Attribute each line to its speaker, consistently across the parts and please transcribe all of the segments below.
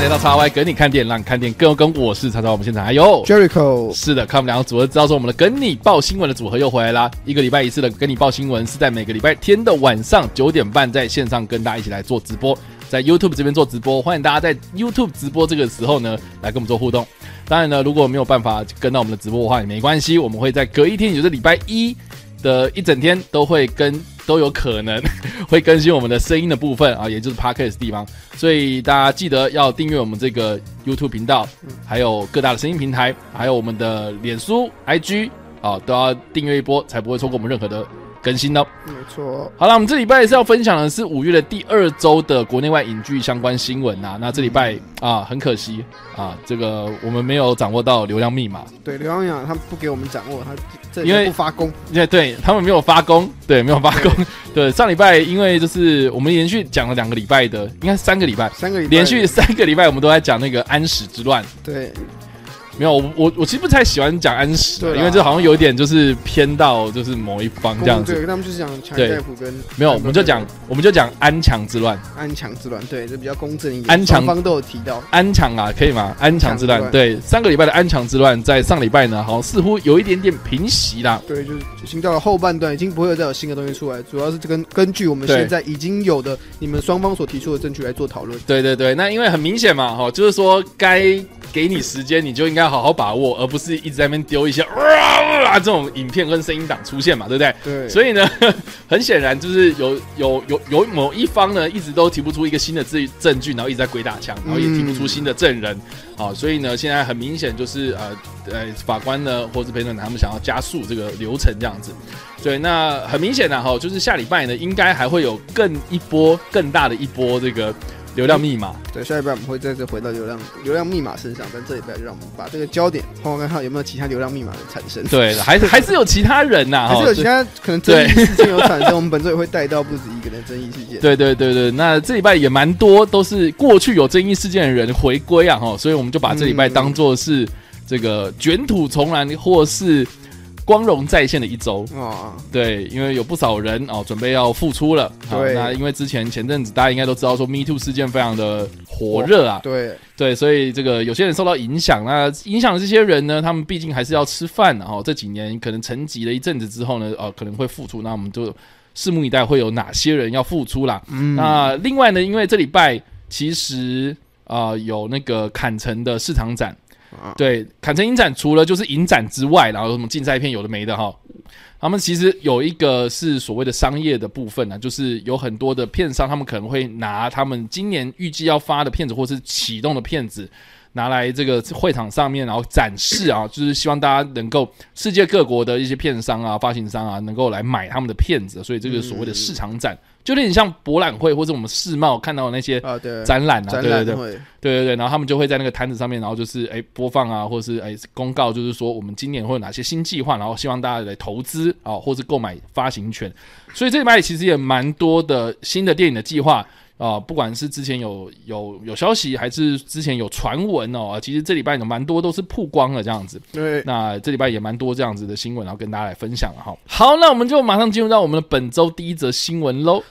Speaker 1: 迎来到叉 Y 跟你看电影，让你看电影更有梗。我是叉叉，我们现场哎还有
Speaker 2: Jericho，
Speaker 1: 是的，看我们两个组合，知道说我们的跟你报新闻的组合又回来啦。一个礼拜一次的跟你报新闻是在每个礼拜天的晚上九点半，在线上跟大家一起来做直播，在 YouTube 这边做直播，欢迎大家在 YouTube 直播这个时候呢来跟我们做互动。当然呢，如果没有办法跟到我们的直播的话也没关系，我们会在隔一天，也就是礼拜一的一整天都会跟 都有可能会更新我们的声音的部分啊，也就是 Podcast 地方。所以大家记得要订阅我们这个 YouTube 频道，还有各大的声音平台，还有我们的脸书、IG 啊，都要订阅一波，才不会错过我们任何的更新哦。
Speaker 2: 没错，
Speaker 1: 好了，我们这礼拜是要分享的是五月的第二周的国内外影剧相关新闻啊。那这礼拜啊，很可惜啊，这个我们没有掌握到流量密码，
Speaker 2: 对刘洋洋他不给我们掌握，他这
Speaker 1: 因为
Speaker 2: 这不发功，
Speaker 1: 对对，他们没有发功，对，没有发功，对，上礼拜因为就是我们连续讲了两个礼拜的，应该是三个礼拜，
Speaker 2: 三个礼拜
Speaker 1: 连续三个礼拜我们都在讲那个安史之乱。
Speaker 2: 对
Speaker 1: 没有，我我我其实不太喜欢讲安史啊，
Speaker 2: 对啦
Speaker 1: 因为这好像有点就是偏到就是某一方这样子。
Speaker 2: 对，他们就是讲强
Speaker 1: 对
Speaker 2: 大夫跟
Speaker 1: 没有，我们就讲我们就讲安强之乱。
Speaker 2: 安强之乱，对，这比较公正一点，
Speaker 1: 安强
Speaker 2: 双方都有提到，
Speaker 1: 安强啊，可以吗？安强之
Speaker 2: 安
Speaker 1: 乱，
Speaker 2: 强之
Speaker 1: 对，上个礼拜的安强之乱，在上礼拜呢，好像似乎有一点点平息啦。
Speaker 2: 对，就是已经到了后半段，已经不会有再有新的东西出来，主要是这根根据我们
Speaker 1: 对
Speaker 2: 现在已经有的你们双方所提出的证据来做讨论，
Speaker 1: 对对对，那因为很明显嘛，哈、就是说该给你时间，你就应该好好把握，而不是一直在那边丢一些哇、哇这种影片跟声音档出现嘛，对不对？
Speaker 2: 对，
Speaker 1: 所以呢， 很显然就是有有有有某一方呢，一直都提不出一个新的证证据，然后一直在鬼打
Speaker 2: 嗯
Speaker 1: 墙，然后也提不出新的证人。好、所以呢，现在很明显就是呃呃，法官呢或是陪审团他们想要加速这个流程这样子。对，那很明显的哈，就是下礼拜呢，应该还会有更一波更大的一波这个流量密码。
Speaker 2: 对，下一拜我们会再次回到流量流量密码身上，但这一拜就让我们把这个焦点换换看看有没有其他流量密码的产生，
Speaker 1: 对，还是还是有其他人啊哦呐、哈，
Speaker 2: 还是有其他啊可能争议
Speaker 1: 对
Speaker 2: 事件有产生，我们本周也会带到不止一个的争议事件。
Speaker 1: 对对对对，那这礼拜也蛮多都是过去有争议事件的人回归啊哈，所以我们就把这礼拜当做是这个卷土重来或是光荣再现的一周。
Speaker 2: 哦，
Speaker 1: 对，因为有不少人哦准备要复出了。好
Speaker 2: 对
Speaker 1: 那因为之前前阵子大家应该都知道说 Me Too 事件非常的火热啊，
Speaker 2: 对，
Speaker 1: 对，所以这个有些人受到影响，那影响的这些人呢，他们毕竟还是要吃饭的哦。这几年可能沉寂了一阵子之后呢，呃，可能会复出，那我们就拭目以待，会有哪些人要复出啦。
Speaker 2: 嗯
Speaker 1: 那另外呢，因为这礼拜其实啊有那个坎城的市场展，
Speaker 2: 啊
Speaker 1: 对，坎城影展除了就是影展之外，然后有什么竞赛片有的没的哈，他们其实有一个是所谓的商业的部分呢、啊就是有很多的片商，他们可能会拿他们今年预计要发的片子或是启动的片子。拿来这个会场上面，然后展示啊，就是希望大家能够世界各国的一些片商啊、发行商啊，能够来买他们的片子，所以这个所谓的市场展，就有点像博览会或者我们世贸看到的那些
Speaker 2: 啊，对，
Speaker 1: 展览啊，
Speaker 2: 展
Speaker 1: 对对
Speaker 2: 览嗯
Speaker 1: 对，
Speaker 2: 会，
Speaker 1: 对对对，然后他们就会在那个摊子上面，然后就是哎播放啊，或者是哎公告，就是说我们今年会有哪些新计划，然后希望大家来投资啊，或是购买发行权。所以这礼拜其实也蛮多的新的电影的计划啊、不管是之前有有有消息，还是之前有传闻哦，啊其实这礼拜有蛮多都是曝光了这样子。
Speaker 2: 对，
Speaker 1: 那这礼拜也蛮多这样子的新闻，然后跟大家来分享了哈。好，那我们就马上进入到我们的本周第一则新闻喽。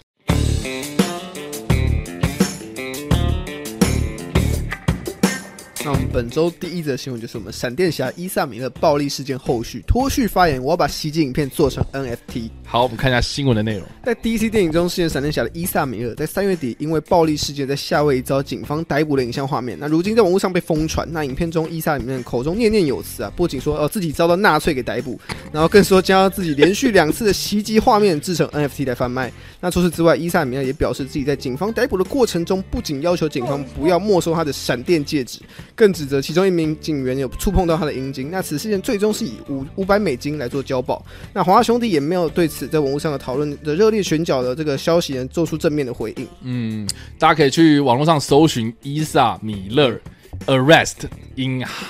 Speaker 2: 那我们本周第一则新闻就是我们闪电侠伊萨米勒暴力事件后续脱序发言，我要把袭击影片做成 NFT。
Speaker 1: 好，我们看一下新闻的内容。
Speaker 2: 在 DC 电影中饰演闪电侠的伊萨米尔，在三月底因为暴力事件在夏威夷遭警方逮捕的影像画面，那如今在网络上被疯传。那影片中伊萨米尔口中念念有词啊，不仅说哦自己遭到纳粹给逮捕，然后更说将要自己连续两次的袭击画面制成 NFT 来贩卖。那除此之外，伊萨米尔也表示自己在警方逮捕的过程中，不仅要求警方不要没收他的闪电戒指，更指责其中一名警员有触碰到他的阴茎。那此事件最终是以五五百美金来做交保。那华纳兄弟也没有对此在网络上的讨论的热烈拳脚的这个消息呢，做出正面的回应。
Speaker 1: 嗯，大家可以去网络上搜寻伊萨米勒 arrest in 哈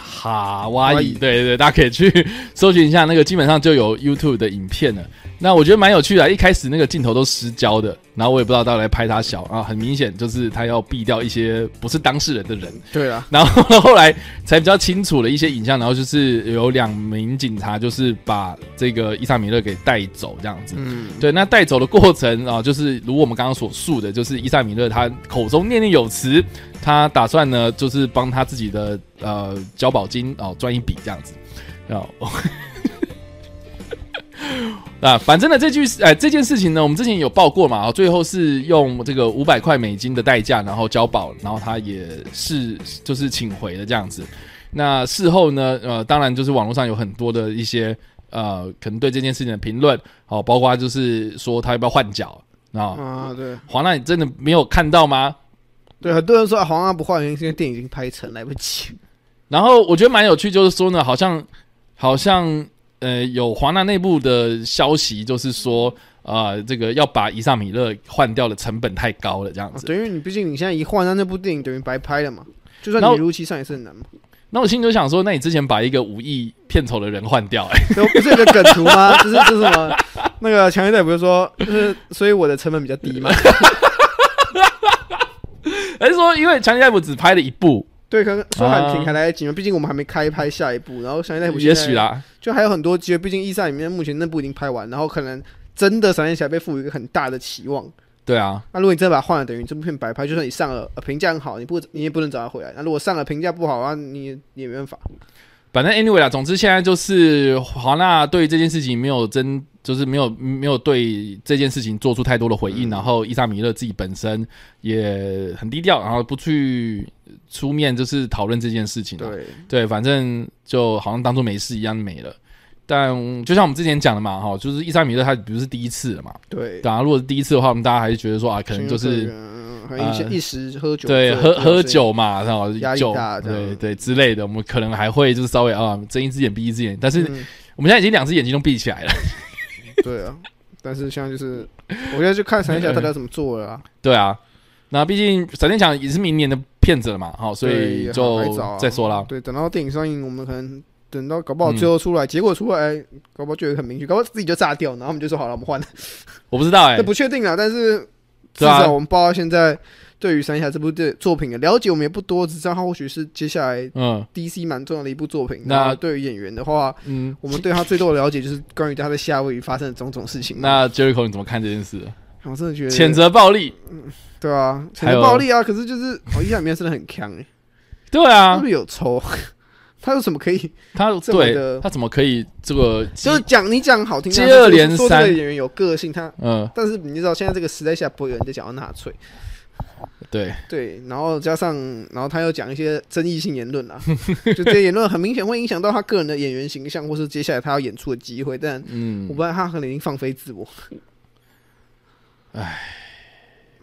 Speaker 2: 哈
Speaker 1: 哇伊，
Speaker 2: 伊
Speaker 1: 对对对，大家可以去搜寻一下，那个基本上就有 YouTube 的影片了。那我觉得蛮有趣的啊、一开始那个镜头都失焦的，然后我也不知道到底来拍他小啊，很明显就是他要避掉一些不是当事人的人。
Speaker 2: 对啦，
Speaker 1: 然后后来才比较清楚的一些影像，然后就是有两名警察就是把这个伊萨米勒给带走这样子。
Speaker 2: 嗯，
Speaker 1: 对，那带走的过程啊，就是如我们刚刚所述的，就是伊萨米勒他口中念念有词，他打算呢，就是帮他自己的呃交保金哦赚一笔这样子。哦然 后，啊，反正呢，这句哎、这件事情呢，我们之前有报过嘛，哦，最后是用这个五百块美金的代价，然后交保，然后他也是就是请回了这样子。那事后呢，呃，当然就是网络上有很多的一些呃，可能对这件事情的评论，好、包括就是说他要不要换脚啊。
Speaker 2: 啊，对
Speaker 1: 华纳，你真的没有看到吗？
Speaker 2: 对，很多人说啊皇阿不换原因是因为电影已经拍成来不及。
Speaker 1: 然后我觉得蛮有趣，就是说呢，好像好像呃有华纳内部的消息，就是说呃这个要把伊萨米勒换掉的成本太高了这样
Speaker 2: 啊
Speaker 1: 子。
Speaker 2: 对，因为你毕竟你现在一换，那那部电影等于白拍了嘛。就算
Speaker 1: 然后
Speaker 2: 你如期上也是很难嘛。
Speaker 1: 那我心里就想说，那你之前把一个五亿片酬的人换掉、哎，
Speaker 2: 这不是有个梗图吗？ 就是就是什么那个强烈队不是说，就是所以我的成本比较低嘛。
Speaker 1: 还是说因为强尼戴普只拍了一部，
Speaker 2: 对，可能说喊停
Speaker 1: 啊
Speaker 2: 还来得及嘛，毕竟我们还没开拍下一部，然后闪电侠
Speaker 1: 也许，啦，
Speaker 2: 就还有很多机会，毕竟《伊萨》里面目前那部已经拍完，然后可能真的闪电侠被赋予一个很大的期望。
Speaker 1: 对啊，
Speaker 2: 那如果你真的把它换了，等于这部片白拍，就算你上了呃评价很好，你不你也不能找他回来。那如果上了评价不好啊，你也你也没办法。
Speaker 1: 反正 anyway 啦，总之现在就是华纳对这件事情没有真，就是没有没有对这件事情做出太多的回
Speaker 2: 嗯
Speaker 1: 应，然后伊萨米勒自己本身也很低调，然后不去出面就是讨论这件事情、啊。
Speaker 2: 对，
Speaker 1: 对，反正就好像当做没事一样没了。但就像我们之前讲的嘛，哈，就是伊萨米勒他不是第一次了嘛，
Speaker 2: 对，
Speaker 1: 当然如果是第一次的话，我们大家还是觉得说啊，可能就是
Speaker 2: 嗯可能一些
Speaker 1: 呃
Speaker 2: 一时喝酒醉，
Speaker 1: 对，喝
Speaker 2: 醉
Speaker 1: 喝，酒嘛，然后
Speaker 2: 压力
Speaker 1: 酒
Speaker 2: 大，这样
Speaker 1: 对对之类的，我们可能还会就是稍微啊睁一只眼闭一只眼，但是
Speaker 2: 嗯
Speaker 1: 我们现在已经两只眼睛都闭起来了。
Speaker 2: 对啊。但是现在就是，我觉得就看闪电侠大家怎么做了啊。
Speaker 1: 对啊，那毕竟闪电侠也是明年的片子了嘛，好，所以
Speaker 2: 对
Speaker 1: 就
Speaker 2: 还早啊
Speaker 1: 再说啦。
Speaker 2: 对，等到电影上映，我们可能等到搞不好最后出
Speaker 1: 嗯
Speaker 2: 来，结果出来，哎搞不好就有一个很明确，搞不好自己就炸掉，然后我们就说好了，我们换。
Speaker 1: 我不知道哎、
Speaker 2: 那不确定啊，但是至
Speaker 1: 对啊
Speaker 2: 少我们报到现在对于《闪侠》这部电作品的了解，我们也不多，只知道它或许是接下来
Speaker 1: 嗯
Speaker 2: DC 蛮重要的一部作品。
Speaker 1: 那
Speaker 2: 那对于演员的话，
Speaker 1: 嗯，
Speaker 2: 我们对他最多的了解就是关于他在夏威夷发生的种种事情。
Speaker 1: 那 Jericho 你怎么看这件事？
Speaker 2: 我真的觉得
Speaker 1: 谴，责暴力？
Speaker 2: 对啊，谴
Speaker 1: 还有
Speaker 2: 责暴力啊，可是就是哦，印象里面真的很强哎、
Speaker 1: 对
Speaker 2: 欸，是
Speaker 1: 啊
Speaker 2: 不，是有仇？ 他有什么 可以？
Speaker 1: 他
Speaker 2: 这么
Speaker 1: 对
Speaker 2: 的
Speaker 1: 他怎么可以这个
Speaker 2: 就是讲你讲好听，
Speaker 1: 接
Speaker 2: 但是
Speaker 1: 二连
Speaker 2: 说这个
Speaker 1: 三
Speaker 2: 演员有个性，他
Speaker 1: 嗯
Speaker 2: 但是你知道现在这个时代下不会有人在讲到纳粹，
Speaker 1: 对
Speaker 2: 对，然后加上然后他又讲一些争议性言论啦，就这些言论很明显会影响到他个人的演员形象，或是接下来他要演出的机会，但。
Speaker 1: 嗯
Speaker 2: 我不知道他可能已经放飞自我，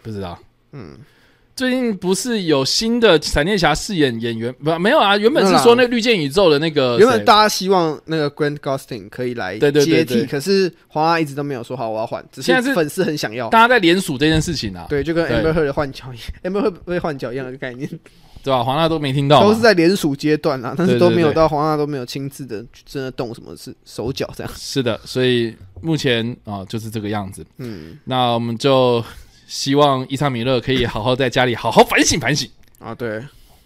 Speaker 1: 不知道嗯。最近不是有新的闪电侠饰演演员？不，没有啊。原本是
Speaker 2: 没有啦
Speaker 1: 说那绿箭宇宙的那个谁，
Speaker 2: 原本大家希望那个 Grant Gustin 可以来
Speaker 1: 呃对对对
Speaker 2: 接
Speaker 1: 对
Speaker 2: 替，可是华纳一直都没有说好我要换，只
Speaker 1: 现在是
Speaker 2: 粉丝很想要，
Speaker 1: 大家在联署这件事情啊，
Speaker 2: 对，就跟
Speaker 1: 对
Speaker 2: Amber Heard 的换角一样，Amber Heard 被换角一样的概念。
Speaker 1: 对吧？黄大都没听到嘛，
Speaker 2: 都是在联署阶段啦，但是都没
Speaker 1: 对
Speaker 2: 有
Speaker 1: 对对
Speaker 2: 到皇上都没有亲自的去真的动什么事手脚这样。
Speaker 1: 是的，所以目前啊、就是这个样子。
Speaker 2: 嗯，
Speaker 1: 那我们就希望伊萨米勒可以好好在家里好好反省反省，
Speaker 2: 啊对，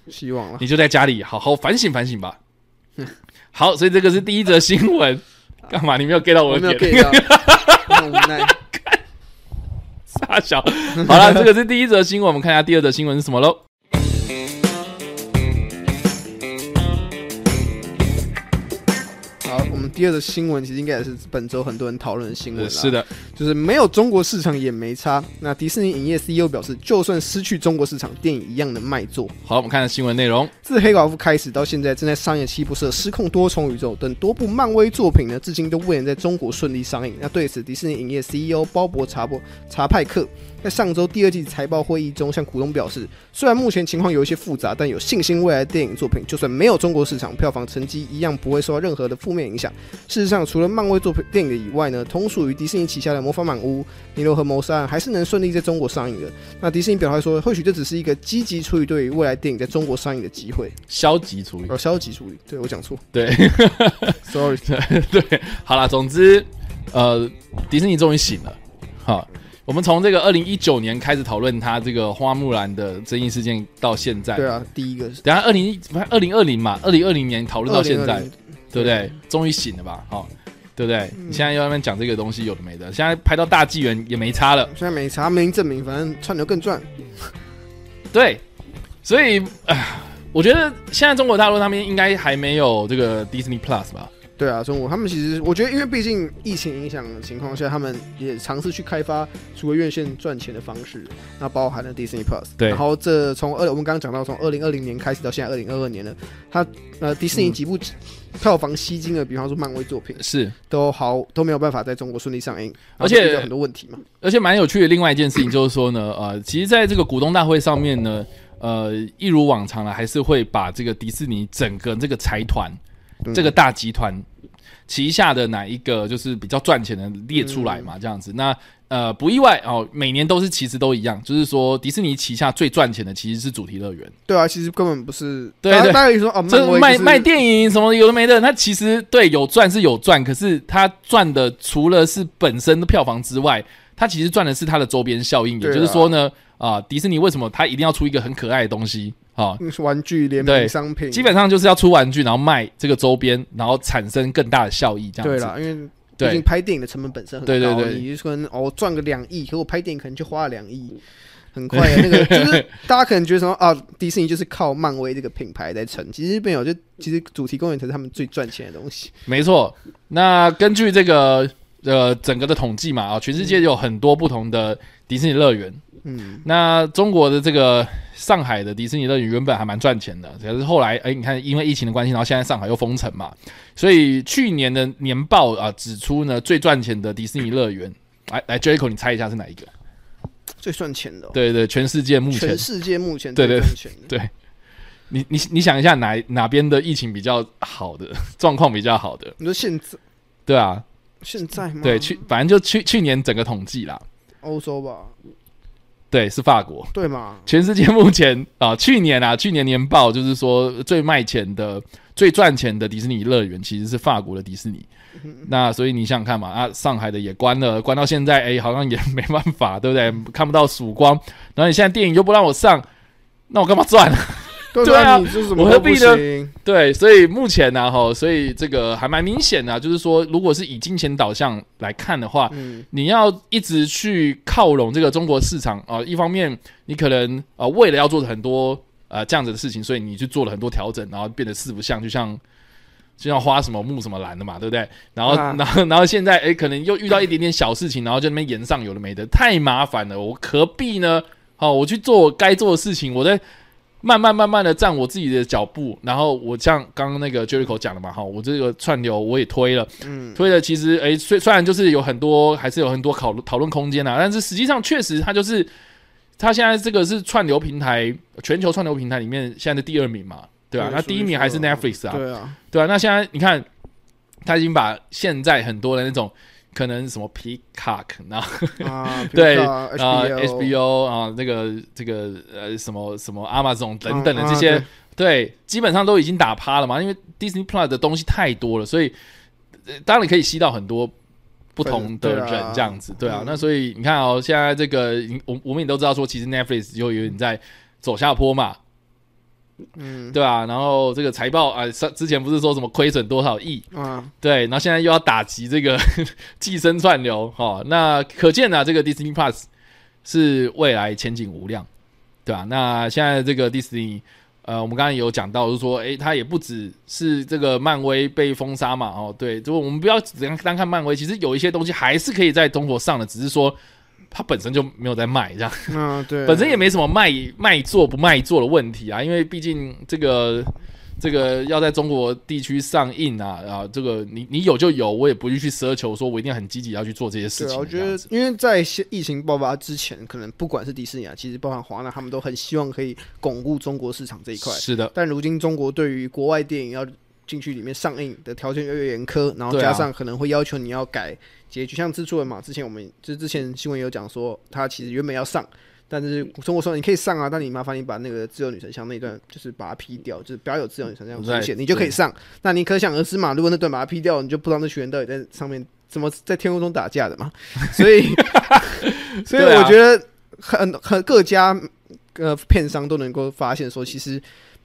Speaker 2: 希望了。
Speaker 1: 你就在家里好好反省反省吧。好，所以这个是第一则新闻。干嘛？你没有 get 到
Speaker 2: 我
Speaker 1: 我
Speaker 2: 没
Speaker 1: 的
Speaker 2: 有
Speaker 1: 点？
Speaker 2: get 到，很无奈。
Speaker 1: 傻小。好了，这个是第一则新闻，我们看一下第二则新闻是什么喽。
Speaker 2: 好，我们第二个新闻其实应该也是本周很多人讨论的新闻
Speaker 1: 呃
Speaker 2: 了。
Speaker 1: 是，的，
Speaker 2: 就是没有中国市场也没差。那迪士尼影业 CEO 表示，就算失去中国市场，电影一样能卖座。
Speaker 1: 好，我们看看新闻内容。
Speaker 2: 自黑寡妇开始到现在，正在上演七部社、失控多重宇宙等多部漫威作品呢，至今都未能在中国顺利上映。那对此，迪士尼影业 CEO 鲍勃查伯查派克在上周第二季财报会议中向股东表示，虽然目前情况有一些复杂，但有信心未来的电影作品就算没有中国市场，票房成绩一样不会受到任何的负面影响。事实上，除了漫威作品电影以外呢，同属于迪士尼旗下的《魔法满屋》《尼罗河谋杀案》还是能顺利在中国上映的。那迪士尼表态说，或许这只是一个积极处理对于未来电影在中国上映的机会。
Speaker 1: 消极处理，
Speaker 2: 哦，消极处理，对我讲错
Speaker 1: 对
Speaker 2: ，sorry。
Speaker 1: 对，好啦，总之，呃，迪士尼终于醒了。好，我们从这个二零一九年开始讨论它这个花木兰的争议事件到现在，
Speaker 2: 对啊，第一个是
Speaker 1: 等一下二零一二零二零嘛，二零二零年讨论到现在，
Speaker 2: 2020
Speaker 1: 对不对？嗯终于醒了吧？好、对不对？你现在又在那边讲这个东西有的没的，现在拍到大纪元也没差了，
Speaker 2: 现在没查明证明，反正串流更赚。
Speaker 1: 对。所以啊，我觉得现在中国大陆他们应该还没有这个 Disney Plus 吧？
Speaker 2: 对啊，中国他们其实我觉得，因为毕竟疫情影响的情况下，他们也尝试去开发除了院线赚钱的方式，那包含了 Disney Plus。
Speaker 1: 对
Speaker 2: 然后这从二我们刚刚讲到，从二零二零年开始到现在二零二二年了，它呃迪
Speaker 1: 嗯
Speaker 2: 士尼几部票房吸金的，比方说漫威作品，
Speaker 1: 是，
Speaker 2: 都好都没有办法在中国顺利上映，
Speaker 1: 而且
Speaker 2: 然后就遇到很多问题嘛。
Speaker 1: 而且蛮有趣的另外一件事情就是说呢，呃，其实在这个股东大会上面呢，呃，一如往常了，还是会把这个迪士尼整个这个财团、
Speaker 2: 嗯
Speaker 1: 这个大集团旗下的哪一个就是比较赚钱的列出来嘛，这样子。那呃不意外哦，每年都是其实都一样，就是说迪士尼旗下最赚钱的其实是主题乐园。
Speaker 2: 对啊，其实根本不是。
Speaker 1: 对
Speaker 2: 大家
Speaker 1: 对
Speaker 2: 大家也说哦，
Speaker 1: 这
Speaker 2: 漫威
Speaker 1: 卖
Speaker 2: 就是
Speaker 1: 卖电影什么有的没的，它其实对有赚是有赚，可是它赚的除了是本身的票房之外，它其实赚的是它的周边效应。也
Speaker 2: 对啊
Speaker 1: 就是说呢，啊、迪士尼为什么它一定要出一个很可爱的东西啊？
Speaker 2: 嗯玩具联
Speaker 1: 对
Speaker 2: 名商品，
Speaker 1: 基本上就是要出玩具，然后卖这个周边，然后产生更大的效益，这样
Speaker 2: 对
Speaker 1: 子。
Speaker 2: 啦，因为。
Speaker 1: 对
Speaker 2: 毕竟拍电影的成本本身很高，
Speaker 1: 对对对
Speaker 2: 你就可能哦赚个两亿，可我拍电影可能就花了两亿， 很快啊。那个就是大家可能觉得什么啊，迪士尼就是靠漫威这个品牌在撑，其实没有，就其实主题公园才是他们最赚钱的东西。
Speaker 1: 没错，那根据这个呃整个的统计嘛啊，全世界有很多不同的迪士尼乐园。
Speaker 2: 嗯，
Speaker 1: 那中国的这个上海的迪士尼乐园原本还蛮赚钱的，可是后来哎，你看因为疫情的关系，然后现在上海又封城嘛，所以去年的年报啊、指出呢，最赚钱的迪士尼乐园，来来 j a c o 你猜一下是哪一个？
Speaker 2: 最赚钱的、哦，
Speaker 1: 对对，全世界目前
Speaker 2: 全，世界目前
Speaker 1: 对
Speaker 2: 最
Speaker 1: 对
Speaker 2: 赚钱的，
Speaker 1: 你你你想一下哪哪边的疫情比较好的状况比较好的？
Speaker 2: 你说现在
Speaker 1: 对啊，
Speaker 2: 现在吗？
Speaker 1: 对，去反正就去去年整个统计啦，
Speaker 2: 欧洲吧，
Speaker 1: 对，是法国。
Speaker 2: 对嘛？
Speaker 1: 全世界目前啊，去年啊，去年年报就是说最卖钱的、最赚钱的迪士尼乐园其实是法国的迪士尼。那所以你想想看嘛，啊，上海的也关了，关到现在，哎，好像也 没办法，对不对？看不到曙光，然后你现在电影又不让我上，那我干嘛赚？
Speaker 2: 对
Speaker 1: 对啊
Speaker 2: 你就是什
Speaker 1: 我
Speaker 2: 么
Speaker 1: 何
Speaker 2: 都不
Speaker 1: 必呢
Speaker 2: 行，
Speaker 1: 对，所以目前呢，哈，所以这个还蛮明显的啊、就是说，如果是以金钱导向来看的话，
Speaker 2: 嗯，
Speaker 1: 你要一直去靠拢这个中国市场啊、呃一方面你可能啊、呃为了要做很多呃这样子的事情，所以你去做了很多调整，然后变得四不像，就像就像花什么木什么兰的嘛，对不对？然后、
Speaker 2: 啊
Speaker 1: 然后然后现在诶，可能又遇到一点点小事情，然后就那边延上有的没的，太麻烦了，我何必呢？好、我去做我该做的事情，我在。慢慢慢慢的站我自己的脚步，然后我像刚刚那个 Jericho 讲的嘛，哈，我这个串流我也推了，
Speaker 2: 嗯
Speaker 1: 推的其实诶，虽虽然就是有很多，还是有很多讨论讨论空间啊，但是实际上确实它就是它现在这个是串流平台，全球串流平台里面现在的第二名嘛，对啊，
Speaker 2: 对
Speaker 1: 那第一名还是
Speaker 2: 所以说
Speaker 1: Netflix 啊，
Speaker 2: 对啊，
Speaker 1: 对啊，那现在你看，他已经把现在很多的那种可能什么 Peacock，然后
Speaker 2: 啊， 比如
Speaker 1: 对
Speaker 2: 说
Speaker 1: 啊
Speaker 2: HBO
Speaker 1: HBO 啊，那个这个呃什么什么 Amazon 等等的
Speaker 2: 嗯啊
Speaker 1: 这些
Speaker 2: 对
Speaker 1: 对，基本上都已经打趴了嘛，因为 Disney Plus 的东西太多了，所以、呃当然可以吸到很多不同的
Speaker 2: 粉丝对
Speaker 1: 人
Speaker 2: 啊
Speaker 1: 这样子，对啊。
Speaker 2: 嗯
Speaker 1: 那所以你看哦，现在这个我我们也都知道说，其实 Netflix 就有点在走下坡嘛，
Speaker 2: 嗯
Speaker 1: 对啊。然后这个财报啊，上、之前不是说什么亏损多少亿，
Speaker 2: 啊，
Speaker 1: 对，然后现在又要打击这个 寄生串流，哈、那可见啊呢、这个 Disney Plus 是未来前景无量，对吧、那现在这个 Disney，呃，我们刚才有讲到，就是说，诶，它也不只是这个漫威被封杀嘛，哦，对，就我们不要只单单看漫威，其实有一些东西还是可以在中国上的，只是说它本身就没有在卖这样。
Speaker 2: 啊对，
Speaker 1: 本身也没什么卖卖座不卖座的问题啊，因为毕竟这个这个要在中国地区上映啊啊，这个你你有就有，我也不去去奢求说我一定很积极要去做这些事
Speaker 2: 对啊，
Speaker 1: 情。
Speaker 2: 我
Speaker 1: 这
Speaker 2: 觉
Speaker 1: 样
Speaker 2: 得
Speaker 1: 子，
Speaker 2: 因为在先疫情爆发之前，可能不管是迪士尼啊，其实包含华纳，他们都很希望可以巩固中国市场这一块。
Speaker 1: 是的，
Speaker 2: 但如今中国对于国外电影要进去里面上映的条件越来越严苛，然后
Speaker 1: 对啊
Speaker 2: 加上可能会要求你要改结局，像蜘蛛人嘛，之前我们就是之前新闻有讲说，它其实原本要上。但是
Speaker 1: 嗯
Speaker 2: 中国说你可以上啊，但你麻烦你把那个自由女神像那一段就是把它 P 掉，就是不要有自由女神像出
Speaker 1: 对
Speaker 2: 现，你就可以上。那你可想而知嘛，如果那段把它 P 掉，你就不知道那群人到底在上面怎么在天空中打架 的嘛。所以， 所以
Speaker 1: 对啊
Speaker 2: 我觉得很很各家呃片商都能够发现说，其实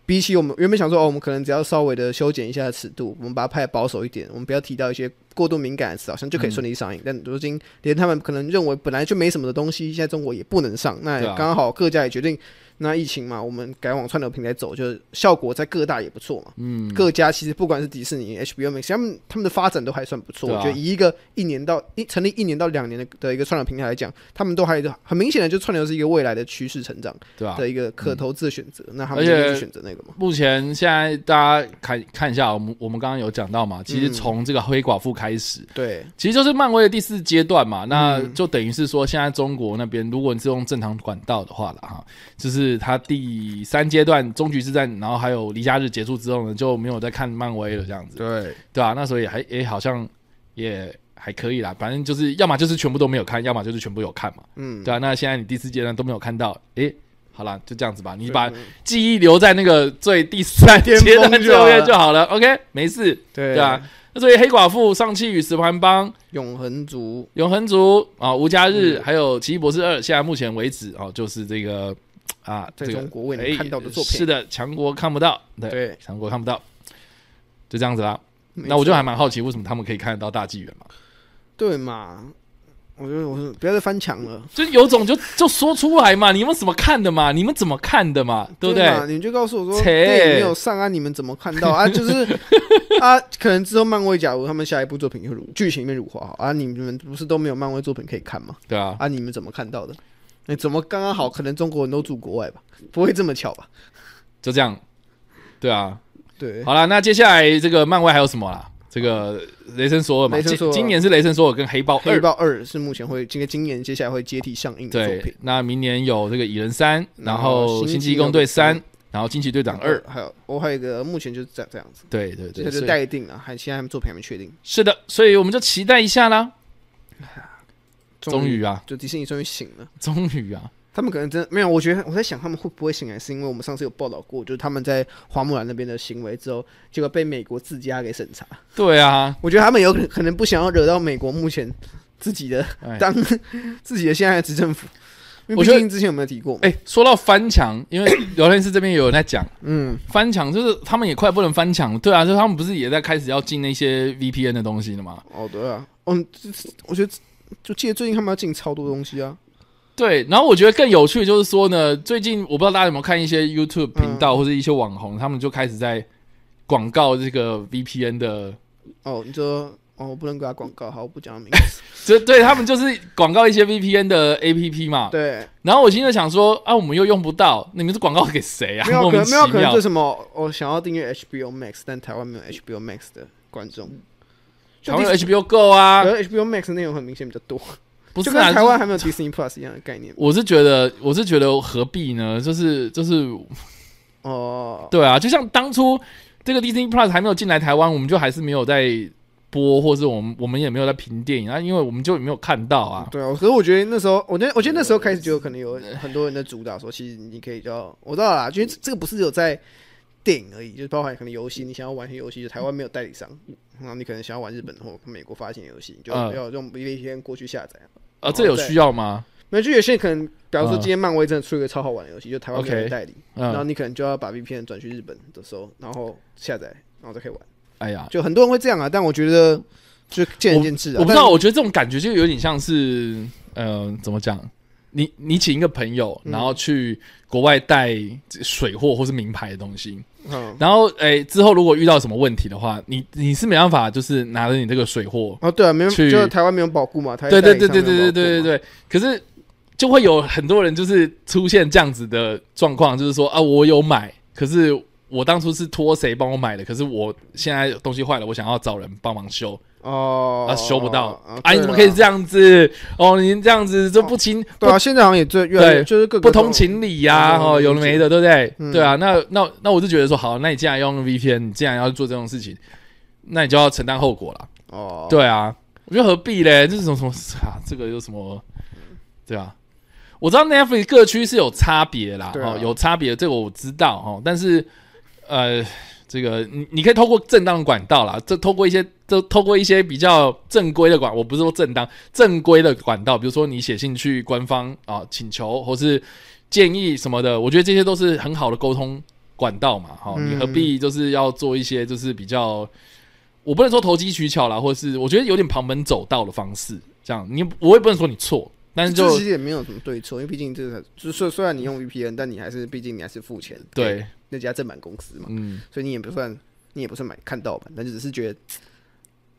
Speaker 2: 比起我们原本想说哦，我们可能只要稍微的修剪一下尺度，我们把它拍得保守一点，我们不要提到一些过度敏感的词，好像就可以顺利上映。但如今连他们可能认为本来就没什么的东西，现在中国也不能上，那
Speaker 1: 对啊
Speaker 2: 刚好各家也决定。那疫情嘛，我们改往串流平台走，就是效果在各大也不错嘛。
Speaker 1: 嗯，
Speaker 2: 各家其实不管是迪士尼、HBO Max，他们他们的发展都还算不错。
Speaker 1: 对啊
Speaker 2: 我觉得以一个一年到一成立一年到两年的的一个串流平台来讲，他们都还很明显的就串流是一个未来的趋势成长
Speaker 1: 对吧、
Speaker 2: 的一个可投资的选择。那他
Speaker 1: 啊嗯而
Speaker 2: 们就
Speaker 1: 且
Speaker 2: 是选择那个嘛。
Speaker 1: 目前现在大家看看一下，我们我们刚刚有讲到嘛，其实
Speaker 2: 嗯
Speaker 1: 从这个黑寡妇开始，
Speaker 2: 对，
Speaker 1: 其实就是漫威的第四阶段嘛，那
Speaker 2: 嗯
Speaker 1: 就等于是说，现在中国那边，如果你是用正常管道的话了哈，就是它第三阶段终局之战，然后还有离家日结束之后呢，就没有再看漫威了，这样子，
Speaker 2: 对，
Speaker 1: 对啊，那时候也还也好像也还可以啦，反正就是要么就是全部都没有看，要么就是全部有看嘛，
Speaker 2: 嗯，
Speaker 1: 对啊，那现在你第四阶段都没有看到，诶，好啦，就这样子吧，你
Speaker 2: 对
Speaker 1: 把记忆留在那个最第三阶段
Speaker 2: 巅峰
Speaker 1: 最
Speaker 2: 就好
Speaker 1: 后
Speaker 2: 了
Speaker 1: 面就好了，OK，没事，
Speaker 2: 对
Speaker 1: 对啊，那所以黑寡妇、上汽与十环帮。
Speaker 2: 永恒族
Speaker 1: 永恒族啊，无家日，
Speaker 2: 嗯
Speaker 1: 还有奇异博士二，现在目前为止哦，就是这个啊，
Speaker 2: 在
Speaker 1: 这个
Speaker 2: 中国为
Speaker 1: 哎
Speaker 2: 你看到的作
Speaker 1: 是
Speaker 2: 品，
Speaker 1: 的，强国看不到，对，
Speaker 2: 对，
Speaker 1: 强国看不到，就这样子啦。
Speaker 2: 没
Speaker 1: 那我就
Speaker 2: 错
Speaker 1: 还蛮好奇，为什么他们可以看得到大纪元嘛？
Speaker 2: 对嘛。我觉得我是不要再翻墙了，
Speaker 1: 就有种就就说出来嘛，你们怎么看的嘛？你们怎么看的嘛？对不对？
Speaker 2: 嘛？你就告诉我说
Speaker 1: 切
Speaker 2: 电影没有上啊，你们怎么看到啊？就是 啊，可能之后漫威假如他们下一部作品就如剧情里面如何好啊？你们不是都没有漫威作品可以看吗？
Speaker 1: 对啊，
Speaker 2: 啊，你们怎么看到的？哎，怎么刚刚好？可能中国人都住国外吧，不会这么巧吧？
Speaker 1: 就这样，对啊。
Speaker 2: 对，
Speaker 1: 好了，那接下来这个漫威还有什么啦？这个雷神索尔嘛，
Speaker 2: 雷神
Speaker 1: 今
Speaker 2: 索尔
Speaker 1: 今年是雷神索尔跟黑豹
Speaker 2: 黑
Speaker 1: 二，
Speaker 2: 豹二是目前会今今年接下来会接替上映的作
Speaker 1: 对
Speaker 2: 品，，嗯
Speaker 1: 那明年有这个蚁人三，然
Speaker 2: 然
Speaker 1: 后
Speaker 2: 后
Speaker 1: 星际
Speaker 2: 星际
Speaker 1: 异
Speaker 2: 异
Speaker 1: 攻
Speaker 2: 攻
Speaker 1: 队
Speaker 2: 队
Speaker 1: 三
Speaker 2: 三，
Speaker 1: 然后惊奇队长二，
Speaker 2: 还有我还有一个目前就是这样这样子，
Speaker 1: 对对
Speaker 2: 这
Speaker 1: 对，
Speaker 2: 个就
Speaker 1: 所以
Speaker 2: 待定了，还现在他们作品还没确定。
Speaker 1: 是的，所以我们就期待一下啦。终
Speaker 2: 终
Speaker 1: 于啊，
Speaker 2: 就迪士尼终于醒了。
Speaker 1: 终于啊，
Speaker 2: 他们可能真的没有，我觉得我在想他们会不会醒来，是因为我们上次有报道过，就是他们在花木兰那边的行为之后，结果被美国自家给审查。
Speaker 1: 对啊，
Speaker 2: 我觉得他们有可能不想要惹到美国目前自己的
Speaker 1: 哎
Speaker 2: 当 自己的现在的执政府，因
Speaker 1: 我
Speaker 2: 为
Speaker 1: 觉
Speaker 2: 毕
Speaker 1: 得
Speaker 2: 竟之前有没有提过嘛？
Speaker 1: 哎，说到翻墙，因为聊天室这边有人在讲
Speaker 2: 嗯，
Speaker 1: 翻墙，就是他们也快不能翻墙了，对啊，就是他们不是也在开始要进那些 VPN 的东西了吗？
Speaker 2: 哦对啊，嗯，这我觉得就记得最近他们要进超多东西啊，
Speaker 1: 对，然后我觉得更有趣的就是说呢，最近我不知道大家有没有看一些 YouTube 频
Speaker 2: 嗯
Speaker 1: 道或者一些网红，他们就开始在广告这个 VPN 的
Speaker 2: 哦，你说哦，我不能给他广告，好，我不讲他名字，
Speaker 1: 这对他们就是广告一些 VPN 的 APP 嘛，
Speaker 2: 对，
Speaker 1: 然后我心里就想说啊，我们又用不到，你们是广告给谁啊？
Speaker 2: 没有
Speaker 1: 莫名
Speaker 2: 可能
Speaker 1: 其
Speaker 2: 没有可能
Speaker 1: 妙
Speaker 2: 是。什么，我想要订阅 HBO Max，但台湾没有 HBO Max 的观众。
Speaker 1: 台湾有 HBO Go 啊，
Speaker 2: 而 HBO Max 的内容很明显比较多，
Speaker 1: 不是
Speaker 2: 就跟
Speaker 1: 啊，
Speaker 2: 台
Speaker 1: 就
Speaker 2: 湾
Speaker 1: 是
Speaker 2: 还没有 Disney Plus 一样的概念。
Speaker 1: 我是觉得，我是觉得何必呢？就是就是，
Speaker 2: 哦，
Speaker 1: 对啊，就像当初这个 Disney Plus 还没有进来台湾，我们就还是没有在播，或是我们我们也没有在评电影啊，因为我们就没有看到啊。
Speaker 2: 对啊，可是我觉得那时候，我觉得我觉得那时候开始就有可能有很多人在主打说，其实你可以叫我知道啦，因为这个不是只有在电影而已，就是包含可能游戏，你想要玩一些游戏，就台湾没有代理商，然后你可能想要玩日本或美国发行的游戏，你就
Speaker 1: 嗯
Speaker 2: 要用 VPN 过去下载。
Speaker 1: 啊，
Speaker 2: 哦
Speaker 1: 这有需要吗？
Speaker 2: 那就有些人可能，比方说
Speaker 1: 嗯
Speaker 2: 今天漫威真的出一个超好玩的游戏，就台湾没有
Speaker 1: OK
Speaker 2: 人代理，然后
Speaker 1: 嗯，
Speaker 2: 你可能就要把 VPN 转去日本的时候，然后下载，然后再可以玩。
Speaker 1: 哎呀，
Speaker 2: 就很多人会这样啊，但我觉得就见仁见智啊。
Speaker 1: 我不知道，我觉得这种感觉就有点像是，呃，怎么讲？你你请一个朋友，然后去国外带水货或是名牌的东西，
Speaker 2: 但，嗯，
Speaker 1: 然后诶、之后如果遇到什么问题的话，你你是没办法，就是拿着你这个水货，
Speaker 2: 哦，对啊，没有，
Speaker 1: 去
Speaker 2: 就是台湾没有保固嘛，台
Speaker 1: 对对对对对对对对可是就会有很多人就是出现这样子的状况，就是说啊，我有买，可是我当初是托谁帮我买的，可是我现在东西坏了，我想要找人帮忙修，
Speaker 2: 哦，
Speaker 1: 啊修不到，啊
Speaker 2: 对
Speaker 1: 你怎么可以这样子？哦，你这样子就不情、
Speaker 2: 对啊，现在好像也最越来
Speaker 1: 对
Speaker 2: 越就是各
Speaker 1: 不不
Speaker 2: 个
Speaker 1: 通，情理呀、
Speaker 2: 嗯
Speaker 1: 哦，有的没的，对不对？
Speaker 2: 嗯
Speaker 1: 对啊，那那那我就觉得说，好，那你既然要用 VPN，你既然要做这种事情，那你就要承担后果了。
Speaker 2: 哦，
Speaker 1: 对啊，我觉得何必嘞？这是什么什么啊？这个有什么？对啊，我知道 Netflix 各区是有差别啦，
Speaker 2: 对啊
Speaker 1: 哦，有差别，这个我知道哦。但是，呃，这个你你可以透过正当的管道啦，这透过一些，这透过一些比较正规的管，我不是说正当，正规的管道，比如说你写信去官方啊请求或是建议什么的，我觉得这些都是很好的沟通管道嘛。哈、
Speaker 2: 嗯
Speaker 1: 你何必就是要做一些就是比较，我不能说投机取巧啦，或是我觉得有点旁门走道的方式，这样你我也不能说你错，但是
Speaker 2: 这
Speaker 1: 就
Speaker 2: 其实也没有什么对错，因为毕竟这个，就是虽虽然你用 VPN，但你还是毕竟你还是付钱给
Speaker 1: 对，
Speaker 2: 那家正版公司嘛，
Speaker 1: 嗯，
Speaker 2: 所以你也不算你也不算买看盗版，但就只是觉得，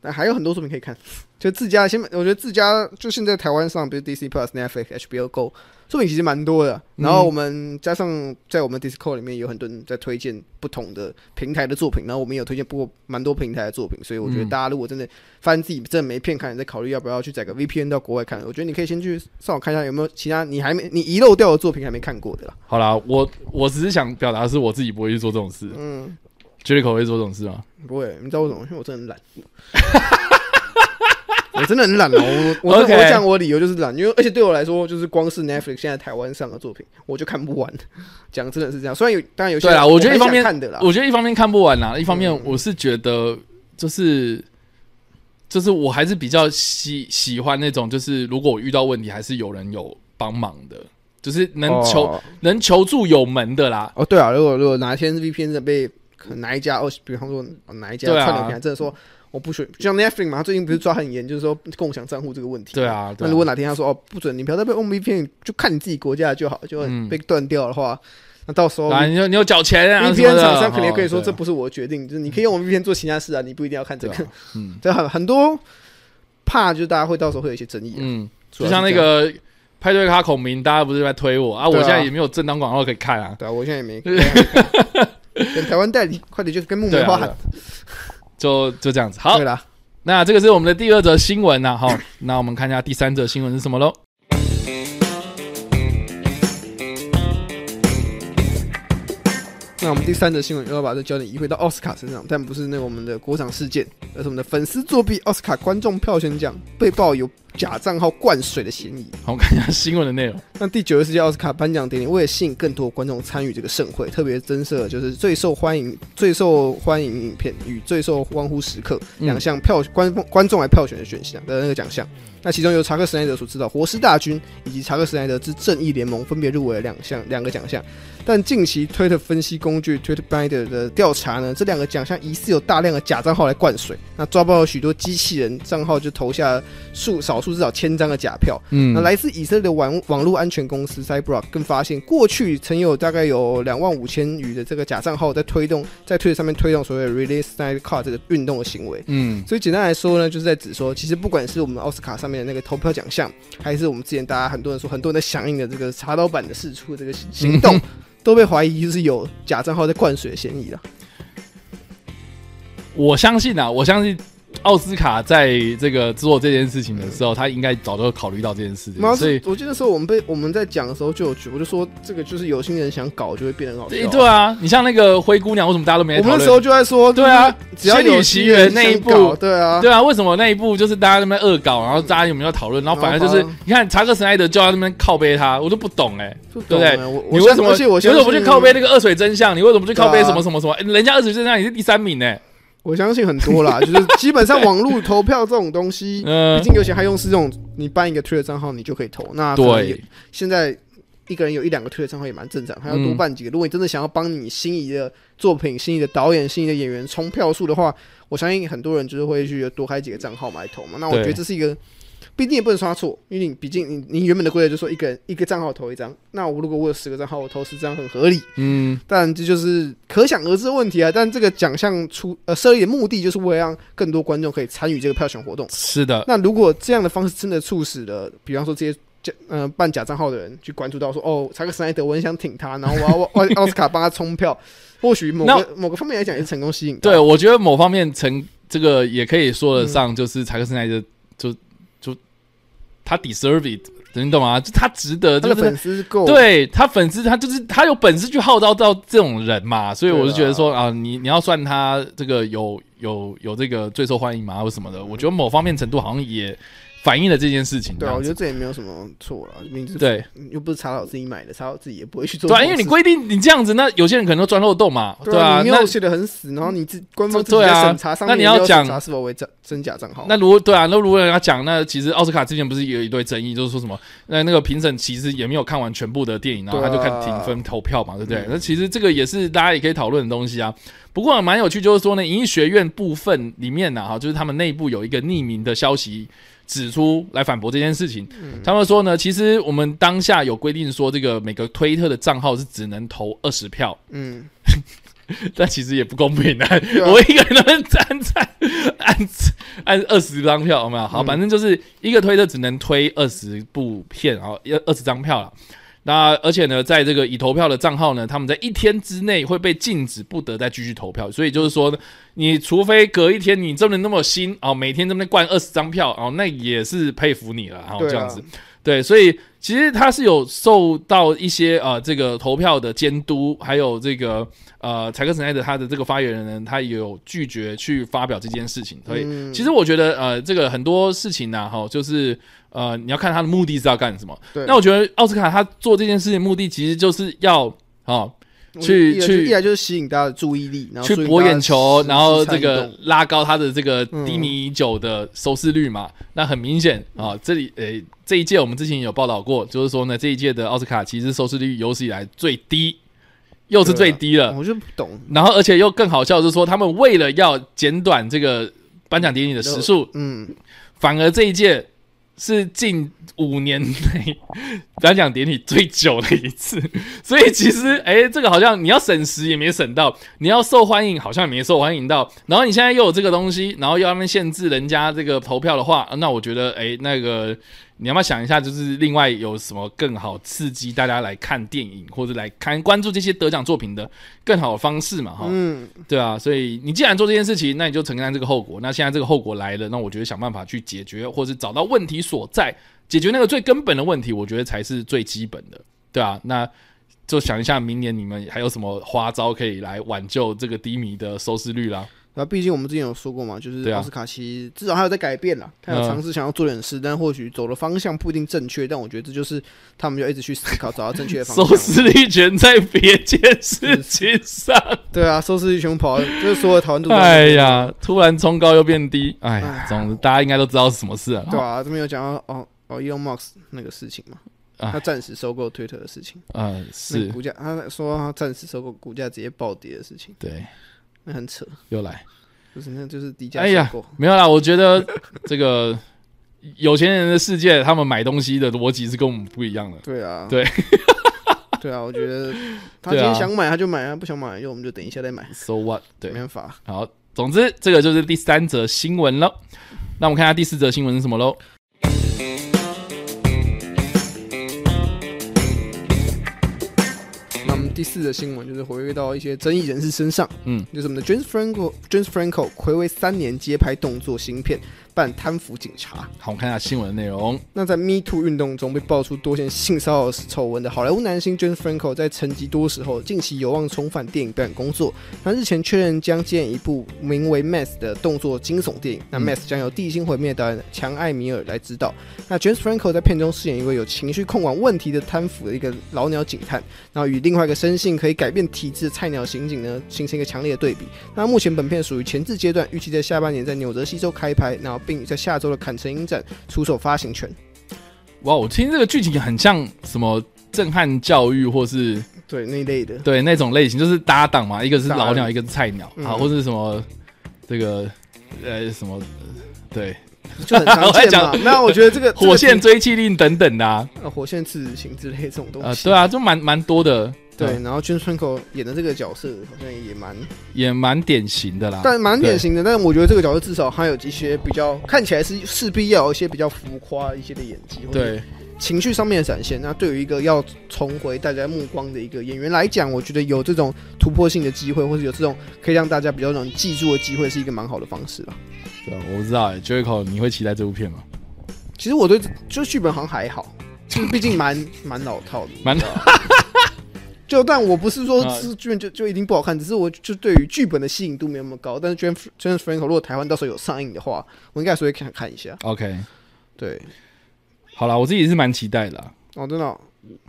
Speaker 2: 但还有很多作品可以看。就自家先买，我觉得自家就现在台湾上，比如 DC Plus、Netflix、HBO Go 作品其实蛮多的。然后我们加上在我们 Discord 里面有很多人在推荐不同的平台的作品，然后我们也有推荐不过蛮多平台的作品，所以我觉得
Speaker 1: 嗯
Speaker 2: 大家如果真的发现自己真的没片看，你在考虑要不要去载个 VPN 到国外看，我觉得你可以先去上网看一下有没有其他你还没你遗漏掉的作品还没看过的啦。
Speaker 1: 好啦，我我只是想表达的是我自己不会去做这种事。
Speaker 2: 嗯，
Speaker 1: Jericho 会做这种事吗？
Speaker 2: 不会，你知道为什么？因为我真 的很懒。我真的很懒哦，我我
Speaker 1: OK
Speaker 2: 我讲我理由就是懒，因为而且对我来说，就是光是 Netflix 现在台湾上的作品，我就看不完。讲真的是这样，虽然有当然有些
Speaker 1: 对啦我觉得
Speaker 2: 很
Speaker 1: 一方面
Speaker 2: 想看的啦，
Speaker 1: 我觉得一方面看不完啊啦，一方面
Speaker 2: 嗯
Speaker 1: 我是觉得就是、就是我还是比较喜喜欢那种，就是如果我遇到问题，还是有人有帮忙的，就是能求、
Speaker 2: 哦
Speaker 1: 能求助有门的啦。
Speaker 2: 哦，对啊，如果如果哪一天 VPN 真的被可能哪一家哦，比方说哪一家
Speaker 1: 对啊
Speaker 2: 串流平台真的说我不准，就像 Netflix 嘛，他最近不是抓很严，就是说共享账户这个问题。
Speaker 1: 对。啊，对
Speaker 2: 那
Speaker 1: 啊
Speaker 2: 如果哪天他说哦不准，你不要再被用 VPN，就看你自己国家的就好，就
Speaker 1: 嗯
Speaker 2: 被断掉的话，那到时候
Speaker 1: 啊，你有你有缴钱啊什么
Speaker 2: VPN
Speaker 1: 的，
Speaker 2: 厂商肯定
Speaker 1: 哦
Speaker 2: 可以说，这
Speaker 1: 对啊
Speaker 2: 不是我的决定，就是你可以用我们 VPN 做其他事啊，你不一定要看这
Speaker 1: 对
Speaker 2: 个
Speaker 1: 啊。嗯
Speaker 2: 对，很很多怕就是大家会到时候会有一些争议啊，
Speaker 1: 嗯，
Speaker 2: 主
Speaker 1: 就
Speaker 2: 要是
Speaker 1: 像那
Speaker 2: 这样
Speaker 1: 个派对咖孔明，大家不是在推我啊，我
Speaker 2: 对啊
Speaker 1: 现在也没有正当广告可以看啊，
Speaker 2: 对啊，我现在 也没没看。等台湾代理，快点就跟木
Speaker 1: 对
Speaker 2: 梅
Speaker 1: 啊
Speaker 2: 花
Speaker 1: 对
Speaker 2: 喊
Speaker 1: 啊就就这样子。好
Speaker 2: 对，啦，
Speaker 1: 那这个是我们的第二则新闻呐、好， 那我们看一下第三则新闻是什么喽？
Speaker 2: 那我们第三则新闻又要把这焦点移回到奥斯卡身上，但不是那个我们的国场事件，而是我们的粉丝作弊奥斯卡观众票选奖被曝有假账号灌水的嫌疑。
Speaker 1: 好，我看一下新闻的内容。
Speaker 2: 那第九十四届奥斯卡颁奖典礼，为了吸引更多观众参与这个盛会，特别增设了就是最受欢迎、最受欢迎影片与最受欢呼时刻
Speaker 1: 嗯
Speaker 2: 两项票观观众来票选的选项的那个奖项。那其中由查克·史奈德所指导《活尸大军》以及查克·史奈德之《正义联盟》分别入围了两项两个奖项。但近期推特分析工具 Tweetbinder 的调查呢，这两个奖项疑似有大量的假账号来灌水，那抓包了许多机器人账号就投下了数少数至少千张的假票。
Speaker 1: 嗯
Speaker 2: 那，来自以色列的网网络安全公司 Cybrock 更发现，过去曾有大概有两万五千余的这个假账号在推动在推特上面推动所谓的 Release Night Card 这个运动的行为。
Speaker 1: 嗯，
Speaker 2: 所以简单来说呢，就是在指说，其实不管是我们奥斯卡上面的那个投票奖项，还是我们之前大家很多人说很多人在响应的这个查刀版的试出的这个行 动，都被怀疑就是有假账号在灌水的 嫌疑了。
Speaker 1: 我相信啊，我相信奥斯卡在这个做这件事情的时候，他应该早就考虑到这件事
Speaker 2: 妈
Speaker 1: 情，，所以
Speaker 2: 是我记得那时候我们被我们在讲的时候就有举，我就说这个就是有心人想搞就会变得很好笑
Speaker 1: 对
Speaker 2: 啊。
Speaker 1: 对啊，你像那个灰姑娘，为什么大家都没来
Speaker 2: 我们
Speaker 1: 讨
Speaker 2: 那时候
Speaker 1: 论？
Speaker 2: 就在说，
Speaker 1: 对啊，
Speaker 2: 只要有
Speaker 1: 仙女奇缘那一部
Speaker 2: 先搞对啊，
Speaker 1: 对啊，为什么那一部就是大家那边恶搞，然后大家有没有讨论，然后反而就是
Speaker 2: 然后反
Speaker 1: 你看查克·史奈德就要那边靠背他，我都不懂哎、
Speaker 2: 不
Speaker 1: 对不
Speaker 2: 懂
Speaker 1: 对
Speaker 2: 啊我
Speaker 1: 你
Speaker 2: 我
Speaker 1: 为什么
Speaker 2: 而且我
Speaker 1: 你为什么不
Speaker 2: 相信
Speaker 1: 去靠背那个二水真相？你为什么不去靠背
Speaker 2: 对啊
Speaker 1: 什么什么什么？哎人家二水真相你是第三名呢、
Speaker 2: 我相信很多啦，就是基本上网络投票这种东西，
Speaker 1: 嗯
Speaker 2: 啊毕，竟尤其还用是这种，你办一个 Twitter 账号你就可以投。那可能有
Speaker 1: 对，
Speaker 2: 现在一个人有一两个 Twitter 账号也蛮正常，还要多
Speaker 1: 嗯
Speaker 2: 办几个。如果你真的想要帮你心仪的作品、心仪的导演、心仪的演员冲票数的话，我相信很多人就是会去多开几个账号嘛来投嘛。那我
Speaker 1: 对
Speaker 2: 觉得这是一个。毕竟也不能说他错，因为你毕竟你你原本的规则就说一个人一个账号投一张，那我如果我有十个账号，我投十张很合理。
Speaker 1: 嗯，
Speaker 2: 但这就是可想而知的问题啊。但这个奖项出呃设立的目的就是为了让更多观众可以参与这个票选活动。
Speaker 1: 是的，
Speaker 2: 那如果这样的方式真的促使了，比方说这些假呃办假账号的人去关注到说，哦，查克·史奈德，我很想挺他，然后我要 我我要奥斯卡帮他冲票，或许某个某个方面来讲也是成功吸引到。
Speaker 1: 对，我觉得某方面成这个也可以说得
Speaker 2: 嗯
Speaker 1: 上，就是查克斯奈德就就他 deserve it，你懂吗？就他值得，
Speaker 2: 他
Speaker 1: 就
Speaker 2: 的
Speaker 1: 是
Speaker 2: 粉丝够，
Speaker 1: 对他粉丝，他就是他有本事去号召到这种人嘛，所以我就觉得说啊，你你要算他这个有有有这个最受欢迎嘛，或什么的，我觉得某方面程度好像也反映了这件事情。
Speaker 2: 对
Speaker 1: 这
Speaker 2: 啊，
Speaker 1: 样
Speaker 2: 我觉
Speaker 1: 子
Speaker 2: 得这也没有什么错了，名字
Speaker 1: 对
Speaker 2: 又不是查到自己买的，查到自己也不会去做
Speaker 1: 对
Speaker 2: 这
Speaker 1: 啊，
Speaker 2: 种事。
Speaker 1: 因为你规定你这样子，那有些人可能都钻漏洞嘛，
Speaker 2: 对
Speaker 1: 啊，
Speaker 2: 你
Speaker 1: 那
Speaker 2: 没有写的很死，然后你自官方
Speaker 1: 这
Speaker 2: 自己
Speaker 1: 对啊
Speaker 2: 在审查上
Speaker 1: 那
Speaker 2: 面
Speaker 1: 你
Speaker 2: 也
Speaker 1: 要
Speaker 2: 有
Speaker 1: 讲
Speaker 2: 审查是否为真真假账号。
Speaker 1: 那如果对啊，那如果人家讲，那其实奥斯卡之前不是有一堆争议，就是说什么那那个评审其实也没有看完全部的电影，然后他就看
Speaker 2: 对啊
Speaker 1: 评分投票嘛，啊对不对？那其实这个也是大家也可以讨论的东西啊。不过啊蛮有趣，就是说呢，影艺学院部分里面呢，哈，就是他们内部有一个匿名的消息指出来反驳这件事情。他们说呢，其实我们当下有规定说，这个每个推特的账号是只能投二十票，
Speaker 2: 嗯，
Speaker 1: 但其实也不公平啊！
Speaker 2: 啊
Speaker 1: 我一个人能按赞按按二十张票，有没有？好，
Speaker 2: 嗯
Speaker 1: 反正就是一个推特只能推二十部片，然后二二十张票了。那而且呢，在这个已投票的账号呢，他们在一天之内会被禁止不得再继续投票。所以就是说呢，你除非隔一天你真的那么新哦，每天这么灌二十张票哦，那也是佩服你了哦，
Speaker 2: 对啊
Speaker 1: 这样子。对，所以其实他是有受到一些呃这个投票的监督，还有这个呃柴克斯奈德他的这个发言人呢，他也有拒绝去发表这件事情。所以、
Speaker 2: 嗯
Speaker 1: 其实我觉得呃这个很多事情呢、哈，就是呃你要看他的目的是要干什么。
Speaker 2: 对
Speaker 1: 那我觉得奥斯卡他做这件事情的目的其实就是要啊、
Speaker 2: 我
Speaker 1: 去
Speaker 2: 一来
Speaker 1: 去
Speaker 2: 一来就是吸引大家的注意力，然后
Speaker 1: 去
Speaker 2: 注意
Speaker 1: 博
Speaker 2: 大家
Speaker 1: 眼球，
Speaker 2: 的
Speaker 1: 然后
Speaker 2: 实
Speaker 1: 这
Speaker 2: 际参与
Speaker 1: 个
Speaker 2: 动
Speaker 1: 拉高它的这个
Speaker 2: 嗯
Speaker 1: 低迷已久的收视率嘛。那很明显啊，这里诶、这一届我们之前有报道过，就是说呢这一届的奥斯卡其实收视率有史以来最低，又
Speaker 2: 啊
Speaker 1: 是最低了。
Speaker 2: 我就不懂，
Speaker 1: 然后而且又更好笑的是说，他们为了要减短这个颁奖典礼的时数，
Speaker 2: 嗯，
Speaker 1: 反而这一届。是近五年内颁奖典礼最久的一次， 所以其实，哎、这个好像你要省时也没省到，你要受欢迎好像也没受欢迎到，然后你现在又有这个东西，然后又要他们限制人家这个投票的话，啊那我觉得，哎、那个你要不要想一下，就是另外有什么更好刺激大家来看电影或者来看关注这些得奖作品的更好的方式嘛？哈，
Speaker 2: 嗯，
Speaker 1: 对啊，所以你既然做这件事情，那你就承担这个后果。那现在这个后果来了，那我觉得想办法去解决，或是找到问题所在，解决那个最根本的问题，我觉得才是最基本的，对啊，那就想一下，明年你们还有什么花招可以来挽救这个低迷的收视率啦？
Speaker 2: 然后毕竟我们之前有说过嘛，就是
Speaker 1: 对啊嗯
Speaker 2: 奥斯卡其实至少还有在改变啦，他有尝试想要做点事，但或许走的方向不一定正确，但我觉得这就是他们要一直去思考，找到正确的 方
Speaker 1: 收
Speaker 2: 向。
Speaker 1: 视率全在别件事情上，
Speaker 2: 对啊，收视率熊跑，就是所有讨论度。
Speaker 1: 哎，呀，突然冲高又变低，哎
Speaker 2: 啊哎
Speaker 1: 呀，总之大家应该都知道是什么事了。
Speaker 2: 对啊，这边有讲到哦哦，Elon Musk 那个事情嘛，
Speaker 1: 哎
Speaker 2: 他暂时收购 Twitter 的事情，
Speaker 1: 嗯、
Speaker 2: 那
Speaker 1: 是
Speaker 2: 个，股价，他说他暂时收购，股价直接暴跌的事情，
Speaker 1: 对，
Speaker 2: 那很扯，
Speaker 1: 又来。
Speaker 2: 就是那就是低价
Speaker 1: 哎呀
Speaker 2: 收购。
Speaker 1: 没有啦，我觉得这个有钱人的世界，他们买东西的逻辑是跟我们不一样的。
Speaker 2: 对啊，
Speaker 1: 对，
Speaker 2: 对啊，我觉得他今
Speaker 1: 对啊
Speaker 2: 天想买他就买啊，不想买就我们就等一下再买，
Speaker 1: So what？对
Speaker 2: 没，办法。
Speaker 1: 好，总之这个就是第三则新闻喽。那我们看下第四则新闻是什么喽？
Speaker 2: 那我们第四则新闻就是回归到一些争议人士身上，
Speaker 1: 嗯，
Speaker 2: 就是我们的 James Franco James Franco 暌违三年接拍动作新片，扮贪腐警察。
Speaker 1: 好，我们看下新闻的内容。
Speaker 2: 那在 Me Too 运动中被爆出多件性骚扰丑闻的好莱坞男星 James Franco，在沉寂多时后，近期有望重返电影表演工作。那日前确认将接演一部名为《Mass》的动作惊悚电影。那《
Speaker 1: 嗯
Speaker 2: Mass》将由地心毁灭导演强艾米尔来执导。那 James Franco 在片中饰演一位有情绪控管问题的贪腐的一个老鸟警探，然后与另外一个深信可以改变体制的菜鸟刑警呢，形成一个强烈的对比。那目前本片属于前置阶段，预期在下半年在纽泽西州开拍，然后并在下周的坎城影展出手发行权。
Speaker 1: 哇，我听这个剧情很像什么震撼教育，或是
Speaker 2: 对那一类 的，
Speaker 1: 对那种类型，就是搭档嘛，一个是
Speaker 2: 搭档
Speaker 1: 老鸟，一个是菜鸟
Speaker 2: 嗯
Speaker 1: 啊，或是什么这个呃什么呃对
Speaker 2: 就很常
Speaker 1: 我在
Speaker 2: 见嘛
Speaker 1: 讲。
Speaker 2: 那我觉得 这个
Speaker 1: 火线、
Speaker 2: 这
Speaker 1: 追气令等等的啊，
Speaker 2: 个呃火线刺死刑之类这种东
Speaker 1: 呃
Speaker 2: 西，
Speaker 1: 对啊，嗯就蛮蛮多的，
Speaker 2: 对。然后君村口演的这个角色好像也蛮，
Speaker 1: 也蛮典型的啦。
Speaker 2: 但蛮典型的。但我觉得这个角色至少他有一些比较看起来是势必要有一些比较浮夸一些的演技，或者
Speaker 1: 对，
Speaker 2: 情绪上面的展现。那对于一个要重回大家目光的一个演员来讲，我觉得有这种突破性的机会，或者有这种可以让大家比较能记住的机会，是一个蛮好的方式了。
Speaker 1: 对，我不知道哎、j e r i c o 你会期待这部片吗？
Speaker 2: 其实我对就剧本好像还好，就是毕竟蛮蛮老套的，
Speaker 1: 蛮
Speaker 2: 你知道吗就但我不是说
Speaker 1: 啊
Speaker 2: 是剧本就就一定不好看，只是我就对于剧本的吸引度没有那么高。但是 James James Franco 如果台湾到时候有上映的话，我应该还是会看看一下。
Speaker 1: OK，
Speaker 2: 对，
Speaker 1: 好啦，我自己是蛮期待的啦、
Speaker 2: 哦，真的、哦、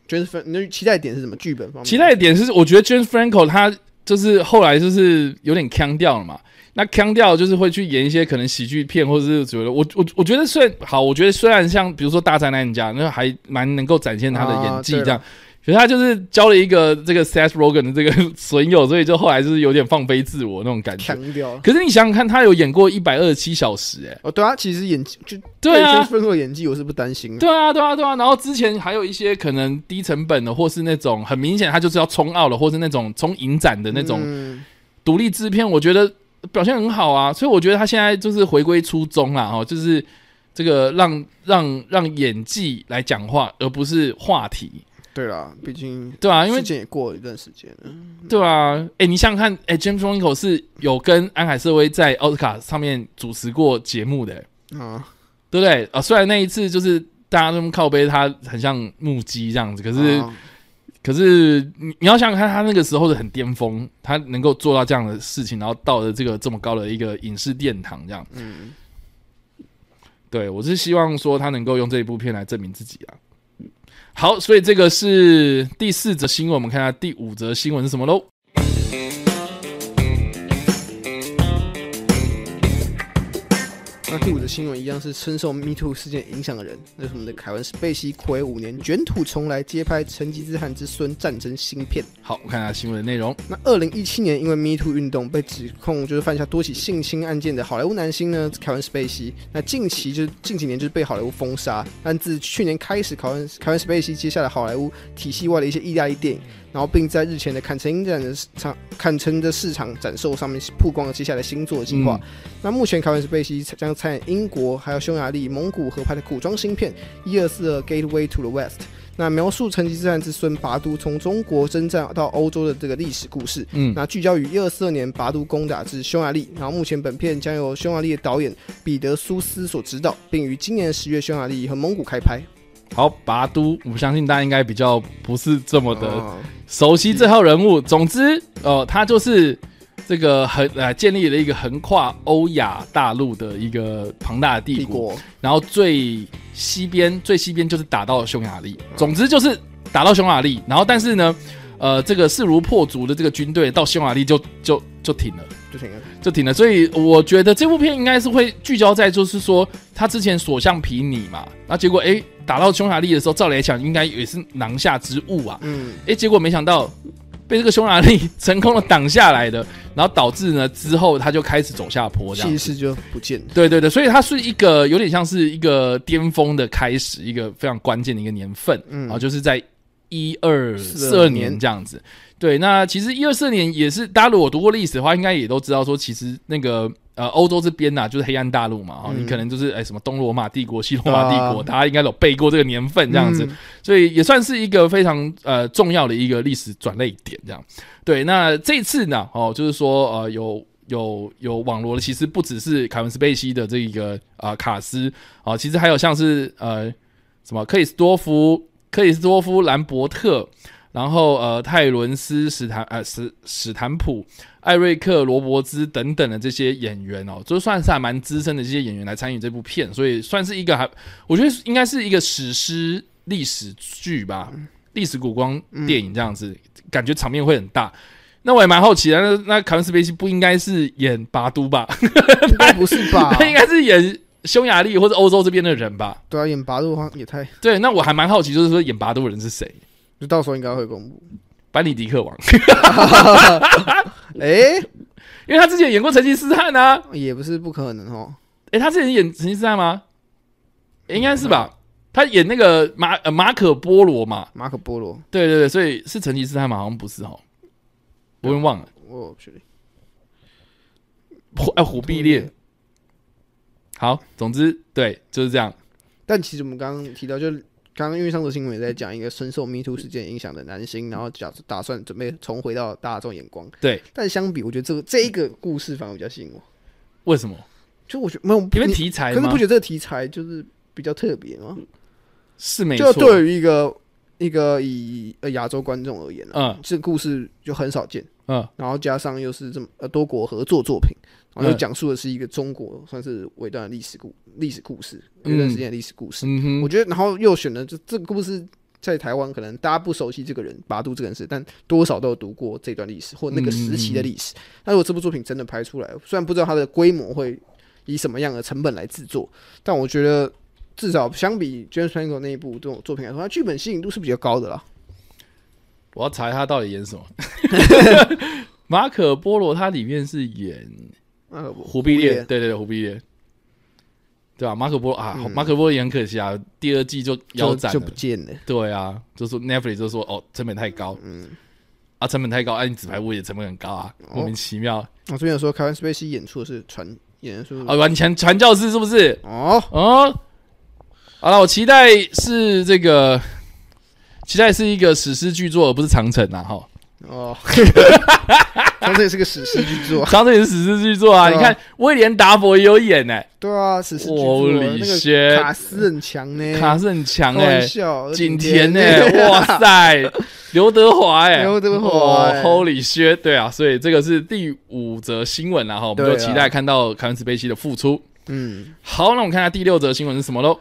Speaker 2: ，James Franco，你的期待点是什么？剧本方面？
Speaker 1: 期待的点是，我觉得 James Franco 他就是后来就是有点腔掉了嘛。那腔掉就是会去演一些可能喜剧片，或者是觉得我我我觉得虽然好，我觉得虽然像比如说《大灾难家》，那还蛮能够展现他的演技
Speaker 2: 啊对了
Speaker 1: 这样。可是他就是交了一个这个 Seth Rogen 的这个 损友，所以就后来就是有点放飞自我那种感觉。
Speaker 2: 强掉了。
Speaker 1: 可是你想想看，他有演过一百二十七小时、欸，哎，
Speaker 2: 哦，对啊，其实演技就
Speaker 1: 对啊，
Speaker 2: 分的演技我是不担心的。
Speaker 1: 对啊，对啊，对啊。然后之前还有一些可能低成本的，或是那种很明显他就是要冲奥的，或是那种冲影展的那种
Speaker 2: 嗯
Speaker 1: 独立制片，我觉得表现很好啊。所以我觉得他现在就是回归初衷啦，哦，就是这个让让让演技来讲话，而不是话题，
Speaker 2: 对啦，毕竟
Speaker 1: 对啊，因为
Speaker 2: 事件也过了一段时间了。
Speaker 1: 对啊，哎、你想想看，哎、j a m e s r o n c o 是有跟安海瑟薇在奥斯卡上面主持过节目的、
Speaker 2: 啊，
Speaker 1: 对不对？啊、虽然那一次就是大家那么靠背，他很像木鸡这样子，可是、
Speaker 2: 啊
Speaker 1: 可是你你要想想看，他那个时候的很巅峰，他能够做到这样的事情，然后到了这个这么高的一个影视殿堂，这样，
Speaker 2: 嗯，
Speaker 1: 对我是希望说他能够用这一部片来证明自己啊。好，所以这个是第四则新闻，我们看一下第五则新闻是什么喽？
Speaker 2: 那第五的新闻一样是深受 Me Too 事件影响的人，那是我们的凯文·史贝西暌违五年卷土重来，接拍《成吉思汗之孙：战争新片》。
Speaker 1: 好，我看一下新闻的内容。
Speaker 2: 那二零一七年，因为 Me Too 运动被指控就是犯下多起性侵案件的好莱坞男星呢，凯文·史贝西。那近期就是近几年就是被好莱坞封杀，但自去年开始，凯文凯文·史贝西接下了好莱坞体系外的一些意大利电影，然后并在日前的坎城影展的市场坎城的市场展售上面曝光了接下来新作的计划。那目前，凯文·史贝西将参演英国还有匈牙利、蒙古合拍的古装新片《一二四二 Gateway to the West》。那描述成吉思汗之孙拔都从中国征战到欧洲的这个历史故事，
Speaker 1: 嗯，
Speaker 2: 那聚焦于一二四二年拔都攻打至匈牙利，然后目前本片将由匈牙利的导演彼得苏斯所执导，并于今年十月匈牙利和蒙古开拍。
Speaker 1: 好，拔都，我相信大家应该比较不是这么的
Speaker 2: 啊
Speaker 1: 熟悉这号人物。总之，哦、他就是这个横呃建立了一个横跨欧亚大陆的一个庞大的帝
Speaker 2: 帝
Speaker 1: 国，
Speaker 2: 国，
Speaker 1: 然后最西边最西边就是打到匈牙利。总之就是打到匈牙利，然后但是呢，呃，这个势如破竹的这个军队到匈牙利就就就停了。
Speaker 2: 就挺
Speaker 1: 就停了。所以我觉得这部片应该是会聚焦在，就是说他之前所向披靡嘛，那结果诶打到匈牙利的时候，照理来讲应该也是囊下之物啊，
Speaker 2: 嗯，
Speaker 1: 诶，结果没想到被这个匈牙利成功的挡下来的，然后导致呢之后他就开始走下坡这样
Speaker 2: 气
Speaker 1: 子。
Speaker 2: 势就不见 了。
Speaker 1: 对对对，所以它是一个有点像是一个巅峰的开始，一个非常关键的一个年份。
Speaker 2: 嗯
Speaker 1: 然后就是在一二四
Speaker 2: 42
Speaker 1: 二年这样子。对，那其实一二四年也是，大家如果读过历史的话，应该也都知道说，其实那个呃欧洲这边呐、就是黑暗大陆嘛，哈、
Speaker 2: 嗯
Speaker 1: 你可能就是哎什么东罗马帝国、西罗马帝国，
Speaker 2: 啊
Speaker 1: 大家应该有背过这个年份这样子，
Speaker 2: 嗯
Speaker 1: 所以也算是一个非常呃重要的一个历史转类点这样。对，那这次呢，哦，就是说呃有。有有网罗的，其实不只是凯文·斯贝西的这一个啊、呃卡斯啊、其实还有像是呃什么克里斯多夫、克里斯多夫·兰伯特，然后呃泰伦斯·史坦呃史史坦普、艾瑞克·罗伯兹等等的这些演员哦，就算是还蛮资深的这些演员来参与这部片，所以算是一个还我觉得应该是一个史诗历史剧吧，历史古光电影这样子，感觉场面会很大。那我也蛮好奇的，那那卡文·斯贝西不应该是演拔都吧？
Speaker 2: 应该不是吧
Speaker 1: 他？ 应该是演匈牙利或者欧洲这边的人吧？
Speaker 2: 对啊，演八路好像也太，
Speaker 1: 对，那我还蛮好奇，就是说演拔都的人是谁？
Speaker 2: 就到时候应该会公布。
Speaker 1: 班尼迪克王，
Speaker 2: 哎，
Speaker 1: 因为他之前演过成吉思汗啊。
Speaker 2: 也不是不可能哦。
Speaker 1: 诶，他之前演成吉思汗吗？诶应该是吧。他演那个马呃马可波罗嘛。
Speaker 2: 马可波罗，
Speaker 1: 对对对，所以是成吉思汗吗？好像不是哦，我有点忘了。
Speaker 2: 我去，
Speaker 1: 火哎火必烈。好，总之对就是这样。
Speaker 2: 但其实我们刚刚提到，就刚刚因为上次新闻也在讲一个深
Speaker 1: 嗯
Speaker 2: 受 Me Too 事件影响的男星，然后打打算准备重回到大众眼光。
Speaker 1: 对，
Speaker 2: 但相比，我觉得这个这一个故事反而比较吸引我，
Speaker 1: 嗯为什么？
Speaker 2: 就我觉得没有，
Speaker 1: 因为
Speaker 2: 你
Speaker 1: 题材
Speaker 2: 可是
Speaker 1: 吗
Speaker 2: 不觉？得这个题材就是比较特别吗？
Speaker 1: 是没
Speaker 2: 就
Speaker 1: 错。
Speaker 2: 对于一个一个以呃亚洲观众而言啊，
Speaker 1: 嗯
Speaker 2: 这个故事就很少见，
Speaker 1: 嗯
Speaker 2: 然后加上又是这么呃多国合作作品，然后
Speaker 1: 嗯
Speaker 2: 又讲述的是一个中国算是伟大的历史故历史故事，
Speaker 1: 嗯
Speaker 2: 一段时间的历史故事。
Speaker 1: 嗯哼
Speaker 2: 我，觉得，然后又选了就这个故事，在台湾可能大家不熟悉这个人拔度这个人是，但多少都有读过这段历史或那
Speaker 1: 嗯
Speaker 2: 个时期的历史。那如果这部作品真的拍出来，虽然不知道它的规模会以什么样的成本来制作，但我觉得至少相比 James Franco 那一部这种作品来说，它剧本吸引度是比较高的啦。
Speaker 1: 我要查一下他到底演 什么。马可波罗他里面是演
Speaker 2: 呃，
Speaker 1: 忽必烈，
Speaker 2: 烈
Speaker 1: 对对对，忽必烈，对吧、马可波罗啊，
Speaker 2: 嗯
Speaker 1: 马可波罗也很可惜啊，第二季就腰
Speaker 2: 就
Speaker 1: 斩
Speaker 2: 就
Speaker 1: 了
Speaker 2: 不。见了。
Speaker 1: 对啊，就说 Netflix 就说哦，成本太高，嗯，啊，成本太高，啊，你纸牌屋也成本很高啊，
Speaker 2: 哦
Speaker 1: 莫名其妙啊，
Speaker 2: 我这边有说，凯文·斯贝西演出的是传演出的
Speaker 1: 完全传教士是不是？
Speaker 2: 哦，
Speaker 1: 哦，好了，我期待是这个，期待是一个史诗巨作，而不是长城啊，哈，
Speaker 2: 哦， 反正也是个史诗巨作。啊
Speaker 1: 长城也是史诗巨作啊，
Speaker 2: 对
Speaker 1: 你
Speaker 2: 啊
Speaker 1: 看威廉达佛也有演哎、
Speaker 2: 对啊，史诗巨作，
Speaker 1: 哦李
Speaker 2: 那
Speaker 1: 轩
Speaker 2: 个卡斯很强呢，
Speaker 1: 卡是很强
Speaker 2: 开
Speaker 1: 哎、
Speaker 2: 玩笑，
Speaker 1: 景甜呢、哇塞，刘德华哎、
Speaker 2: 刘德华欸
Speaker 1: 哦，Holy shit，对啊，所以这个是第五则新闻然后我们就
Speaker 2: 对啊
Speaker 1: 期待看到凯文·史贝西的复出。
Speaker 2: 嗯，
Speaker 1: 好，那我们看下第六则新闻是什么喽？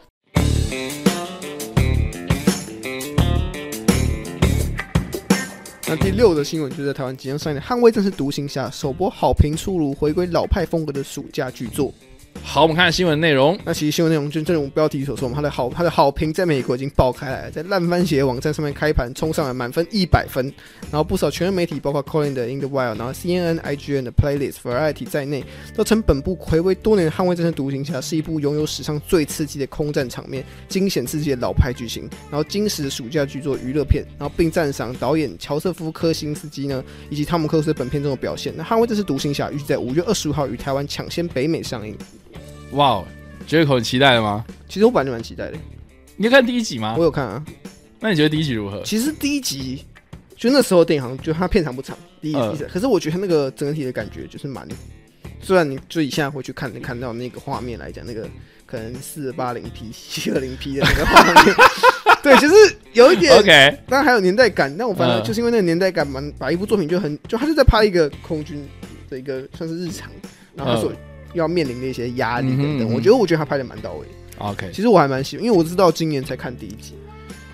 Speaker 2: 那第六的新闻就是在台湾即将上映的《捍卫战士独行侠》首播好评出炉，回归老派风格的暑假巨作。
Speaker 1: 好，我们看下新闻内容。
Speaker 2: 那其实新闻内容就正如我们标题所说嘛，它的好它的好评在美国已经爆开来了，在烂番茄网站上面开盘冲上了满分一百分，然后不少全媒体，包括 Colin 的 In the Wild，然后 CNN、IGN 的 Playlist、Variety 在内，都称本部暌违多年的《捍卫战士独行侠》是一部拥有史上最刺激的空战场面、惊险刺激的老派剧情，然后金石暑假剧作娱乐片，然后并赞赏导演乔瑟夫·科辛斯基呢以及汤姆·克鲁斯在本片中的表现。那《捍卫战士独行侠》预计在五月二十五号于台湾抢先北美上映。
Speaker 1: 哇哦，Jaco 很期待了吗？
Speaker 2: 其实我本来就蛮期待的，
Speaker 1: 你有看第一集吗
Speaker 2: 我？有看啊。
Speaker 1: 那你觉得第一集如何？
Speaker 2: 其实第一集就那时候电影行就它片长不长，第一集、
Speaker 1: 嗯
Speaker 2: 第一集可是我觉得那个整体的感觉就是蛮，虽然你就以现在回去看，你看到那个画面来讲，那个可能四八零 P、七二零 P 的那个 画面，对，就是有一点
Speaker 1: OK，
Speaker 2: 当然还有年代感，但我反正
Speaker 1: 嗯
Speaker 2: 就是因为那个年代感，蛮把一部作品就很就他就在拍一个空军的一个算是日常，然后他所要面临的一些压力等
Speaker 1: 呃嗯哼嗯
Speaker 2: 等，
Speaker 1: 哼
Speaker 2: 我觉得我觉得他拍的蛮到位的。
Speaker 1: OK，
Speaker 2: 其实我还蛮喜欢，因为我知道今年才看第一集。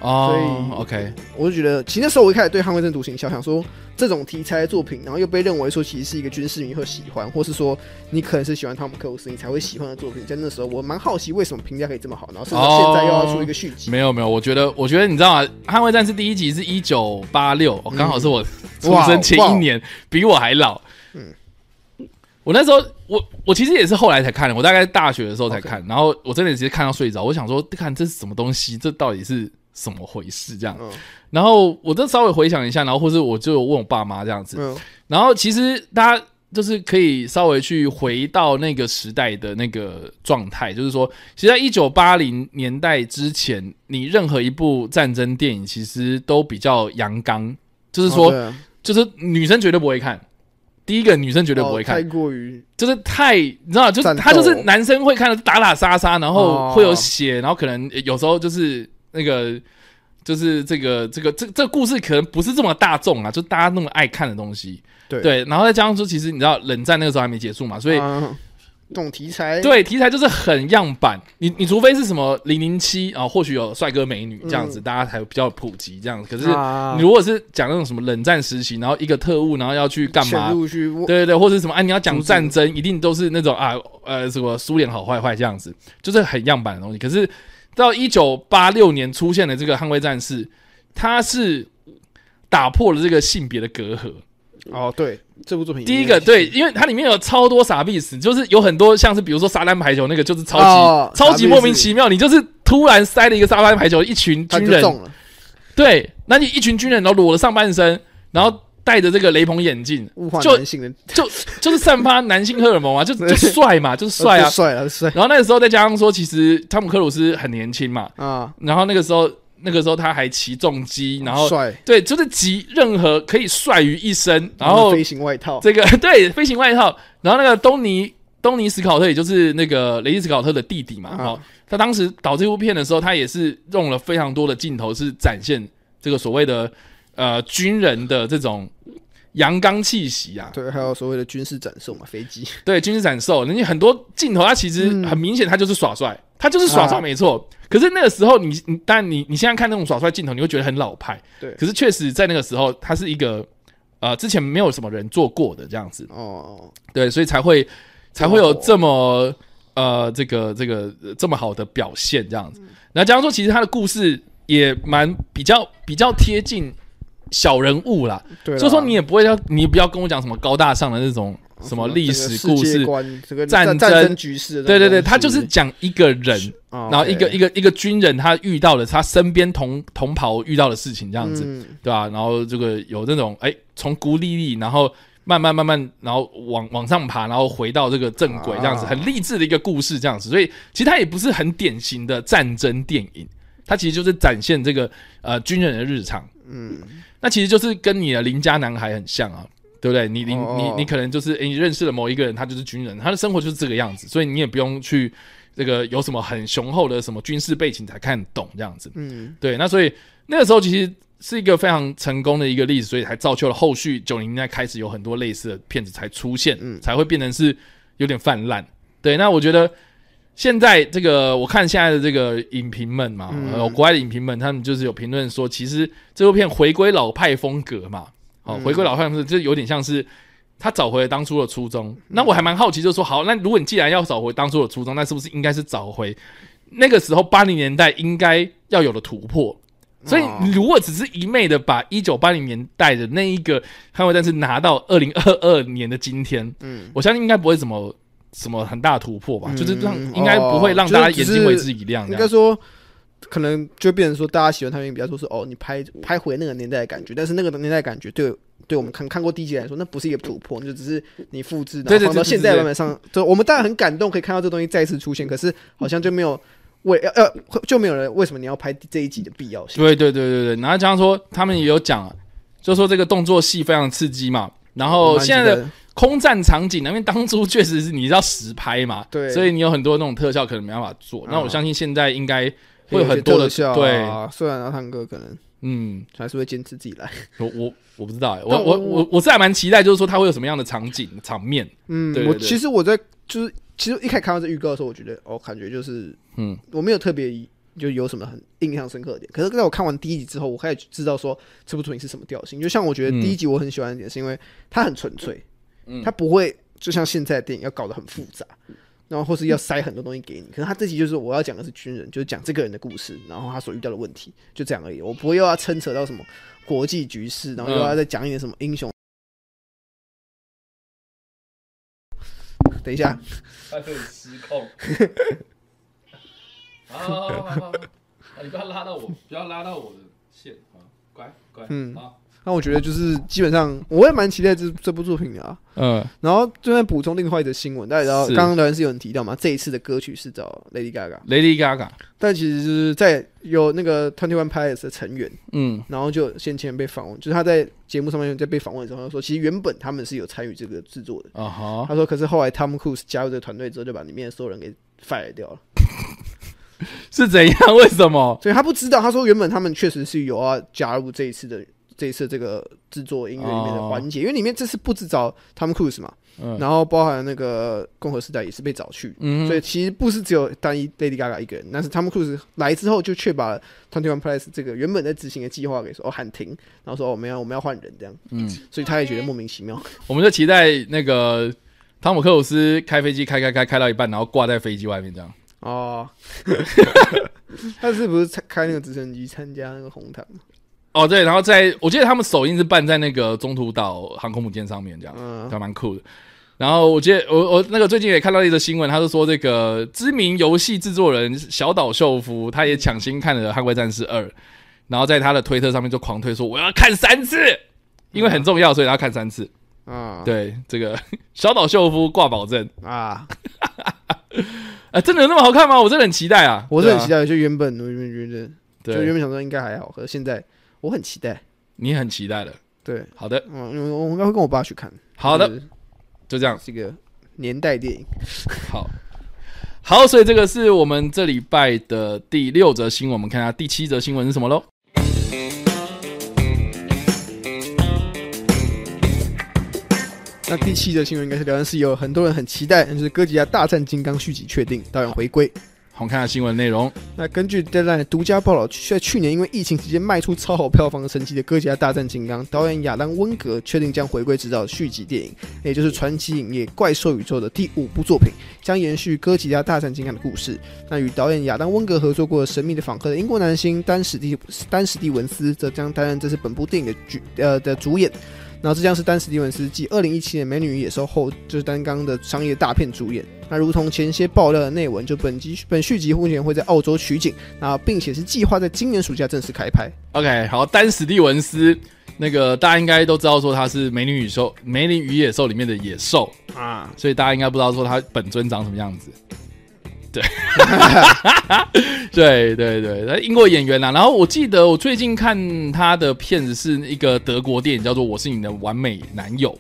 Speaker 1: 哦
Speaker 2: 所以
Speaker 1: ，OK，
Speaker 2: 我就觉得，其实那时候我一开始对《捍卫战独行侠》想说，这种题材的作品，然后又被认为说其实是一个军事迷会喜欢，或是说你可能是喜欢汤姆·克鲁斯，你才会喜欢的作品。在那时候，我蛮好奇为什么评价可以这么好，然后甚至现在又要出一个续集，
Speaker 1: 没有没有，我觉得我觉得你知道吗？《捍卫战士》第一集是一九八六，哦刚好是我出生前一年，比我还老。嗯
Speaker 2: 嗯，
Speaker 1: 我那时候我我其实也是后来才看的，我大概大学的时候才看，然后我真的直接看到睡着，我想说，看这是什么东西，这到底是怎么回事这样。
Speaker 2: 嗯
Speaker 1: 然后我就稍微回想一下，然后或是我就问我爸妈这样子，
Speaker 2: 嗯
Speaker 1: 然后其实大家就是可以稍微去回到那个时代的那个状态，就是说，其实，在一九八零年代之前，你任何一部战争电影其实都比较阳刚，就是说，
Speaker 2: 哦对啊
Speaker 1: 就是女生绝对不会看。第一个女生绝对不会
Speaker 2: 哦
Speaker 1: 看，
Speaker 2: 太过于
Speaker 1: 就是太你知道，就是
Speaker 2: 战斗
Speaker 1: 他就是男生会看的打打杀杀，然后
Speaker 2: 哦
Speaker 1: 会有血，然后可能有时候就是那个就是这个这个这这个故事可能不是这么大众啊，就大家那么爱看的东西。
Speaker 2: 对
Speaker 1: 对，然后再加上说，其实你知道冷战那个时候还没结束嘛，所以、
Speaker 2: 啊这种题材，
Speaker 1: 对题材就是很样板。你你除非是什么零零七啊，或许有帅哥美女这样子，大家才比较普及这样子。可是
Speaker 2: 嗯啊
Speaker 1: 你如果是讲那种什么冷战时期，然后一个特务，然后要去干嘛
Speaker 2: 潜？入去
Speaker 1: 对对对，或者什么啊，你要讲战争，一定都是那种啊，呃，什么苏联好坏坏这样子，就是很样板的东西。可是到一九八六年出现的这个《捍卫战士》，它是打破了这个性别的隔阂。
Speaker 2: 哦，对这部作品
Speaker 1: 第一个对，因为它里面有超多傻逼死，就是有很多像是比如说沙滩排球那个，就是超级、
Speaker 2: 哦
Speaker 1: 超级
Speaker 2: 傻逼死
Speaker 1: 莫名其妙，你就是突然塞了一个沙滩排球，一群
Speaker 2: 他
Speaker 1: 军
Speaker 2: 就
Speaker 1: 人
Speaker 2: 中了，
Speaker 1: 对，那你一群军人然后裸了上半身，然后戴着这个雷朋眼镜，
Speaker 2: 物化
Speaker 1: 就
Speaker 2: 男性的呃
Speaker 1: 就就是散发男性荷尔蒙啊，就就帅嘛，就是帅
Speaker 2: 哦就
Speaker 1: 啊。
Speaker 2: 帅了帅
Speaker 1: 然后那个时候再加上说，其实汤姆克鲁斯很年轻嘛，
Speaker 2: 啊，
Speaker 1: 然后那个时候那个时候他还骑重机，然后
Speaker 2: 帅，嗯
Speaker 1: 对，就是集任何可以帅于一身，然后
Speaker 2: 飞行外套，
Speaker 1: 这个 对飞行外套，然后那个东尼东尼史考特也就是那个雷利史考特的弟弟嘛，
Speaker 2: 嗯
Speaker 1: 哦，他当时导这部片的时候，他也是用了非常多的镜头是展现这个所谓的呃军人的这种阳刚气息啊，
Speaker 2: 对，还有所谓的军事展示嘛，飞机，
Speaker 1: 对，军事展售，人家很多镜头，它其实
Speaker 2: 嗯
Speaker 1: 很明显，它就是耍帅，它就是耍帅，
Speaker 2: 啊
Speaker 1: 没错。可是那个时候你，你但你你现在看那种耍帅镜头，你会觉得很老派。
Speaker 2: 对
Speaker 1: 可是确实在那个时候，它是一个呃之前没有什么人做过的这样子，
Speaker 2: 哦，
Speaker 1: 对，所以才会才会有这么、呃这个这个呃这么好的表
Speaker 2: 嗯
Speaker 1: 现这样子。那加上说，其实它的故事也蛮比较比较贴近小人物啦，
Speaker 2: 对啦，
Speaker 1: 所以说你也不会要，你不要跟我讲什么高大上的那种什么历史故
Speaker 2: 哦整个世界
Speaker 1: 事。
Speaker 2: 观、整个
Speaker 1: 战
Speaker 2: 战
Speaker 1: 争
Speaker 2: 争局势的那
Speaker 1: 对
Speaker 2: 种东西，
Speaker 1: 对对，他就是讲一个人，
Speaker 2: 啊，
Speaker 1: 然后一个一
Speaker 2: 个
Speaker 1: 个一个军人，他遇到了他身边同同袍遇到的事情，这
Speaker 2: 这
Speaker 1: 样子，
Speaker 2: 嗯
Speaker 1: 对吧、然后这个有那种哎，从孤立立，然后慢慢慢慢，然后往往上爬，然后回到这个正轨，这样子，
Speaker 2: 啊
Speaker 1: 很励志的一个故事，这样子。所以其实它也不是很典型的战争电影，它其实就是展现这个呃军人的日常。
Speaker 2: 嗯，
Speaker 1: 那其实就是跟你的邻家男孩很像啊，对不对？你邻
Speaker 2: 哦
Speaker 1: 你你可能就是诶你认识了某一个人，他就是军人，他的生活就是这个样子，所以你也不用去这个有什么很雄厚的什么军事背景才看懂这样子。
Speaker 2: 嗯
Speaker 1: 对，那所以那个时候其实是一个非常成功的一个例子，所以才造就了后续九零年代开始有很多类似的片子才出现，
Speaker 2: 嗯
Speaker 1: 才会变成是有点泛滥。对，那我觉得现在这个我看现在的这个影评们嘛，
Speaker 2: 嗯
Speaker 1: 呃，国外的影评们他们就是有评论说，其实这部片回归老派风格嘛，哦，
Speaker 2: 嗯
Speaker 1: 回归老派风格，就有点像是。他找回了当初的初
Speaker 2: 嗯
Speaker 1: 衷，那我还蛮好奇，就是说，好，那如果你既然要找回当初的初衷，那是不是应该是找回那个时候八零年代应该要有的突破？所以
Speaker 2: 哦
Speaker 1: 你如果只是一昧的把一九八零年代的那一个捍卫战士拿到二零二二年的今天，
Speaker 2: 嗯，
Speaker 1: 我相信应该不会怎么什么很大的突破吧，
Speaker 2: 嗯
Speaker 1: 就是让
Speaker 2: 哦
Speaker 1: 应该不会让大家眼睛为之一亮这
Speaker 2: 应该
Speaker 1: 样。
Speaker 2: 说。可能就变成说，大家喜欢他们比较说是哦，你拍拍回那个年代的感觉，但是那个年代的感觉对对我们看看过第一集来说，那不是一个突破，就只是你复制，然
Speaker 1: 对
Speaker 2: 后
Speaker 1: 对
Speaker 2: 放到
Speaker 1: 对对
Speaker 2: 现在
Speaker 1: 对
Speaker 2: 版本上，就我们当然很感动，可以看到这东西再次出现，可是好像就没有为呃呃就没有人为什么你要拍这一集的必要性？
Speaker 1: 对对对对对，然后加上说他们也有讲、啊，就说这个动作戏非常刺激嘛，然后
Speaker 2: 蛮值
Speaker 1: 现在的
Speaker 2: 得
Speaker 1: 空战场景，因为当初确实是你知道实拍嘛，
Speaker 2: 对
Speaker 1: 所以你有很多那种特效可能没办法做。
Speaker 2: 啊
Speaker 1: 那我相信现在应该会有很多
Speaker 2: 有
Speaker 1: 的
Speaker 2: 一些特效
Speaker 1: 对，
Speaker 2: 啊，虽然阿汤哥可能
Speaker 1: 嗯，
Speaker 2: 还是会坚持自己来，
Speaker 1: 我我我不知道欸，我
Speaker 2: 但我
Speaker 1: 我我我是还蛮期待，就是说它会有什么样的场景场面，
Speaker 2: 嗯
Speaker 1: 对对
Speaker 2: 我
Speaker 1: 对
Speaker 2: 其实我在就是其实一开始看到这预告的时候，我觉得哦，感觉就是
Speaker 1: 嗯，
Speaker 2: 我没有特别就有什么很印象深刻的点。可是在我看完第一集之后，我开始知道说这部作品是什么调性。就像我觉得
Speaker 1: 嗯
Speaker 2: 第一集我很喜欢的点，是因为它很纯粹，它不会就像现在的电影要搞得很复杂。然后或是要塞很多东西给你，可是他这集就是我要讲的是军人，就是讲这个人的故事，然后他所遇到的问题，就这样而已。我不会又要牵扯到什么国际局势，然后又要再讲一点什么英雄。等一下，
Speaker 1: 他有点失 控。好好好好好，啊你不要拉到我，不要拉到我的线啊，乖乖，
Speaker 2: 嗯
Speaker 1: 好，
Speaker 2: 那我觉得就是基本上，我也蛮期待这这部作品的啊。
Speaker 1: 嗯
Speaker 2: 然后这边补充另外一则新闻，大家知道
Speaker 1: 是
Speaker 2: 刚刚聊天室有人提到嘛，这一次的歌曲是找 Lady Gaga，
Speaker 1: ，Lady Gaga，
Speaker 2: 但其实就是在有那个 Twenty One Pilots 的成员，
Speaker 1: 嗯
Speaker 2: 然后就先前被访问，就是他在节目上面在被访问的时候，他说其实原本他们是有参与这个制作的，
Speaker 1: 啊哈，
Speaker 2: 他说可是后来 Tom Cruise 加入这个团队之后，就把里面的所有人给 fire 掉了，
Speaker 1: 是怎样？为什么？
Speaker 2: 所以他不知道，他说原本他们确实是有要加入这一次的。这一次这个制作音乐里面的环节因为里面这次不只找 Tom Cruise 嘛，
Speaker 1: 哦嗯
Speaker 2: 然后包含那个共和时代也是被找去，
Speaker 1: 嗯
Speaker 2: 所以其实不是只有单一 Lady Gaga 一个人，但是 Tom Cruise 来之后就确保了 Twenty One Plus 这个原本在执行的计划给说哦喊停，然后说、哦、我们要我们要换人这样，
Speaker 1: 嗯，
Speaker 2: 所以他也觉得莫名其妙。
Speaker 1: 我们就期待那个汤姆克鲁斯开飞机开开开开到一半，然后挂在飞机外面这样。
Speaker 2: 哦， 他是不是参开那个直升机参加那个红毯？
Speaker 1: 哦，对，然后在我记得他们首映是办在那个中途岛航空母舰上面这样，
Speaker 2: 嗯
Speaker 1: 还蛮酷的。然后我记得呃我我那个最近也看到一则新闻，他是说这个知名游戏制作人小岛秀夫，他也抢先看了《捍卫战士二》，然后在他的推特上面就狂推说我要看三次，因为很重要，所以他要看三次。
Speaker 2: 啊，
Speaker 1: 对，这个小岛秀夫挂保证，
Speaker 2: 啊，
Speaker 1: 啊、真的有那么好看吗？我真的很期待啊，
Speaker 2: 我是很期
Speaker 1: 待，
Speaker 2: 待，就原本我原本觉得，
Speaker 1: 对
Speaker 2: 就原本想说应该还好，可是现在我很期待。
Speaker 1: 你很期待的。
Speaker 2: 对，
Speaker 1: 好的，
Speaker 2: 嗯，我我应该会跟我爸去看。
Speaker 1: 好的，
Speaker 2: 就是
Speaker 1: 就这样。
Speaker 2: 这个年代电影。
Speaker 1: 好，好，所以这个是我们这礼拜的第六则新闻，我们看一下第七则新闻是什么喽。
Speaker 2: 那第七则新闻应该是聊天室有很多人很期待，就是哥吉拉大战金刚续集确定，导演回归。
Speaker 1: 好看的新闻内容。
Speaker 2: 那根据 Deadline 独家报道，在去年因为疫情期间卖出超好票房成绩的《哥吉拉大战金刚》，导演亚当·温格确定将回归执导续集电影，也就是传奇影业怪兽宇宙的第五部作品，将延续《哥吉拉大战金刚》的故事。那与导演亚当·温格合作过《神秘的访客》的英国男星丹·史蒂丹·史蒂文斯，则将担任这次本部电影的剧呃的主演。然后这将是丹·史蒂文斯继2017年《美女与野兽》后，就是担纲的商业大片主演。那如同前些爆料的内文，就本集本续集目前会在澳洲取景，那并且是计划在今年暑假正式开拍。
Speaker 1: OK，好，丹史蒂文斯，那个大家应该都知道说他是《美女与兽》《美女与野兽》里面的野兽啊，所以大家应该不知道说他本尊长什么样子。对， 对对对，他英国演员啦、啊然后我记得我最近看他的片子是一个德国电影，叫做《我是你的完美男友》，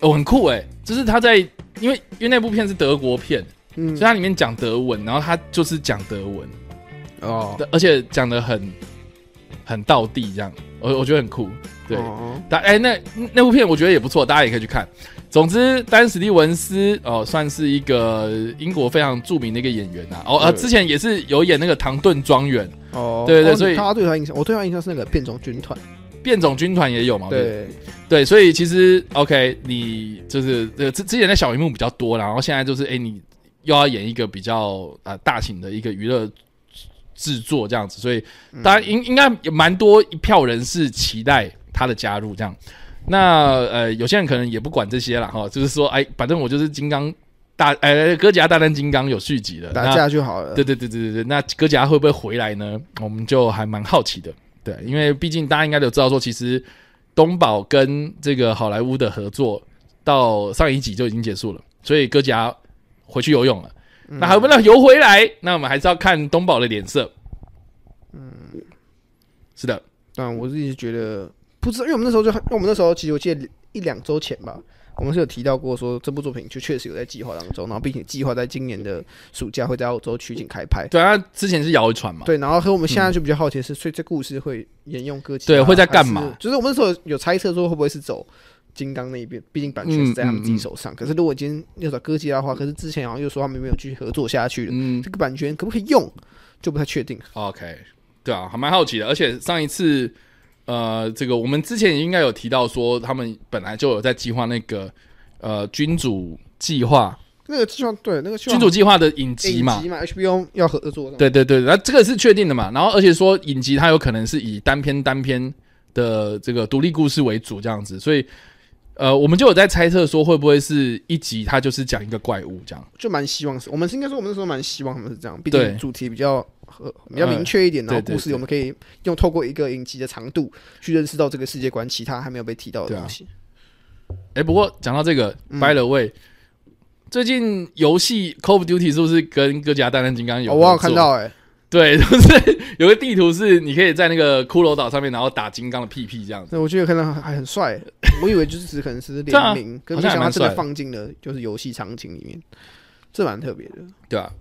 Speaker 1: 哦，很酷哎、就是他在因为因为那部片是德国片，
Speaker 2: 嗯
Speaker 1: 所以，它里面讲德文，然后他就是讲德文。
Speaker 2: 哦，
Speaker 1: 而且讲的很很道地，这样我我觉得很酷。对，
Speaker 2: 哦
Speaker 1: 大哎、那那部片我觉得也不错，大家也可以去看。总之，丹史蒂文斯哦，算是一个英国非常著名的一个演员呐、哦，呃，
Speaker 2: 对
Speaker 1: 之前也是有演那个《唐顿庄园》《
Speaker 2: 哦
Speaker 1: 对对
Speaker 2: 哦
Speaker 1: 所以
Speaker 2: 大家对他印象，我对他印象是那个变种军团，
Speaker 1: 变种军团》也有嘛？不
Speaker 2: 对，
Speaker 1: 哦 对，所以其实 OK，你就是这个之之前在小荧幕比较多啦，然后现在就是哎、你又要演一个比较呃大型的一个娱乐制作这样子，所以
Speaker 2: 嗯
Speaker 1: 当然应应该有蛮多一票人是期待他的加入这样。那呃，有些人可能也不管这些了哈，就是说哎，反正我就是金刚大哎，哥吉拉大战金刚有续集了，
Speaker 2: 打
Speaker 1: 那
Speaker 2: 架就好了。
Speaker 1: 对对对对对对，那哥吉拉会不会回来呢？我们就还蛮好奇的。对，因为毕竟大家应该都知道说，其实东宝跟这个好莱坞的合作到上一集就已经结束了，所以哥吉拉回去游泳了。那还有没有游回来？那我们还是要看东宝的脸色。嗯，是的，
Speaker 2: 但我自己觉得不知道，因为我们那时候就，因为我们那时候其实我记得一两周前吧，我们是有提到过说这部作品就确实有在计划当中，然后并且计划在今年的暑假会在澳洲取景开拍。
Speaker 1: 对啊，之前是谣传嘛，
Speaker 2: 对，然后和我们现在就比较好奇的是，所以这故事会沿用歌姬，
Speaker 1: 对会在干嘛
Speaker 2: 还是就是我们那时候有猜测说会不会是走金刚那一边，毕竟版权是在他们自己手
Speaker 1: 嗯
Speaker 2: 上。可是如果今天要找歌姬的话，可是之前好像又说他们没有继续合作下去了，
Speaker 1: 嗯
Speaker 2: 这个版权可不可以用就不太确定。
Speaker 1: ，OK，对啊，还蛮好奇的。而且上一次，呃，这个我们之前也应该有提到说，他们本来就有在计划那个呃君主计划，
Speaker 2: 那个计划对那个计划
Speaker 1: 君主计划的影集
Speaker 2: 影
Speaker 1: 嘛。
Speaker 2: 集嘛，HBO 要合作的，
Speaker 1: 对对对，那这个是确定的嘛？然后而且说影集它有可能是以单篇单篇的这个独立故事为主这样子，所以呃，我们就有在猜测说会不会是一集它就是讲一个怪物这样。
Speaker 2: 就蛮希望是，我们是应该说我们那时候蛮希望他们是这样，毕
Speaker 1: 对
Speaker 2: 竟主题比较和比较明确一点，
Speaker 1: 嗯
Speaker 2: 然后
Speaker 1: 对对
Speaker 2: 故事我们可以用透过一个影集的长度去认识到这个世界观其他还没有被提到的
Speaker 1: 对啊
Speaker 2: 东西。
Speaker 1: 哎，不过讲到这个、b
Speaker 2: 嗯
Speaker 1: y the way，最近游戏《Call of Duty》是不是跟《哥吉拉大战金刚》有、
Speaker 2: 哦，我有看，到哎、
Speaker 1: 对， 就是有个地图是你可以在那个骷髅岛上面，然后打金刚的屁屁这样子。
Speaker 2: 那我觉得可能还很帅欸， 我以为就是只可能是
Speaker 1: 对啊
Speaker 2: 联名，可
Speaker 1: 好
Speaker 2: 是
Speaker 1: 像还
Speaker 2: 没想到
Speaker 1: 蛮
Speaker 2: 真的
Speaker 1: 帅的
Speaker 2: 放进了就是游戏场景里面，这蛮特别的。
Speaker 1: 对啊。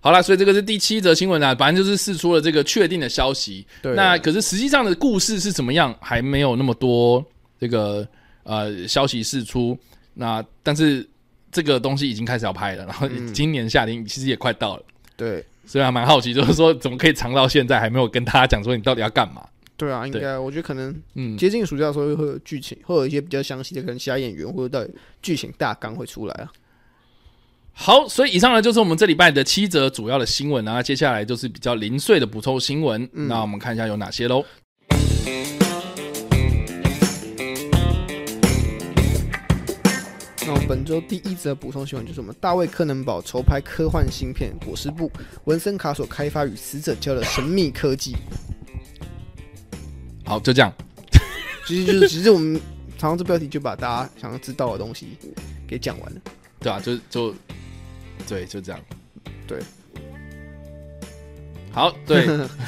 Speaker 1: 好啦，所以这个是第七则新闻啦，反正就是释出了这个确定的消息。
Speaker 2: 对
Speaker 1: 那可是实际上的故事是怎么样，还没有那么多这个呃消息释出。那但是这个东西已经开始要拍了，然后
Speaker 2: 嗯
Speaker 1: 今年夏天其实也快到了，
Speaker 2: 对
Speaker 1: 所以还蛮好奇，就是说怎么可以藏到现在还没有跟大家讲说你到底要干嘛？
Speaker 2: 对啊，应该我觉得可能
Speaker 1: 嗯，
Speaker 2: 接近暑假的时候会有剧情，会有一些比较详细的，可能其他演员或者到底剧情大纲会出来啊。
Speaker 1: 好，所以以上呢就是我们这礼拜的七则主要的新闻啊，接下来就是比较零碎的补充新闻。
Speaker 2: 嗯
Speaker 1: 那我们看一下有哪些喽。
Speaker 2: 那我们本周第一则补充新闻就是我们大卫柯南堡筹拍科幻新片《裹尸布》，文森卡所开发与死者交流神秘科技。
Speaker 1: 好，就这样。
Speaker 2: 其实就是，其实我们常用这标题就把大家想要知道的东西给讲完了。
Speaker 1: 对啊，就就对，就这样。
Speaker 2: 对，
Speaker 1: 好， 对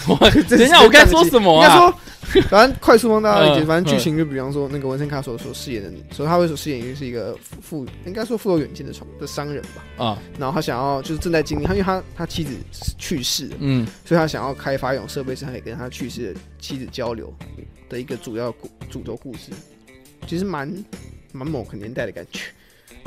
Speaker 1: 我等一下，我该说什么
Speaker 2: 应 该
Speaker 1: 啊？
Speaker 2: 说，反正快速帮大家理解，
Speaker 1: 嗯
Speaker 2: 反正剧情就比方说，那个文森卡所所饰演的，所以他会所饰演就是一个富富，应该说富有远见的商的商人吧。
Speaker 1: 啊，
Speaker 2: 然后他想要就是正在经历，他因为他他妻子去世了，
Speaker 1: 嗯，
Speaker 2: 所以他想要开发一种设备，是他可以跟他去世的妻子交流的一个主要故主轴故事，其实蛮蛮某个年代的感觉。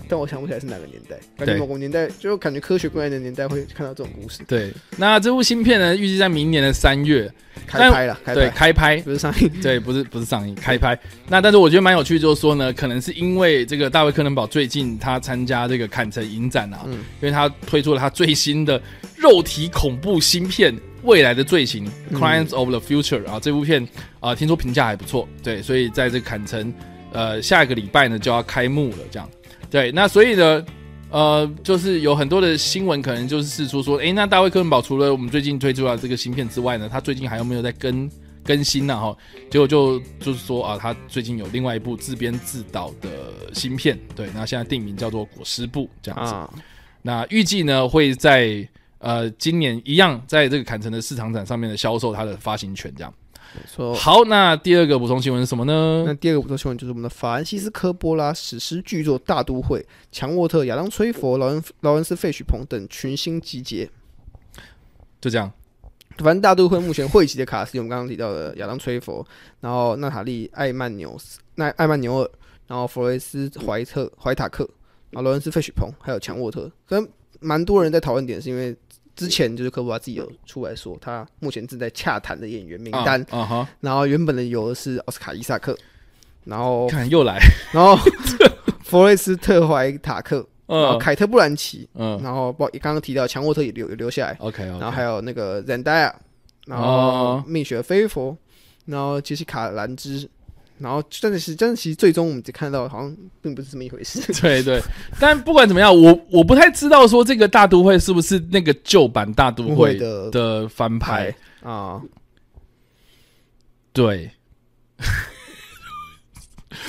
Speaker 2: 但我想不起来是哪个年代，感
Speaker 1: 对
Speaker 2: 觉某个年代，就感觉科学归来的年代会看到这种故事。
Speaker 1: 对，那这部新片呢，预计在明年的三月，
Speaker 2: 开拍了，开
Speaker 1: 对，
Speaker 2: 拍
Speaker 1: 开拍，
Speaker 2: 不是上映，
Speaker 1: 对，不是不是上映，开拍。那但是我觉得蛮有趣，就是说呢，可能是因为这个大卫柯能堡最近他参加这个坎城影展啊，
Speaker 2: 嗯
Speaker 1: 因为他推出了他最新的肉体恐怖新片《未来的罪行》
Speaker 2: 嗯
Speaker 1: （Crimes of the Future） 啊，这部片啊、听说评价还不错，对，所以在这个坎城，呃，下个礼拜呢就要开幕了，这样，对，那所以呢。呃，就是有很多的新闻，可能就是试出说，诶，那大卫·科恩堡除了我们最近推出的这个新片之外呢，他最近还有没有在更更新呢、哈，结果就就是说啊，他最近有另外一部自编自导的新片，对，那现在定名叫做《裹尸布》这样子。
Speaker 2: 啊，
Speaker 1: 那预计呢会在呃今年一样在这个坎城的市场展上面的销售它的发行权，这样。
Speaker 2: 说
Speaker 1: 好，那第二个补充新闻是什么呢
Speaker 2: 哦那？第二个补充新闻就是我们的法兰西斯科波拉史诗巨作《大都会》，强沃特、亚当·崔佛、劳恩劳恩斯·费许彭等群星集结。
Speaker 1: 就这样，
Speaker 2: 反正大都会目前汇集的卡司，有我们刚刚提到的亚当·崔佛，然后娜塔莉·艾曼纽斯、奈艾曼纽尔，然后弗雷斯·怀特、怀塔克，然后劳恩斯·费许彭，还有强沃特。可能蛮多人在讨论点是因为之前就是科波拉自己有出来说，他目前正在洽谈的演员名单，
Speaker 1: 啊啊哈，
Speaker 2: 然后原本的有的是奥斯卡·伊萨克，然后
Speaker 1: 看又 来，
Speaker 2: 然后弗雷斯特怀塔克，然后
Speaker 1: 嗯
Speaker 2: 凯特布兰奇，
Speaker 1: 嗯
Speaker 2: 然后包刚刚提到强沃特也留也留下来，
Speaker 1: ，OK，
Speaker 2: 然后还有那个 Zendaya，然后
Speaker 1: 哦
Speaker 2: 蜜雪菲佛，然后杰西卡兰芝，然后真的是真的其实最终我们只看到好像并不是这么一回事。
Speaker 1: 对对，但不管怎么样，我我不太知道说这个大都会是不是那个旧版大都
Speaker 2: 不
Speaker 1: 会
Speaker 2: 会的
Speaker 1: 的翻拍
Speaker 2: 牌，啊，
Speaker 1: 对。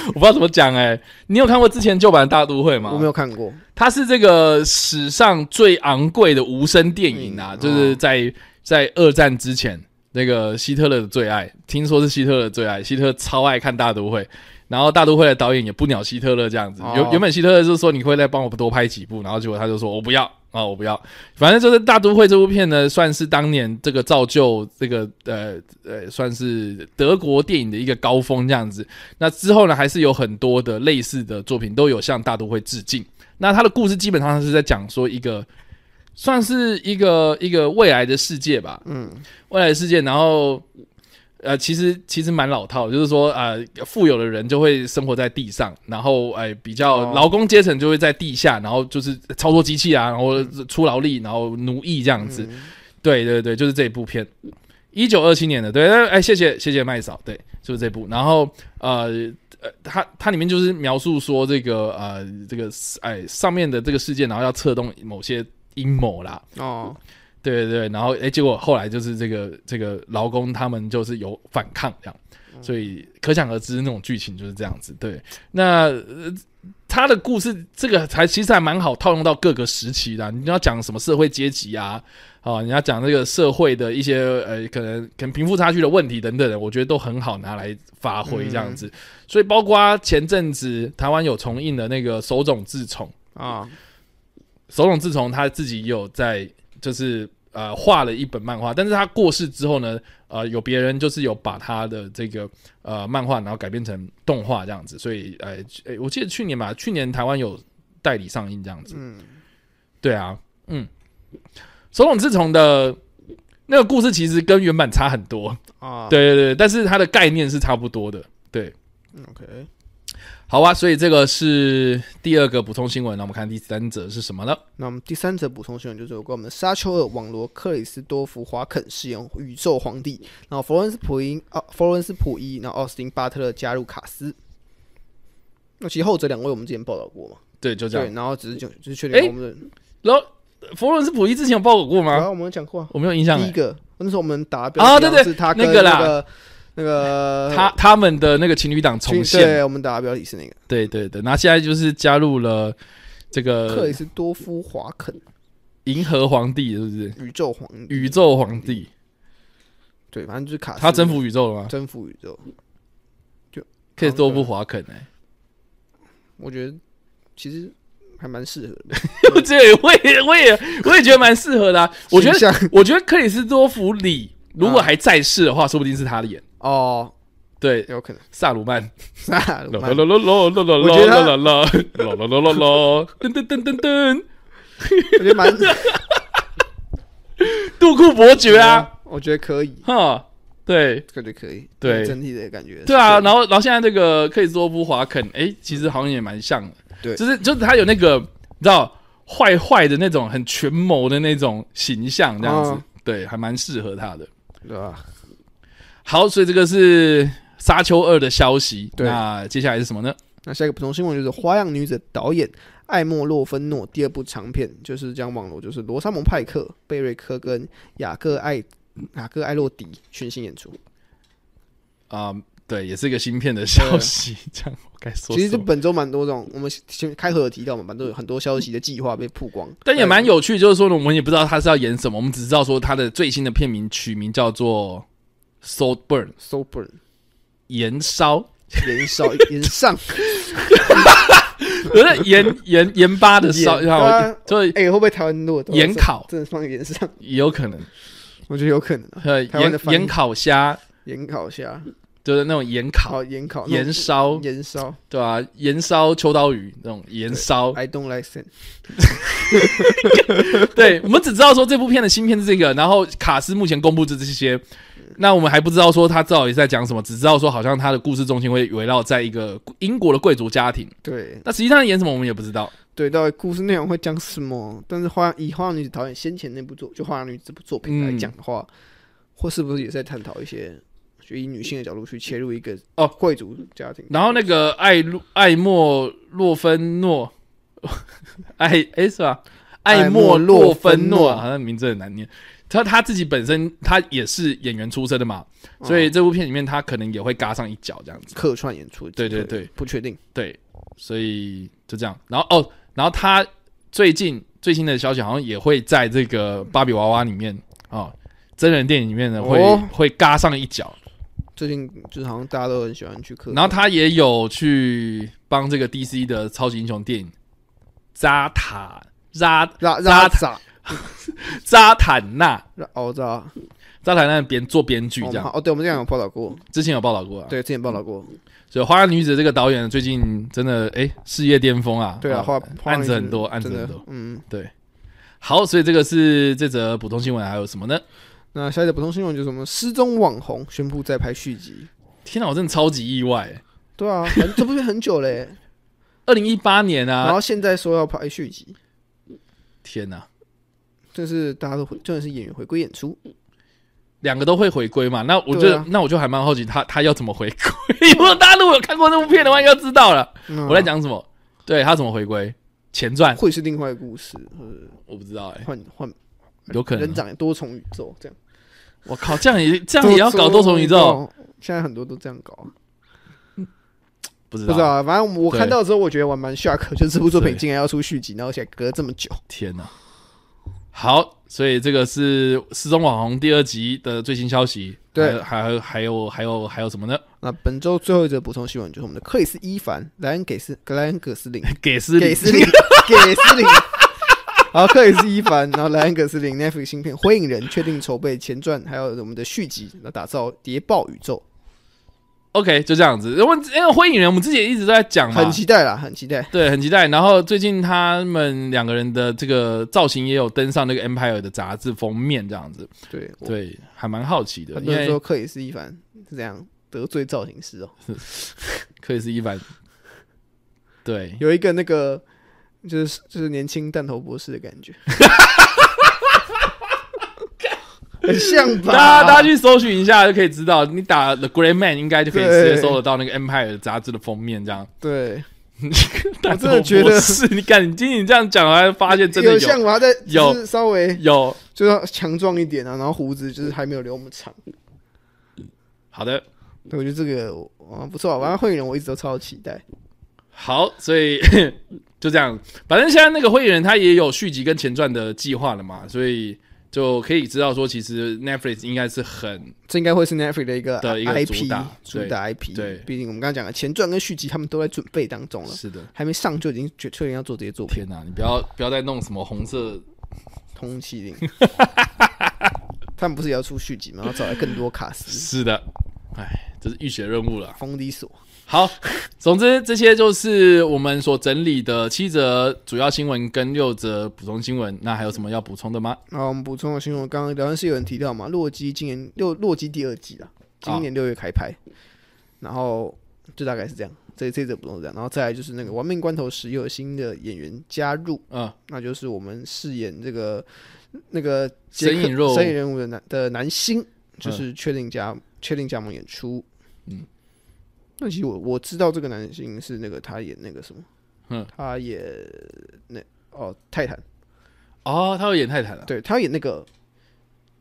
Speaker 1: 我不知道怎么讲哎、你有看过之前旧版的大都会吗？
Speaker 2: 我没有看过，
Speaker 1: 它是这个史上最昂贵的无声电影啊，
Speaker 2: 嗯
Speaker 1: 就是在在二战之前，那个希特勒的最爱，听说是希特勒的最爱，希特勒超爱看大都会。然后大都会的导演也不鸟希特勒这样子，
Speaker 2: 哦
Speaker 1: 原原本希特勒就说你会再帮我多拍几部，然后结果他就说我不要啊、我不要。反正就是大都会这部片呢，算是当年这个造就这个呃呃，算是德国电影的一个高峰这样子。那之后呢，还是有很多的类似的作品都有向大都会致敬。那他的故事基本上是在讲说一个，算是一个一个未来的世界吧，
Speaker 2: 嗯，
Speaker 1: 未来的世界，然后。呃，其实其实蛮老套的，就是说，呃，富有的人就会生活在地上，然后，哎、比较
Speaker 2: 哦
Speaker 1: 劳工阶层就会在地下，然后就是操作机器啊，然后出劳力，然后奴役这样子。
Speaker 2: 嗯
Speaker 1: 对对对，就是这一部片，一九二七年的。对，哎、谢谢谢谢麦嫂，对，就是这部。然后呃呃，它它里面就是描述说这个呃这个哎、上面的这个事件，然后要策动某些阴谋啦。
Speaker 2: 哦，
Speaker 1: 对对对，然后哎、结果后来就是这个这个劳工他们就是有反抗这样，所以可想而知那种剧情就是这样子。对，那、呃、他的故事这个还其实还蛮好套用到各个时期的啊、你要讲什么社会阶级啊，啊，你要讲这个社会的一些呃，可能可能贫富差距的问题等等的，我觉得都很好拿来发挥这样子。所以包括前阵子台湾有重映的那个手冢治虫。
Speaker 2: 啊，
Speaker 1: 手冢治虫他自己有在就是呃画了一本漫画，但是他过世之后呢，呃，有别人就是有把他的这个呃漫画，然后改编成动画这样子，所以呃，诶我记得去年吧，去年台湾有代理上映这样子，
Speaker 2: 嗯，
Speaker 1: 对啊，嗯，手冢治虫的那个故事其实跟原版差很多，
Speaker 2: 啊，
Speaker 1: 对对对，但是它的概念是差不多的，对，
Speaker 2: ，OK，
Speaker 1: 好啊吧，所以这个是第二个补充新闻，那我们看第三则是什么了。
Speaker 2: 那我们第三则补充新闻就是有关我们的沙丘二网罗克里斯多夫华肯饰演宇宙皇帝，然后弗罗伦斯普因啊弗罗伦斯普伊，然后奥斯汀巴特勒加入卡斯。那其实后者两位我们之前报道过嘛？
Speaker 1: 对，就这样
Speaker 2: 对，。然后只是就就是确
Speaker 1: 诶
Speaker 2: 定我们的，
Speaker 1: 然后佛伦斯普伊之前有报告过
Speaker 2: 然
Speaker 1: 吗？
Speaker 2: 后我们有讲过啊
Speaker 1: 我没有印象
Speaker 2: 第
Speaker 1: 欸、
Speaker 2: 一个那时候我们打的标
Speaker 1: 啊
Speaker 2: 题好像
Speaker 1: 对对
Speaker 2: 是他
Speaker 1: 那
Speaker 2: 跟
Speaker 1: 个啦
Speaker 2: 那个那个
Speaker 1: 他他们的那个情侣档重
Speaker 2: 军
Speaker 1: 现，
Speaker 2: 对，我们打的标题是那个
Speaker 1: 对对对，那现在就是加入了这
Speaker 2: 克
Speaker 1: 个
Speaker 2: 里斯多夫华肯
Speaker 1: 银河皇帝，是不是？
Speaker 2: 宇宙皇帝，
Speaker 1: 宇宙皇帝，
Speaker 2: 对，反正就是卡斯
Speaker 1: 他征服宇宙了吗？
Speaker 2: 征服宇宙，
Speaker 1: 可以多不华肯哎、
Speaker 2: 我觉得其实还蛮适合的。
Speaker 1: 对，我也我也我也觉得蛮适合的、啊。我觉得
Speaker 2: 形象
Speaker 1: 我觉得克里斯多弗里如果还在世的话，说不定是他演。
Speaker 2: 哦，
Speaker 1: 对，
Speaker 2: 有可能。
Speaker 1: 萨鲁曼，
Speaker 2: 萨鲁
Speaker 1: 咯
Speaker 2: 曼
Speaker 1: 咯咯咯咯咯咯
Speaker 2: 我觉得他
Speaker 1: 咯咯咯咯咯咯咯，噔噔噔噔噔，
Speaker 2: 我觉得 蛮
Speaker 1: 杜库伯爵啊，，
Speaker 2: 我觉得可以，
Speaker 1: 哈，对
Speaker 2: 感觉可以，
Speaker 1: 对
Speaker 2: 整体的感觉。
Speaker 1: 对啊，然后然后现在这个克里斯多夫华肯，诶，其实好像也蛮像的，
Speaker 2: 对
Speaker 1: 就是就是他有那个你知道坏坏的那种很权谋的那种形象，这样子
Speaker 2: 嗯，
Speaker 1: 对，还蛮适合他的。
Speaker 2: 对吧？
Speaker 1: 好，所以这个是《沙丘二》的消息。
Speaker 2: 对
Speaker 1: 那接下来是什么呢？
Speaker 2: 那下一个补充新闻就是《花样女子》导演艾莫洛芬诺第二部长片，就是将网络就是罗莎蒙派克、贝瑞科跟雅各艾雅各艾洛迪群星演出。
Speaker 1: 啊、对，也是一个芯片的消息。这样我该说
Speaker 2: 其实
Speaker 1: 什
Speaker 2: 这
Speaker 1: 么？
Speaker 2: 本周蛮多这种，我们前开头有提到嘛，蛮多有很多消息的计划被曝光，
Speaker 1: 但也蛮有趣，就是说呢，我们也不知道他是要演什么，我们只知道说他的最新的片名取名叫做《Soul Burn》
Speaker 2: s o b e r
Speaker 1: 燃烧，
Speaker 2: 延烧 延上，
Speaker 1: 不是盐盐盐巴的烧，
Speaker 2: 盐
Speaker 1: 然后
Speaker 2: 巴
Speaker 1: 就是
Speaker 2: 哎、会不会台湾落
Speaker 1: 盐烤
Speaker 2: 真的放盐上？
Speaker 1: 也有可能，
Speaker 2: 我觉得有可能啊，
Speaker 1: 呃，
Speaker 2: 台湾的
Speaker 1: 盐
Speaker 2: 翻译
Speaker 1: 盐烤虾
Speaker 2: 盐烤虾，
Speaker 1: 就是那种盐烤
Speaker 2: 好盐烤哦那
Speaker 1: 盐
Speaker 2: 种
Speaker 1: 烧，
Speaker 2: 盐烧
Speaker 1: 对吧、盐烧秋刀鱼那种盐烧，
Speaker 2: ，I don't like sin，哎
Speaker 1: 对，我们只知道说这部片的新片是这个，然后卡斯目前公布的这些，
Speaker 2: 嗯
Speaker 1: 那我们还不知道说他到底在讲什么，只知道说好像他的故事重心会围绕在一个英国的贵族家庭，
Speaker 2: 对，
Speaker 1: 那实际上演什么我们也不知道。
Speaker 2: 对，到底故事内容会讲什么？但是花样以花样女子导演先前那部作就花样女子这部作品来讲的话，
Speaker 1: 嗯
Speaker 2: 或是不是也在探讨一些，就以女性的角度去切入一个
Speaker 1: 哦
Speaker 2: 贵族家庭？
Speaker 1: 然后那个艾洛艾莫洛芬诺， 艾诶是吧？艾
Speaker 2: 艾
Speaker 1: 莫
Speaker 2: 莫
Speaker 1: 洛
Speaker 2: 洛
Speaker 1: 芬
Speaker 2: 芬
Speaker 1: 诺，
Speaker 2: 诺
Speaker 1: 好像名字很难念。他他自己本身他也是演员出身的嘛，
Speaker 2: 嗯
Speaker 1: 所以这部片里面他可能也会嘎上一脚这样子。
Speaker 2: 客串演出，
Speaker 1: 对对对，
Speaker 2: 不确定。
Speaker 1: 对，所以就这样。然后哦，然后他最近最新的消息好像也会在这个芭比娃娃里面啊、哦，真人电影里面呢会、
Speaker 2: 哦
Speaker 1: 会嘎上一脚。
Speaker 2: 最近就是好像大家都很喜欢去客串，
Speaker 1: 然后他也有去帮这个 DC 的超级英雄电影扎塔扎
Speaker 2: 拉
Speaker 1: 扎
Speaker 2: 拉萨
Speaker 1: 扎坦纳
Speaker 2: 拉奥扎
Speaker 1: 扎坦纳编做编剧
Speaker 2: 哦
Speaker 1: 这样，
Speaker 2: 哦，对，我们这样有报道过，
Speaker 1: 之前有报道过啊。，
Speaker 2: 对，之前报道过，
Speaker 1: 所以《花样女子》这个导演最近真的哎事业巅峰啊，
Speaker 2: 对啊，
Speaker 1: 哦
Speaker 2: 花花
Speaker 1: 案
Speaker 2: 样女
Speaker 1: 子
Speaker 2: 子
Speaker 1: 很多，案子
Speaker 2: 真
Speaker 1: 很
Speaker 2: 的
Speaker 1: 多，。
Speaker 2: 嗯。
Speaker 1: 好，所以这个是这则普通新闻，还有什么呢？
Speaker 2: 那下一则补充新闻就是什么？失踪网红宣布再拍续集。
Speaker 1: 天哪，我真的超级意外、
Speaker 2: 对啊，反正这部片很 久嘞、
Speaker 1: 二零一八年
Speaker 2: 然
Speaker 1: 啊，
Speaker 2: 后现在说要拍续集，
Speaker 1: 天哪，
Speaker 2: 这是大家都回，真的是演员回归演出，
Speaker 1: 两个都会回归嘛？那我
Speaker 2: 对
Speaker 1: 就、
Speaker 2: 啊
Speaker 1: 那我就还蛮好奇他他要怎么回归。如 果大家如果有看过那部片的话，应该知道了、
Speaker 2: 嗯
Speaker 1: 我在讲什么。对他怎么回归？前传
Speaker 2: 会是另外一个故事，呃
Speaker 1: 我不知道哎、
Speaker 2: 换换
Speaker 1: 有可能
Speaker 2: 人
Speaker 1: 啊。
Speaker 2: 长多重宇宙这样，
Speaker 1: 我靠，这样也这样也要搞多重宇宙？，
Speaker 2: 现在很多都这样搞啊，
Speaker 1: 不知
Speaker 2: 不知道
Speaker 1: 道。
Speaker 2: 啊，反正我
Speaker 1: 对
Speaker 2: 看到之后，我觉得我蛮 shock，就是这部作
Speaker 1: 对
Speaker 2: 品竟然要出续集，然后而且隔这么久，
Speaker 1: 天哪！好，所以这个是《失踪网红》第二集的最新消息。
Speaker 2: 对
Speaker 1: 还有还有还有还有什么呢？
Speaker 2: 那本周最后一则补充新闻就是我们的克里斯·伊凡、莱恩·给斯、格莱恩·葛斯林、
Speaker 1: 给斯里
Speaker 2: 给斯林、给斯林。 然后克里斯·伊凡，然后莱恩·葛斯林 Netflix 新片《火影人》确定筹备前传，还有我们的续集，那打造谍报宇宙，
Speaker 1: OK，就这样子。因为因为《火影人》，我们之前一直都在讲嘛，
Speaker 2: 很期待啦，很期待。
Speaker 1: 对，很期待。然后最近他们两个人的这个造型也有登上那个 Empire 的杂志封面，这样子，
Speaker 2: 对，我
Speaker 1: 对，还蛮好奇的。
Speaker 2: 很
Speaker 1: 因
Speaker 2: 多人说
Speaker 1: 为
Speaker 2: 克里斯一凡是这样得罪造型师哦，
Speaker 1: 克里斯一凡，对，
Speaker 2: 有一个那个就是就是年轻弹头博士的感觉，很像
Speaker 1: 大家 大家
Speaker 2: 吧？
Speaker 1: 去搜寻一下就可以知道，你打 The Grey Man 应该就可以直
Speaker 2: 对
Speaker 1: 接搜得到那个 Empire 的杂志的封面这样。
Speaker 2: 对，
Speaker 1: 但
Speaker 2: 真的觉得
Speaker 1: 是，你看你听你这样讲，我还发现真的
Speaker 2: 有
Speaker 1: 有
Speaker 2: 像我还在
Speaker 1: 有
Speaker 2: 就是稍微
Speaker 1: 有
Speaker 2: 就是要强壮一点啊，然后胡子就是还没有留我们长。
Speaker 1: 好的。
Speaker 2: 对，我觉得这个啊不错啊，玩《会影人》我一直都超期待。
Speaker 1: 好，所以就这样。反正现在那个《灰影人》他也有续集跟前传的计划了嘛，所以就可以知道说，其实 Netflix 应该是很
Speaker 2: 这应该会是 Netflix 的一个
Speaker 1: 的一个
Speaker 2: IP
Speaker 1: 主打对
Speaker 2: 主打 IP，
Speaker 1: 对
Speaker 2: 毕竟我们刚刚讲的前传跟续集，他们都在准备当中了，
Speaker 1: 是的。
Speaker 2: 还没上就已经确确定要做这些 作品。
Speaker 1: 天哪、你不要不要再弄什么红色，
Speaker 2: 通缉令。他们不是也要出续集吗？然后找来更多卡司。
Speaker 1: 是的。哎，这是浴血任务了。
Speaker 2: 封底所，
Speaker 1: 好，总之这些就是我们所整理的七则主要新闻跟六则补充新闻。那还有什么要补充的吗？
Speaker 2: 然后我们补充了新闻，刚刚聊天室有人提到嘛，洛基今年六洛基第二季啊，今年六月开拍，然后就大概是这样，这这则补充是这样，然后再来就是那个亡命关头时又有新的演员加入，
Speaker 1: 嗯，
Speaker 2: 那就是我们饰演这个那个杰
Speaker 1: 神
Speaker 2: 克
Speaker 1: 隐若
Speaker 2: 神隐人物的男的男星，就是确定加、确定加盟演出，
Speaker 1: 嗯，
Speaker 2: 那其实我我知道这个男星是那个他演那个什么，
Speaker 1: 嗯
Speaker 2: 他演那哦泰坦。
Speaker 1: 哦，他有演泰坦了。
Speaker 2: 对他演那个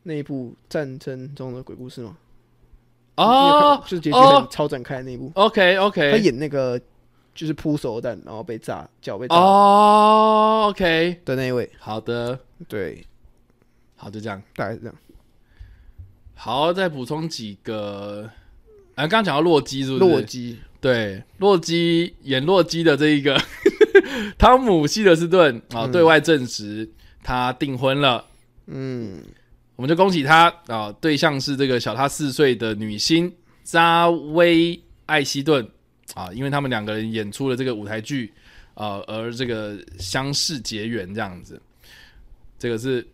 Speaker 2: 那一部战争中的鬼故事吗？你有看
Speaker 1: 哦
Speaker 2: 过就是结局
Speaker 1: 哦
Speaker 2: 很超展开的那一部，
Speaker 1: ，OK
Speaker 2: 他
Speaker 1: OK，
Speaker 2: 演那个就是扑手榴弹然后被炸脚被炸
Speaker 1: 哦，OK，
Speaker 2: 的那一位，
Speaker 1: 好的，
Speaker 2: 对，
Speaker 1: 好，就这样。
Speaker 2: 大概是这样。
Speaker 1: 好，再补充几个。啊，刚刚讲到洛基是不是？
Speaker 2: 洛基
Speaker 1: 对，洛基演洛基的这一个汤姆希德斯顿啊、对外证实他订婚了，
Speaker 2: 嗯，
Speaker 1: 我们就恭喜他啊、对象是这个小他四岁的女星扎威艾希顿啊、因为他们两个人演出了这个舞台剧啊、而这个相识结缘这样子，这个是。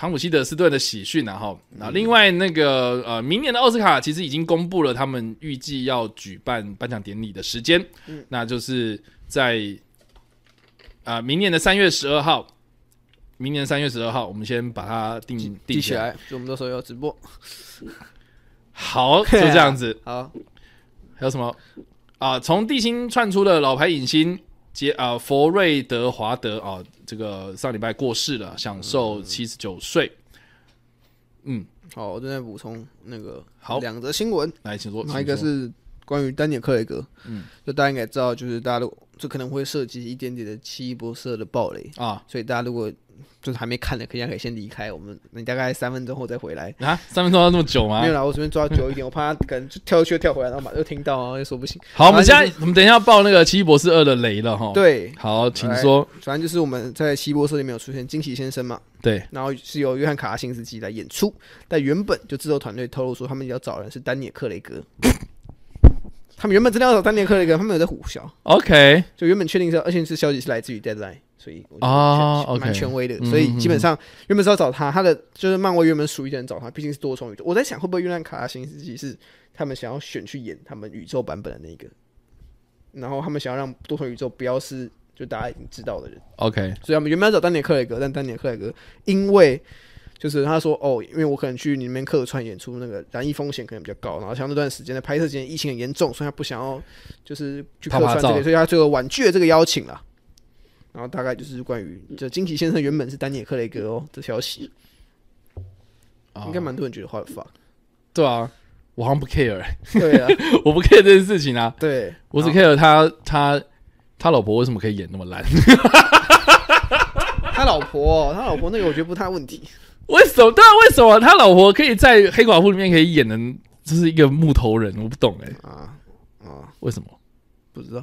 Speaker 1: 汤姆希德斯顿的喜讯、啊，然后，
Speaker 2: 嗯
Speaker 1: 那另外那个呃，明年的奥斯卡其实已经公布了他们预计要举办颁奖典礼的时间，
Speaker 2: 嗯
Speaker 1: 那就是在啊、呃明年的三月十二号，明年三月十二号，我们先把它定
Speaker 2: 记
Speaker 1: 定
Speaker 2: 起来，就我们到时候要直播。
Speaker 1: 好，就这样子。
Speaker 2: 好，
Speaker 1: 还有什么啊？从地心窜出的老牌影星杰啊、佛瑞德华德啊，这个上礼拜过世了，享
Speaker 2: 嗯
Speaker 1: 受七十九岁。嗯，
Speaker 2: 好，我正在补充那个
Speaker 1: 好
Speaker 2: 两则新闻，
Speaker 1: 来，请说。
Speaker 2: 哪一个
Speaker 1: 请说
Speaker 2: 是关于丹尼尔·克雷格？
Speaker 1: 嗯，
Speaker 2: 就大家应该知道，就是大家都这可能会涉及一点点的奇异博士的暴雷，
Speaker 1: 啊
Speaker 2: 所以大家如果就是还没看的，可以可以先离开我们，你大概三分钟后再回来。
Speaker 1: 啊？三分钟要那么久吗
Speaker 2: 没？有啦，我随便抓久一点，我怕他可能就跳出去跳回来，然后马上又听到，然后又说不行。
Speaker 1: 好，我们现
Speaker 2: 反正
Speaker 1: 在我们等一下要爆那个《奇异博士二》的雷了哈。，
Speaker 2: 对，
Speaker 1: 好，请说。
Speaker 2: 反正就是我们在希波社里面有出现惊喜先生嘛，
Speaker 1: 对，
Speaker 2: 然后是由约翰卡拉辛斯基来演出，但原本就制作团队透露说他们要找人是丹尼尔克雷格， 他们原本真的要找丹尼尔克雷格，他们有在胡笑，
Speaker 1: OK，
Speaker 2: 就原本确定是，而且是消息是来自于 Deadline，所以我觉得
Speaker 1: 哦
Speaker 2: 确蛮
Speaker 1: OK
Speaker 2: 权威的
Speaker 1: 嗯，
Speaker 2: 所以基本上原本是要找他，他的就是漫威原本属于的人找他，毕竟是多重宇宙。我在想会不会约翰卡拉辛斯基是他们想要选去演他们宇宙版本的那个，然后他们想要让多重宇宙不要是就大家已经知道的人，
Speaker 1: OK，
Speaker 2: 所以他们原本要找丹尼尔克雷格，但丹尼尔克雷格因为就是他说哦，因为我可能去里面客串演出，那个染疫风险可能比较高，然后像那段时间的拍摄期间疫情很严重，所以他不想要就是去客
Speaker 1: 怕怕
Speaker 2: 串这
Speaker 1: 照
Speaker 2: 个，所以他最后婉拒了这个邀请了。然后大概就是关于这惊奇先生原本是丹尼尔克雷格哦的消息，
Speaker 1: 啊
Speaker 2: 应该蛮多人觉得坏发。
Speaker 1: 对啊，我好像不 care，欸
Speaker 2: 对啊，
Speaker 1: 我不 care 这件事情啊，
Speaker 2: 对，
Speaker 1: 我只 care 他他他老婆为什么可以演那么烂。
Speaker 2: 他老婆、哦，他老婆那个我觉得不太问题，
Speaker 1: 为什么？对啊，为什么他老婆可以在《黑寡妇》里面可以演的，就是一个木头人？我不懂哎、
Speaker 2: 啊啊，
Speaker 1: 为什么？
Speaker 2: 不知道。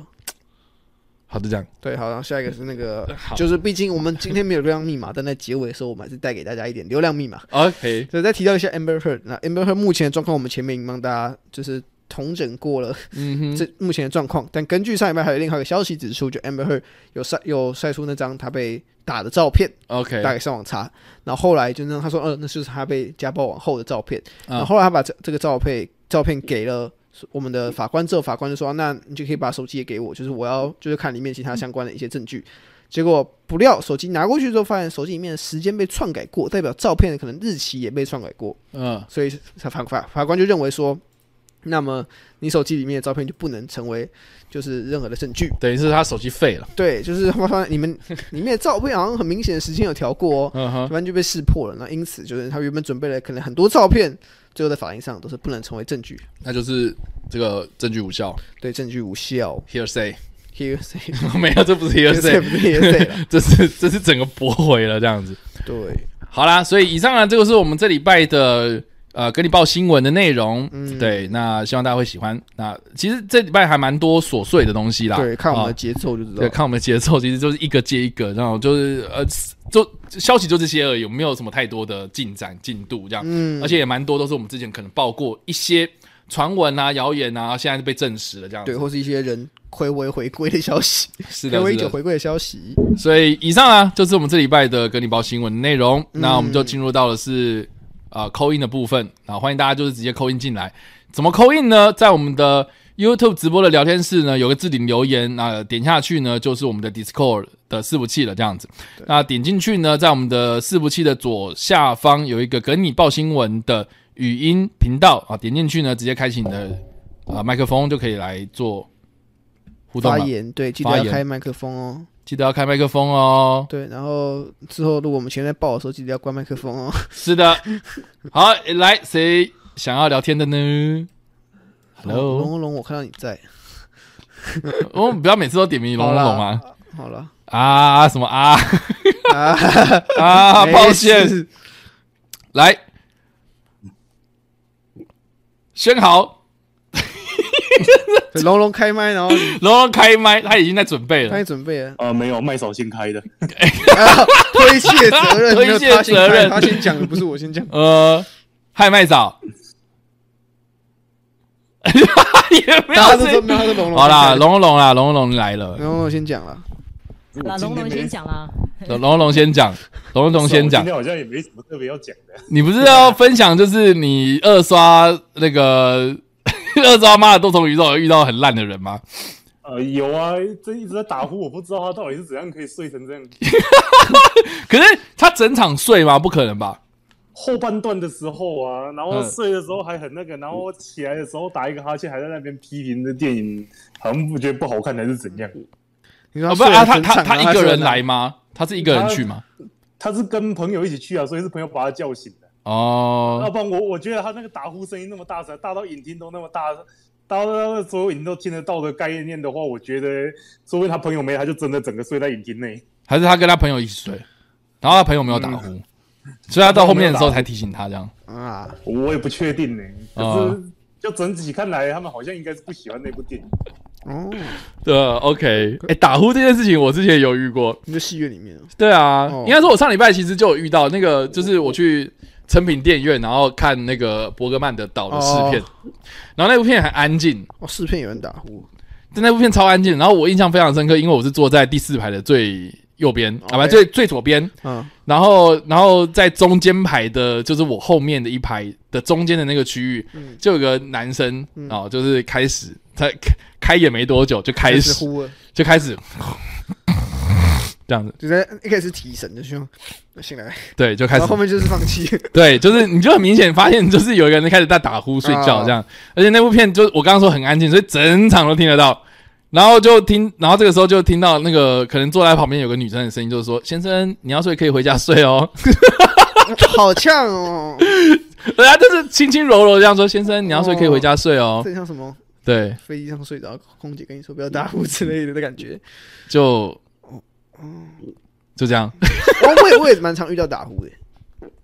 Speaker 1: 好，就这样。
Speaker 2: 对，好，然后下一个是那个
Speaker 1: 好，
Speaker 2: 就是毕竟我们今天没有流量密码，但在结尾的时候，我们还是带给大家一点流量密码。
Speaker 1: OK，
Speaker 2: 所以再提到一下 Amber Heard，那 Amber Heard 目前的状况，我们前面已经帮大家就是统整过了
Speaker 1: 嗯哼，
Speaker 2: 这目前的状况。但根据上礼拜还有另外一个消息指出，就 Amber Heard 有晒有晒出那张他被打的照片，
Speaker 1: OK，
Speaker 2: 大概上网查，然后后来就让他说，呃，那就是他被家暴往后的照片。
Speaker 1: 嗯
Speaker 2: 然后后来他把这这个照片照片给了我们的法官之后，法官就说、啊那你就可以把手机也给我，就是我要就是看里面其他相关的一些证据。结果不料手机拿过去之后，发现手机里面的时间被篡改过，代表照片的可能日期也被篡改过，
Speaker 1: 嗯
Speaker 2: 所以法法法官就认为说，那么你手机里面的照片就不能成为就是任何的证据。
Speaker 1: 等于是他手机废了。
Speaker 2: 对，就是发现你们里面的照片好像很明显的时间有调过哦，
Speaker 1: 嗯哼
Speaker 2: 反正就被识破了。那因此就是他原本准备了可能很多照片，最后在法庭上都是不能成为证据，
Speaker 1: 那就是这个证据无效
Speaker 2: 对证据无效。
Speaker 1: ，hearsay。
Speaker 2: hearsay
Speaker 1: 没有，这不是
Speaker 2: hearsay
Speaker 1: hearsay，
Speaker 2: 不是 hearsay 了，
Speaker 1: 这是这是整个驳回了这样子。
Speaker 2: 对，
Speaker 1: 好啦，所以以上呢，这个是我们这礼拜的呃跟你报新闻的内容。嗯，对，那希望大家会喜欢。那其实这礼拜还蛮多琐碎的东西啦。
Speaker 2: 对，看我们
Speaker 1: 啊
Speaker 2: 的节奏就知道
Speaker 1: 对，
Speaker 2: 了。
Speaker 1: 看我们的节奏，其实就是一个接一个，然后就是呃，就消息就这些而已，有没有什么太多的进展进度这样？
Speaker 2: 嗯，
Speaker 1: 而且也蛮多都是我们之前可能报过一些，传闻啊、谣言啊，现在是被证实了这样子。
Speaker 2: 对，或是一些人回违回归的消息，
Speaker 1: 是
Speaker 2: 回
Speaker 1: 的，
Speaker 2: 违
Speaker 1: 是
Speaker 2: 已久
Speaker 1: 的。
Speaker 2: 回归的消息。
Speaker 1: 所以以上啊，就是我们这礼拜的跟你报新闻内容。
Speaker 2: 嗯
Speaker 1: 那我们就进入到的是呃扣印的部分啊，欢迎大家就是直接扣印进来。怎么扣印呢？在我们的 YouTube 直播的聊天室呢，有个置顶留言，那、点下去呢，就是我们的 Discord 的伺服器了，这样子。那点进去呢，在我们的伺服器的左下方有一个跟你报新闻的语音频道啊，点进去呢，直接开启你的呃麦克风就可以来做互动
Speaker 2: 发
Speaker 1: 了。
Speaker 2: 言对，记
Speaker 1: 发
Speaker 2: 得要
Speaker 1: 言
Speaker 2: 开麦克风哦。
Speaker 1: 记得要开麦克风哦。
Speaker 2: 对，然后之后如果我们前面在报的时候，记得要关麦克风哦。
Speaker 1: 是的，好，来，谁想要聊天的呢
Speaker 2: 龙
Speaker 1: ？Hello，
Speaker 2: 龙龙，我看到你在。
Speaker 1: 我们不要每次都点名龙龙龙啊
Speaker 2: 好了
Speaker 1: 啊什么啊
Speaker 2: 啊，
Speaker 1: 啊！
Speaker 2: 没
Speaker 1: 抱歉，
Speaker 2: 事，
Speaker 1: 来，宣豪，
Speaker 2: 龙龙开麦，然后 你
Speaker 1: 龙龙开麦，他已经在准备
Speaker 2: 他
Speaker 1: 了
Speaker 2: 也。准备了，
Speaker 3: 呃，没有，麦手先开的。
Speaker 2: 啊 推卸责 任，
Speaker 1: 推
Speaker 2: 没有
Speaker 1: 卸
Speaker 2: 他先
Speaker 1: 责
Speaker 2: 开
Speaker 1: 任。
Speaker 2: 他先讲的，不是我先讲
Speaker 1: 呃，嗨麦嫂， 也没
Speaker 2: 大家
Speaker 1: 有
Speaker 2: 都说
Speaker 1: 声音
Speaker 2: 没有，他是龙龙。
Speaker 1: 好啦，，龙龙啦，龙龙来了，
Speaker 2: 龙龙先讲了。
Speaker 4: 那龙龙先讲啦，
Speaker 1: 龙龙龙先讲，龙龙先讲
Speaker 3: 今。天好像也没什么特别要讲的。
Speaker 1: 你不是要分享，就是你二刷那个 二刷妈的多重宇宙有遇到很烂的人吗？
Speaker 3: 呃，有啊，这一直在打呼，我不知道他到底是怎样可以睡成这样。
Speaker 1: 可是他整场睡吗？不可能吧？
Speaker 3: 后半段的时候啊，然后
Speaker 1: 嗯
Speaker 3: 睡的时候还很那个，然后起来的时候打一个哈欠，还在那边批评这电影好像不觉得不好看还是怎样。
Speaker 2: 你说
Speaker 1: 哦，
Speaker 2: 他
Speaker 1: 不
Speaker 2: 睡
Speaker 1: 是
Speaker 2: 了
Speaker 1: 啊，他
Speaker 2: 整
Speaker 1: 他
Speaker 2: 场
Speaker 1: 他
Speaker 2: 然后
Speaker 1: 一个
Speaker 2: 睡了
Speaker 1: 人
Speaker 2: 哪
Speaker 1: 来吗？他是一个人去吗？
Speaker 3: 他是跟朋友一起去啊，所以是朋友把他叫醒的。要
Speaker 1: 哦，
Speaker 3: 不然我我觉得他那个打呼声音那么大声，大到影厅都那么大，大到所有影厅都听得到的概念的话，我觉得说不定他朋友没来，他就真的整个睡在影厅内。
Speaker 1: 还是他跟他朋友一起睡，然后他朋友没有打呼，所以他到后面的时候才提醒他这样。
Speaker 2: 啊，
Speaker 3: 我也不确定呢、可
Speaker 1: 啊
Speaker 3: 是就整体看来，他们好像应该是不喜欢那部电影。
Speaker 2: 哦，
Speaker 1: 对，OK，哎、打呼这件事情我之前有遇过，
Speaker 2: 你在戏院里面哦
Speaker 1: 对啊，
Speaker 2: 哦
Speaker 1: 应该说，我上礼拜其实就有遇到那个，就是我去成品电影院，然后看那个伯格曼的导的试片，然后那部片很安静，
Speaker 2: 哦，试片有人打呼，
Speaker 1: 但那部片超安静。然后我印象非常深刻，因为我是坐在第四排的最右边，啊不
Speaker 2: OK
Speaker 1: 最最左边，
Speaker 2: 啊，
Speaker 1: 然后然后在中间排的，就是我后面的一排的中间的那个区域，
Speaker 2: 嗯
Speaker 1: 就有个男生
Speaker 2: 嗯
Speaker 1: 哦，就是开始他开演没多久就开
Speaker 2: 始
Speaker 1: 始
Speaker 2: 呼了，
Speaker 1: 就开始 这样子，
Speaker 2: 就在一开始提神的时候醒来，
Speaker 1: 对，就开
Speaker 2: 然
Speaker 1: 始
Speaker 2: 后后面就是放 弃，
Speaker 1: 对，就是你就很明显发现，就是有一个人开始在打呼睡
Speaker 2: 哦
Speaker 1: 觉这样，而且那部片就是我刚刚说很安静，所以整场都听得到。然后就听，然后这个时候就听到那个可能坐在旁边有个女生的声音，就是说：“先生，你要睡可以回家睡哦。
Speaker 2: 好呛哦，”
Speaker 1: 人家就是轻轻柔柔这样说：“先生，你要睡可以回家睡哦。
Speaker 2: 这像什么
Speaker 1: 对，
Speaker 2: 飞机上睡着，空姐跟你说不要打呼之类的的 感觉。
Speaker 1: 就就这样，
Speaker 2: 哦，我也我也蛮常遇到打呼的，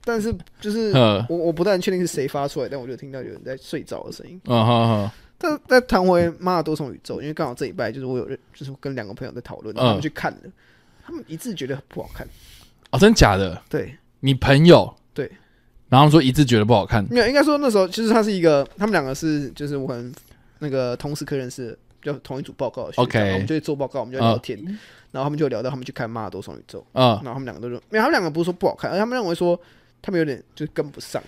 Speaker 2: 但是就是
Speaker 1: 呃，
Speaker 2: 我我不太确定是谁发出来，但我就听到有人在睡着的声音。
Speaker 1: 嗯哼
Speaker 2: 但但谈回《妈的多重宇宙》，因为刚好这一拜就是我有认，就是跟两个朋友在讨论，
Speaker 1: 嗯
Speaker 2: 他们去看了，他们一致觉得不好看。
Speaker 1: 哦，真假的？
Speaker 2: 对，
Speaker 1: 你朋友
Speaker 2: 对，
Speaker 1: 然后说一致觉得不好看，
Speaker 2: 没有，应该说那时候其实他是一个，他们两个是就是我很那个同时科认识的，就同一组报告的学长
Speaker 1: OK 啊
Speaker 2: 然后我们就会做报告，我们就会聊天，然后他们就聊到他们去看《妈的多重宇宙》，
Speaker 1: 嗯，
Speaker 2: 然后他们两个都说，没有，他们两个不是说不好看，而他们认为说他们有点就是跟不上。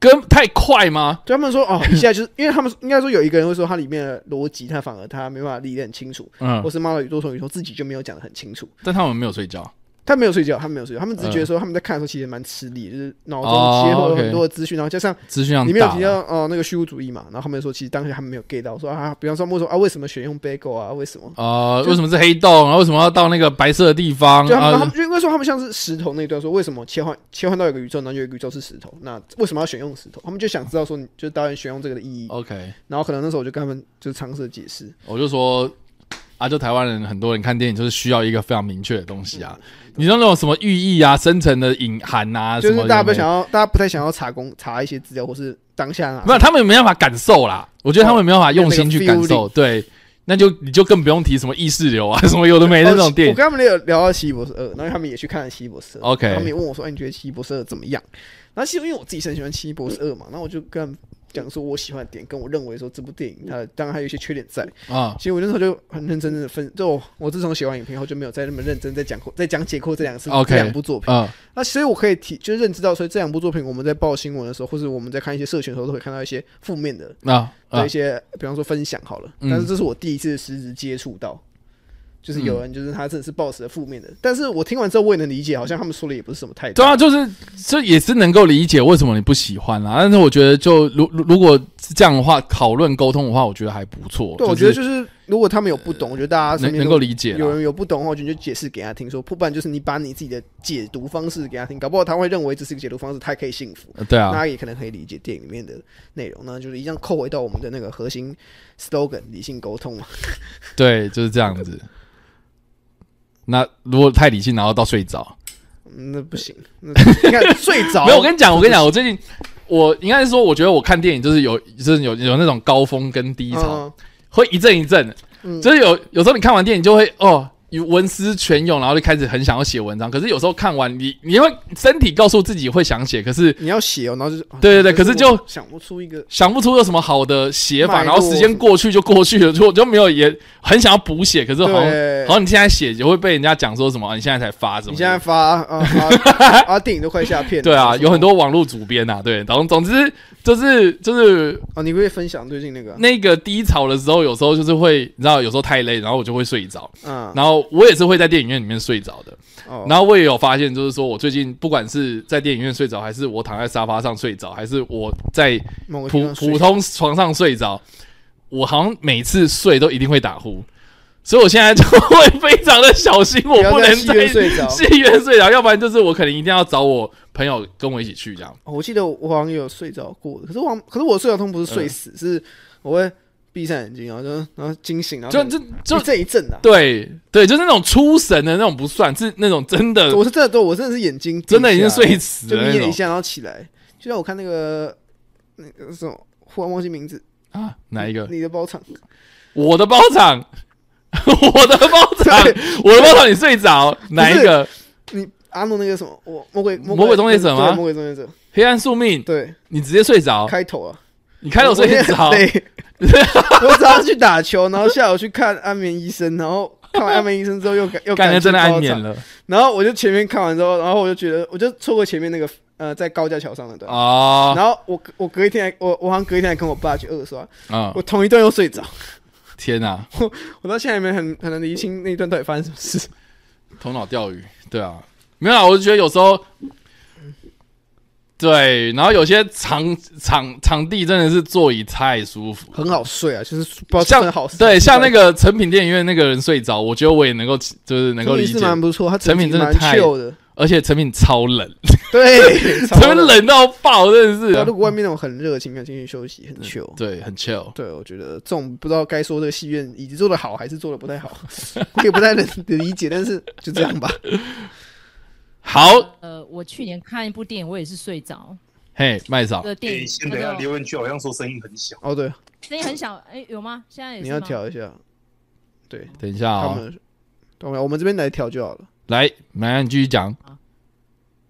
Speaker 1: 跟太快吗？
Speaker 2: 对他们说哦，一下就是因为他们应该说有一个人会说它里面的逻辑，他反而他没办法理得很清楚，
Speaker 1: 嗯
Speaker 2: 或，是妈的宇宙从宇宙自己就没有讲得很清楚。
Speaker 1: 但他们没有睡觉。
Speaker 2: 他没有睡觉，他没有睡觉，他们只是觉得说他们在看的时候其实蛮吃力，就是脑中结合
Speaker 1: 嗯哦
Speaker 2: 了
Speaker 1: ，OK
Speaker 2: 很多的资讯，然后加上
Speaker 1: 资讯量
Speaker 2: 里
Speaker 1: 大啊
Speaker 2: 面有提
Speaker 1: 了
Speaker 2: 到哦那个虚无主义嘛，然后他们说其实当时他们没有 get 到，说啊，比方说莫说啊为什么选用 bagel 啊，为什么？
Speaker 1: 呃，
Speaker 2: 就
Speaker 1: 为什么是黑洞？然后为什么要到那个白色的地方？
Speaker 2: 就他们，
Speaker 1: 啊
Speaker 2: 他们就因为说他们像是石头那一段，说为什么切换切换到有个宇宙，然后有一个宇宙是石头，那为什么要选用石头？他们就想知道说，就导演选用这个的意义。
Speaker 1: OK，
Speaker 2: 然后可能那时候我就跟他们就尝试解释，
Speaker 1: 我就说啊，就台湾人很多人看电影就是需要一个非常明确的东西啊，你说那种什么寓意啊、深层的隐含啊，
Speaker 2: 嗯就是
Speaker 1: 什么
Speaker 2: 大家不
Speaker 1: 有没有
Speaker 2: 想要，大家不太想要查公查一些资料，或是当下拿
Speaker 1: 没有，他们没办法感受啦。我觉得他们没办法用心去感
Speaker 2: 那个
Speaker 1: 受，对，那就你就更不用提什么意识流啊，什么有的没的
Speaker 2: 哦
Speaker 1: 那种电
Speaker 2: 我
Speaker 1: 影。
Speaker 2: 跟他们有聊到《奇异博士二》，然后他们也去看了《奇异博士二》
Speaker 1: OK
Speaker 2: 他们也问我说：“哎，你觉得《奇异博士二》怎么样？”然后其实因为我自己是很喜欢《奇异博士二》嘛，然后我就跟他们讲说我喜欢的点，跟我认为说这部电影它的当然还有一些缺点在。
Speaker 1: 啊，
Speaker 2: 其实我那时候就很认真的分，就我我自从写完影评后就没有再那么认真在讲过在讲解过这两次
Speaker 1: OK
Speaker 2: 这两部作品。
Speaker 1: 啊，
Speaker 2: 那所以我可以提，就是认知到，所以这两部作品我们在报新闻的时候，或者我们在看一些社群的时候，都会看到一些负面的
Speaker 1: 啊，
Speaker 2: 的
Speaker 1: 啊
Speaker 2: 一，些，比方说分享好了。
Speaker 1: 嗯
Speaker 2: 但是这是我第一次实质接触到，就是
Speaker 1: 嗯
Speaker 2: 有人就是他真的是抱持了负面的，但是我听完之后我也能理解，好像他们说的也不是什么太
Speaker 1: 对
Speaker 2: 大。
Speaker 1: 啊，就是这也是能够理解为什么你不喜欢啦。但是我觉得就，如如如果是这样的话，讨论沟通的话，我觉得还不错。
Speaker 2: 对，我觉得就是如果他们有不懂，我觉得大家身
Speaker 1: 能
Speaker 2: 边
Speaker 1: 呃能
Speaker 2: 都
Speaker 1: 够理解啦
Speaker 2: 有人有不懂的话，我觉得你就解释给他听，说不不然就是你把你自己的解读方式给他听，搞不好他会认为这是一个解读方式，他也可以信服。
Speaker 1: 呃对
Speaker 2: 大
Speaker 1: 啊，
Speaker 2: 家也可能可以理解电影里面的内容，那就是一样扣回到我们的那个核心 slogan 理性沟通嘛。
Speaker 1: 对，就是这样子。那如果太理性，然后到睡着，
Speaker 2: 嗯那不行，那 你看睡着
Speaker 1: 没有，我跟你讲，我跟你讲，我最近我应该是说，我觉得我看电影就是有，就是有有那种高峰跟低潮，
Speaker 2: 嗯
Speaker 1: 会一阵一阵的。
Speaker 2: 嗯
Speaker 1: 就是有有时候你看完电影就会哦，有文思泉涌，然后就开始很想要写文章。可是有时候看完你，你会身体告诉自己会想写，可是
Speaker 2: 你要写哦，然后就是
Speaker 1: 对对对可是就
Speaker 2: 我想不出一个
Speaker 1: 想不出有什么好的写法，
Speaker 2: 脉
Speaker 1: 然
Speaker 2: 络
Speaker 1: 后时间过去就过去了，就就没有也很想要补写，可是好像
Speaker 2: 对
Speaker 1: 好像你现在写就会被人家讲说什么、啊、你现在才发什么的。
Speaker 2: 你现在发 啊啊啊！电影都快下片了，
Speaker 1: 对啊，
Speaker 2: 什么
Speaker 1: 有很多网络主编呐、啊，对，总总之就是就是
Speaker 2: 哦。你可以分享最近那个
Speaker 1: 那个低潮的时候，有时候就是会，你知道，有时候太累，然后我就会睡着，
Speaker 2: 嗯，
Speaker 1: 然后我也是会在电影院里面睡着的。
Speaker 2: 哦
Speaker 1: 然后我也有发现，就是说我最近不管是在电影院睡着，还是我躺在沙发上睡着，还是我在
Speaker 2: 某个地
Speaker 1: 普
Speaker 2: 方睡
Speaker 1: 普通床上睡着，我好像每次睡都一定会打呼，所以我现在就会非常的小心，我
Speaker 2: 不要
Speaker 1: 不
Speaker 2: 在
Speaker 1: 能
Speaker 2: 戏
Speaker 1: 在
Speaker 2: 院睡着
Speaker 1: 戏院睡着，要不然就是我可能一定要找我朋友跟我一起去这样。
Speaker 2: 哦我记得我好像有睡着过，可是我好像可是我睡着通不
Speaker 1: 嗯
Speaker 2: 是睡死，是我会闭上眼睛，然后就然后惊醒，然后
Speaker 1: 就就就
Speaker 2: 一阵一阵的。
Speaker 1: 对对，就是那种出神的那种不算，是那种真的
Speaker 2: 我是真的，对我真的是眼睛
Speaker 1: 真的已
Speaker 2: 闭
Speaker 1: 经
Speaker 2: 起来
Speaker 1: 睡死
Speaker 2: 就
Speaker 1: 了
Speaker 2: 眯
Speaker 1: 那
Speaker 2: 了一
Speaker 1: 种
Speaker 2: 下，然后起来。就像我看那个那个什么，忽然忘记名字，
Speaker 1: 啊，哪一个？
Speaker 2: 你的包场，
Speaker 1: 我的包场， 我的包场，
Speaker 2: 对
Speaker 1: 我的包场，你睡着哪一个？
Speaker 2: 你阿诺那个什么，我魔鬼
Speaker 1: 魔鬼终结者吗
Speaker 2: 对魔鬼终结者，
Speaker 1: 黑暗宿命，
Speaker 2: 对，
Speaker 1: 你直接睡着，
Speaker 2: 开头啊，
Speaker 1: 你开头
Speaker 2: 我
Speaker 1: 睡
Speaker 2: 现在
Speaker 1: 着，
Speaker 2: 对， 我早上去打球，然后下午去看安眠医生，然后看完安眠医生之后又赶 又
Speaker 1: 感
Speaker 2: 赶
Speaker 1: 觉
Speaker 2: 去
Speaker 1: 真的安
Speaker 2: 包
Speaker 1: 眠
Speaker 2: 场，
Speaker 1: 了
Speaker 2: 然后我就前面看完之后，然后我就觉得我就错过前面那个呃在高架桥上那段。
Speaker 1: 啊
Speaker 2: 然后我隔我隔一天还我我好像隔一天还跟我爸去二刷，
Speaker 1: 啊！
Speaker 2: 我同一段又睡着，
Speaker 1: 天哪，
Speaker 2: 我到现在也没很很难理清那一段到底发生什么事。
Speaker 1: 头脑钓鱼，对啊，没有啊，我就觉得有时候。对，然后有些场场场地真的是座椅太舒服了，
Speaker 2: 很好睡啊，就是不知道
Speaker 1: 像
Speaker 2: 真的好睡
Speaker 1: 对，像那个成品电影院那个人睡着，我觉得我也能够，就是能够理解
Speaker 2: 是。蛮不错，他
Speaker 1: 成品真的
Speaker 2: 蛮
Speaker 1: 太
Speaker 2: chill 的，
Speaker 1: 而且成品超冷，
Speaker 2: 对，
Speaker 1: 成品
Speaker 2: 超冷。
Speaker 1: 冷到爆，真
Speaker 2: 对啊
Speaker 1: 的
Speaker 2: 如
Speaker 1: 是。
Speaker 2: 果外面那种很热的情感进去休息，很 chill。
Speaker 1: 对，很 chill。
Speaker 2: 对，我觉得这种不知道该说这个戏院椅子做的好还是做的不太好，我也不太能理解，但是就这样吧。哦
Speaker 1: 好，
Speaker 4: 呃，我去年看一部电影，我也是睡着。
Speaker 1: 嘿，麦
Speaker 4: 这
Speaker 1: 嫂，
Speaker 4: 个电
Speaker 3: 哎，
Speaker 4: 影
Speaker 3: 先
Speaker 4: 叫
Speaker 3: 等一下，
Speaker 4: 做
Speaker 3: 留言区好像说声音很小，
Speaker 2: 哦，对，
Speaker 4: 声音很小，哎，有吗？现在也是
Speaker 2: 你要
Speaker 4: 吗
Speaker 2: 调一下，对，
Speaker 1: 等一下
Speaker 2: 他
Speaker 1: 哦，
Speaker 2: 们的，对，我们这边来调就好了。
Speaker 1: 来，麦安，你继续讲。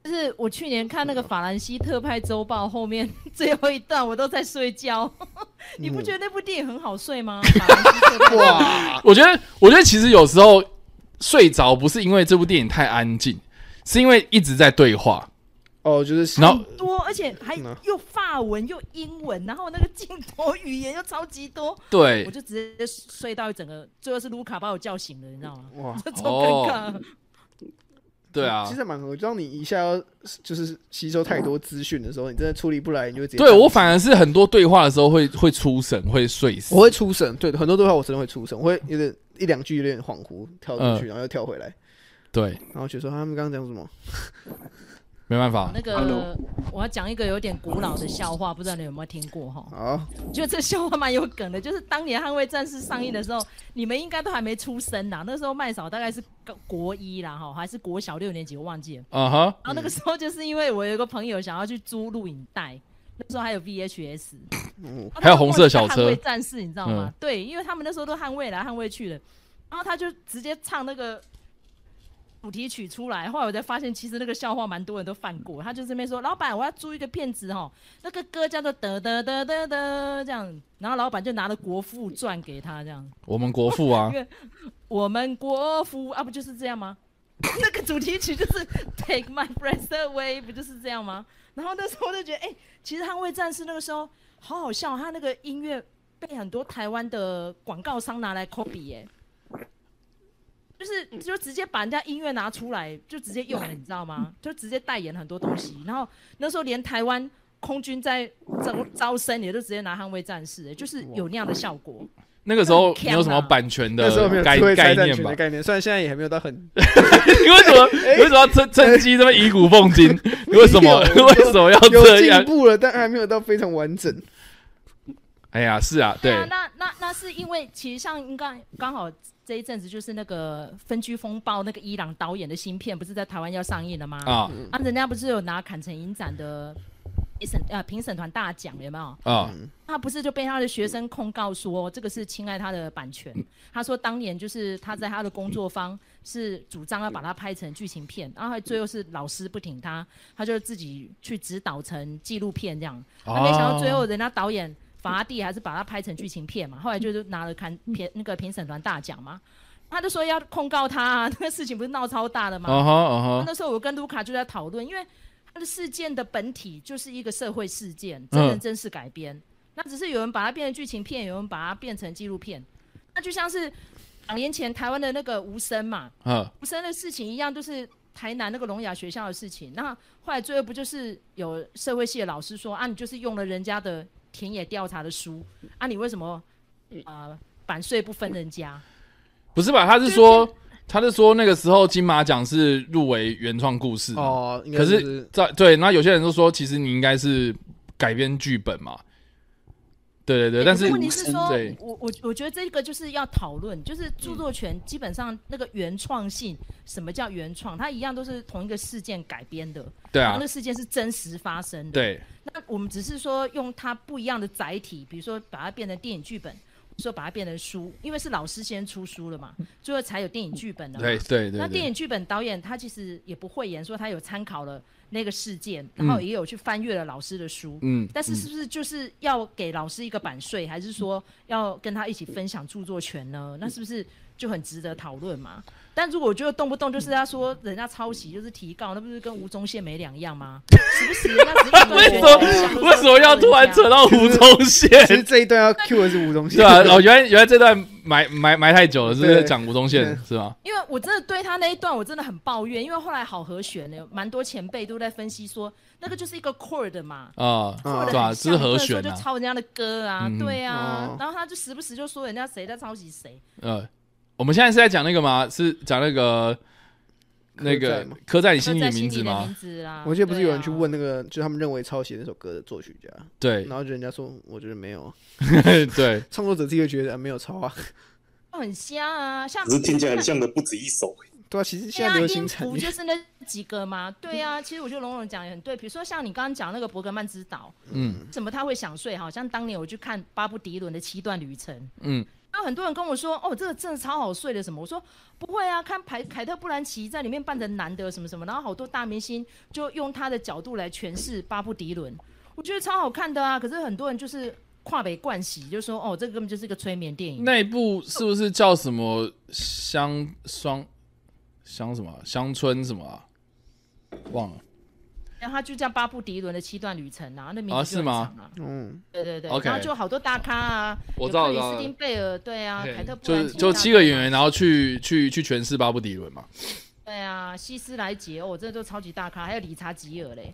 Speaker 4: 就是我去年看那个法兰西特派周报后面 最后一段，我都在睡觉。 你不觉得那部电影很好睡吗？法兰西特派周
Speaker 2: 嗯
Speaker 4: 报
Speaker 2: 哇，
Speaker 1: 我觉得，我觉得其实有时候睡着不是因为这部电影太安静，是因为一直在对话。
Speaker 2: 哦，就是
Speaker 1: 然后
Speaker 4: 多，而且还
Speaker 2: 嗯啊
Speaker 4: 又法文又英文，然后那个镜头语言又超级多，
Speaker 1: 对
Speaker 4: 我，就直接睡到一整个，最后是卢卡把我叫醒了，你知道吗？
Speaker 2: 哇，哦
Speaker 4: 这超尴尬。
Speaker 1: 对啊
Speaker 2: 其，实蛮合理。当你一下要就是吸收太多资讯的时候，你真的处理不来，你就会直接
Speaker 1: 对我反而是很多对话的时候会会出神，会睡死
Speaker 2: 我。会出神，对，很多对话我真的会出神，我会有点一两句有点恍惚，跳出去，
Speaker 1: 嗯
Speaker 2: 然后又跳回来，
Speaker 1: 对，
Speaker 2: 然后觉得说啊他们刚刚讲什么？
Speaker 1: 没办法
Speaker 4: 那个
Speaker 3: Hello
Speaker 4: 我要讲一个有点古老的笑话，不知道你有没有听过哈？
Speaker 2: 好，
Speaker 4: 我觉得这笑话蛮有梗的，就是当年《捍卫战士》上映的时候，你们应该都还没出生啊啦，那时候麦嫂大概是国一啦哈，还是国小六年级，我忘记了。
Speaker 1: 啊哈，
Speaker 4: 然后那个时候就是因为我有一个朋友想要去租录影带，那时候还有 VHS，、
Speaker 2: 嗯
Speaker 4: 然后他
Speaker 1: 还有红色小车
Speaker 4: 就问我是捍卫战士，你知道吗？
Speaker 1: 嗯
Speaker 4: 对，因为他们那时候都捍卫来捍卫去了，然后他就直接唱那个。主题曲出来，后来我才发现，其实那个笑话蛮多人都犯过。他就这边说：“老板，我要租一个片子哦，那个歌叫做得得得得得这样。”然后老板就拿了《国父传》给他，这样
Speaker 1: 我们国父啊，
Speaker 4: 我们国父啊，不就是这样吗？ 那个主题曲就是 Take My Breath Away，不就是这样吗？然后那时候就觉得，哎、其实《捍卫战士》那个时候好好笑，他那个音乐被很多台湾的广告商拿来 copy 耶、就是就直接把人家音乐拿出来，就直接用了，你知道吗？就直接代言很多东西。然后那时候连台湾空军在招招生，也就直接拿《捍卫战士、哎就是有那样的效果。
Speaker 1: 那个时候没有什么版权的
Speaker 2: 那时候没有
Speaker 1: 概
Speaker 2: 智慧
Speaker 1: 概
Speaker 2: 财产
Speaker 1: 念
Speaker 2: 权
Speaker 1: 吧
Speaker 2: 的？概念，虽然现在也还没有到很
Speaker 1: 你为什 么你为什么要趁趁机这么以古奉今？你为什么
Speaker 2: 有
Speaker 1: 为什么要
Speaker 2: 有
Speaker 1: 这
Speaker 2: 进
Speaker 1: 样？
Speaker 2: 步了，但还没有到非常完整。
Speaker 1: 哎呀，是啊，
Speaker 4: 啊，
Speaker 1: 对，
Speaker 4: 那那那是因为其实像刚刚好这一阵子就是那个《分居风暴》那个伊朗导演的新片，不是在台湾要上映了吗？啊，
Speaker 1: 啊
Speaker 4: 人家不是有拿坎城影展的评审呃评审团大奖有没有？
Speaker 1: 啊，
Speaker 4: 他不是就被他的学生控告说这个是侵害他的版权。他说当年就是他在他的工作方是主张要把它拍成剧情片，然后还最后是老师不挺他，他就自己去指导成纪录片这样。他没想到最后人家导演法拉第还是把它拍成剧情片嘛，后来就是拿了看评那个评审团大奖嘛。他就说要控告他、啊，那个事情不是闹超大的吗？
Speaker 1: 啊哈啊哈，
Speaker 4: 那时候我跟卢卡就在讨论，因为他的事件的本体就是一个社会事件，真人真事改编。那只是有人把它变成剧情片，有人把它变成纪录片。那就像是两年前台湾的那个无声嘛，
Speaker 1: 嗯
Speaker 4: 无声的事情一样，就是台南那个聋哑学校的事情。那后来最后不就是有社会系的老师说啊，你就是用了人家的田野调查的书啊，你为什么啊、呃版税不分人家？
Speaker 1: 不是吧？他是说他是说那个时候金马奖是入围原创故事嘛，
Speaker 2: 哦，应该
Speaker 1: 可
Speaker 2: 就是
Speaker 1: 在对，那有些人就说，其实你应该是改编剧本嘛。对对对，
Speaker 4: 对
Speaker 1: 但
Speaker 4: 可
Speaker 1: 是
Speaker 4: 问题是说
Speaker 1: 对，
Speaker 4: 我我我觉得这个就是要讨论，就是著作
Speaker 1: 嗯
Speaker 4: 权基本上那个原创性，什么叫原创？它一样都是同一个事件改编的，
Speaker 1: 对
Speaker 4: 然后
Speaker 1: 啊
Speaker 4: 那，事件是真实发生的。
Speaker 1: 对
Speaker 4: 那我们只是说用它不一样的载体，比如说把它变成电影剧本，说把它变成书，因为是老师先出书了嘛，最后才有电影剧本的嘛。
Speaker 1: 对对
Speaker 4: 那
Speaker 1: 对
Speaker 4: 电
Speaker 1: 对，
Speaker 4: 影剧本导演他其实也不讳言说他有参考了那个事件，然后也有去翻阅了老师的书。
Speaker 1: 嗯，
Speaker 4: 但是
Speaker 1: 嗯
Speaker 4: 是不是就是要给老师一个版税，还是说要跟他一起分享著作权呢？那是不是就很值得讨论嘛？但如果我觉得动不动就是他说人家抄袭就是提告，那不是跟吴宗宪没两样吗？时不时人家只是
Speaker 1: 为什么为什么要突然扯
Speaker 4: 到？
Speaker 1: 到吴宗宪？
Speaker 2: 其实这一段要 Q 的是吴宗宪，
Speaker 1: 对啊，哦，原来原来这段埋埋埋太久了，是不是
Speaker 2: 对
Speaker 1: 讲吴宗宪是吗？
Speaker 4: 因为我真的对他那一段我真的很抱怨，因为后来好和弦呢，蛮多前辈都在分析说那个就是一个 chord 嘛，
Speaker 1: 啊，
Speaker 2: 啊
Speaker 1: 对吧？这是和
Speaker 4: 你
Speaker 1: 弦
Speaker 4: 不能说
Speaker 1: 啊
Speaker 4: 就，抄人家的歌啊，
Speaker 1: 嗯
Speaker 4: 对啊
Speaker 2: 哦，
Speaker 4: 然后他就时不时就说人家谁在抄袭谁，
Speaker 1: 呃，我们现在是在讲那个吗？是讲那个那
Speaker 2: 刻在
Speaker 1: 个
Speaker 2: 吗
Speaker 1: 刻在你
Speaker 4: 你
Speaker 1: 心里的名字
Speaker 4: 的名
Speaker 1: 吗？
Speaker 4: 字啦。
Speaker 2: 我记得不是有人
Speaker 4: 对啊
Speaker 2: 去问那个，就是他们认为抄袭那首歌的作曲家，
Speaker 1: 对
Speaker 2: 然后人家说，我觉得没有啊，
Speaker 1: 对，
Speaker 2: 创作者自己会觉得、啊没有抄啊。
Speaker 4: 就很像啊，像
Speaker 3: 只是听起来很像的不止一首。
Speaker 2: 对啊，其实
Speaker 4: 对
Speaker 2: 现在
Speaker 4: 啊，
Speaker 2: 流
Speaker 4: 音
Speaker 2: 行产
Speaker 4: 符
Speaker 2: 业，
Speaker 4: 就是那几个嘛。对啊，其实我觉得龙龙讲也很对，比如说像你刚刚讲那个伯格曼之岛，
Speaker 1: 嗯
Speaker 4: 为什么他会想睡？好像当年我去看巴布迪伦的七段旅程。
Speaker 1: 嗯，
Speaker 4: 然后很多人跟我说，哦，这个真的超好睡的什么？我说不会啊，看凯凯特·布兰奇在里面扮成男的什么什么，然后好多大明星就用他的角度来诠释巴布迪伦，我觉得超好看的啊。可是很多人就是跨北惯喜，就说哦，这个根本就是一个催眠电影。
Speaker 1: 那一部是不是叫什么乡双乡什么啊乡村什么啊？忘了。
Speaker 4: 然后他就叫巴布迪伦的七段旅程啊，那名
Speaker 1: 啊
Speaker 4: 字就
Speaker 1: 是
Speaker 4: 很
Speaker 1: 吗
Speaker 4: 长啊
Speaker 2: 嗯，
Speaker 4: 对对对
Speaker 1: OK
Speaker 4: 然后就好多大咖啊，
Speaker 1: 我
Speaker 4: 有
Speaker 1: 知道
Speaker 4: 克里
Speaker 1: 我知道
Speaker 4: 斯汀贝尔，对啊，凯特布
Speaker 1: 就
Speaker 4: 兰
Speaker 1: 是
Speaker 4: 奇
Speaker 1: 就
Speaker 4: 大
Speaker 1: 七个
Speaker 4: 咖
Speaker 1: 演员，，然后去去去诠释巴布迪伦嘛。
Speaker 4: 对啊，希斯莱杰哦，这都超级大咖，还有理查吉尔嘞。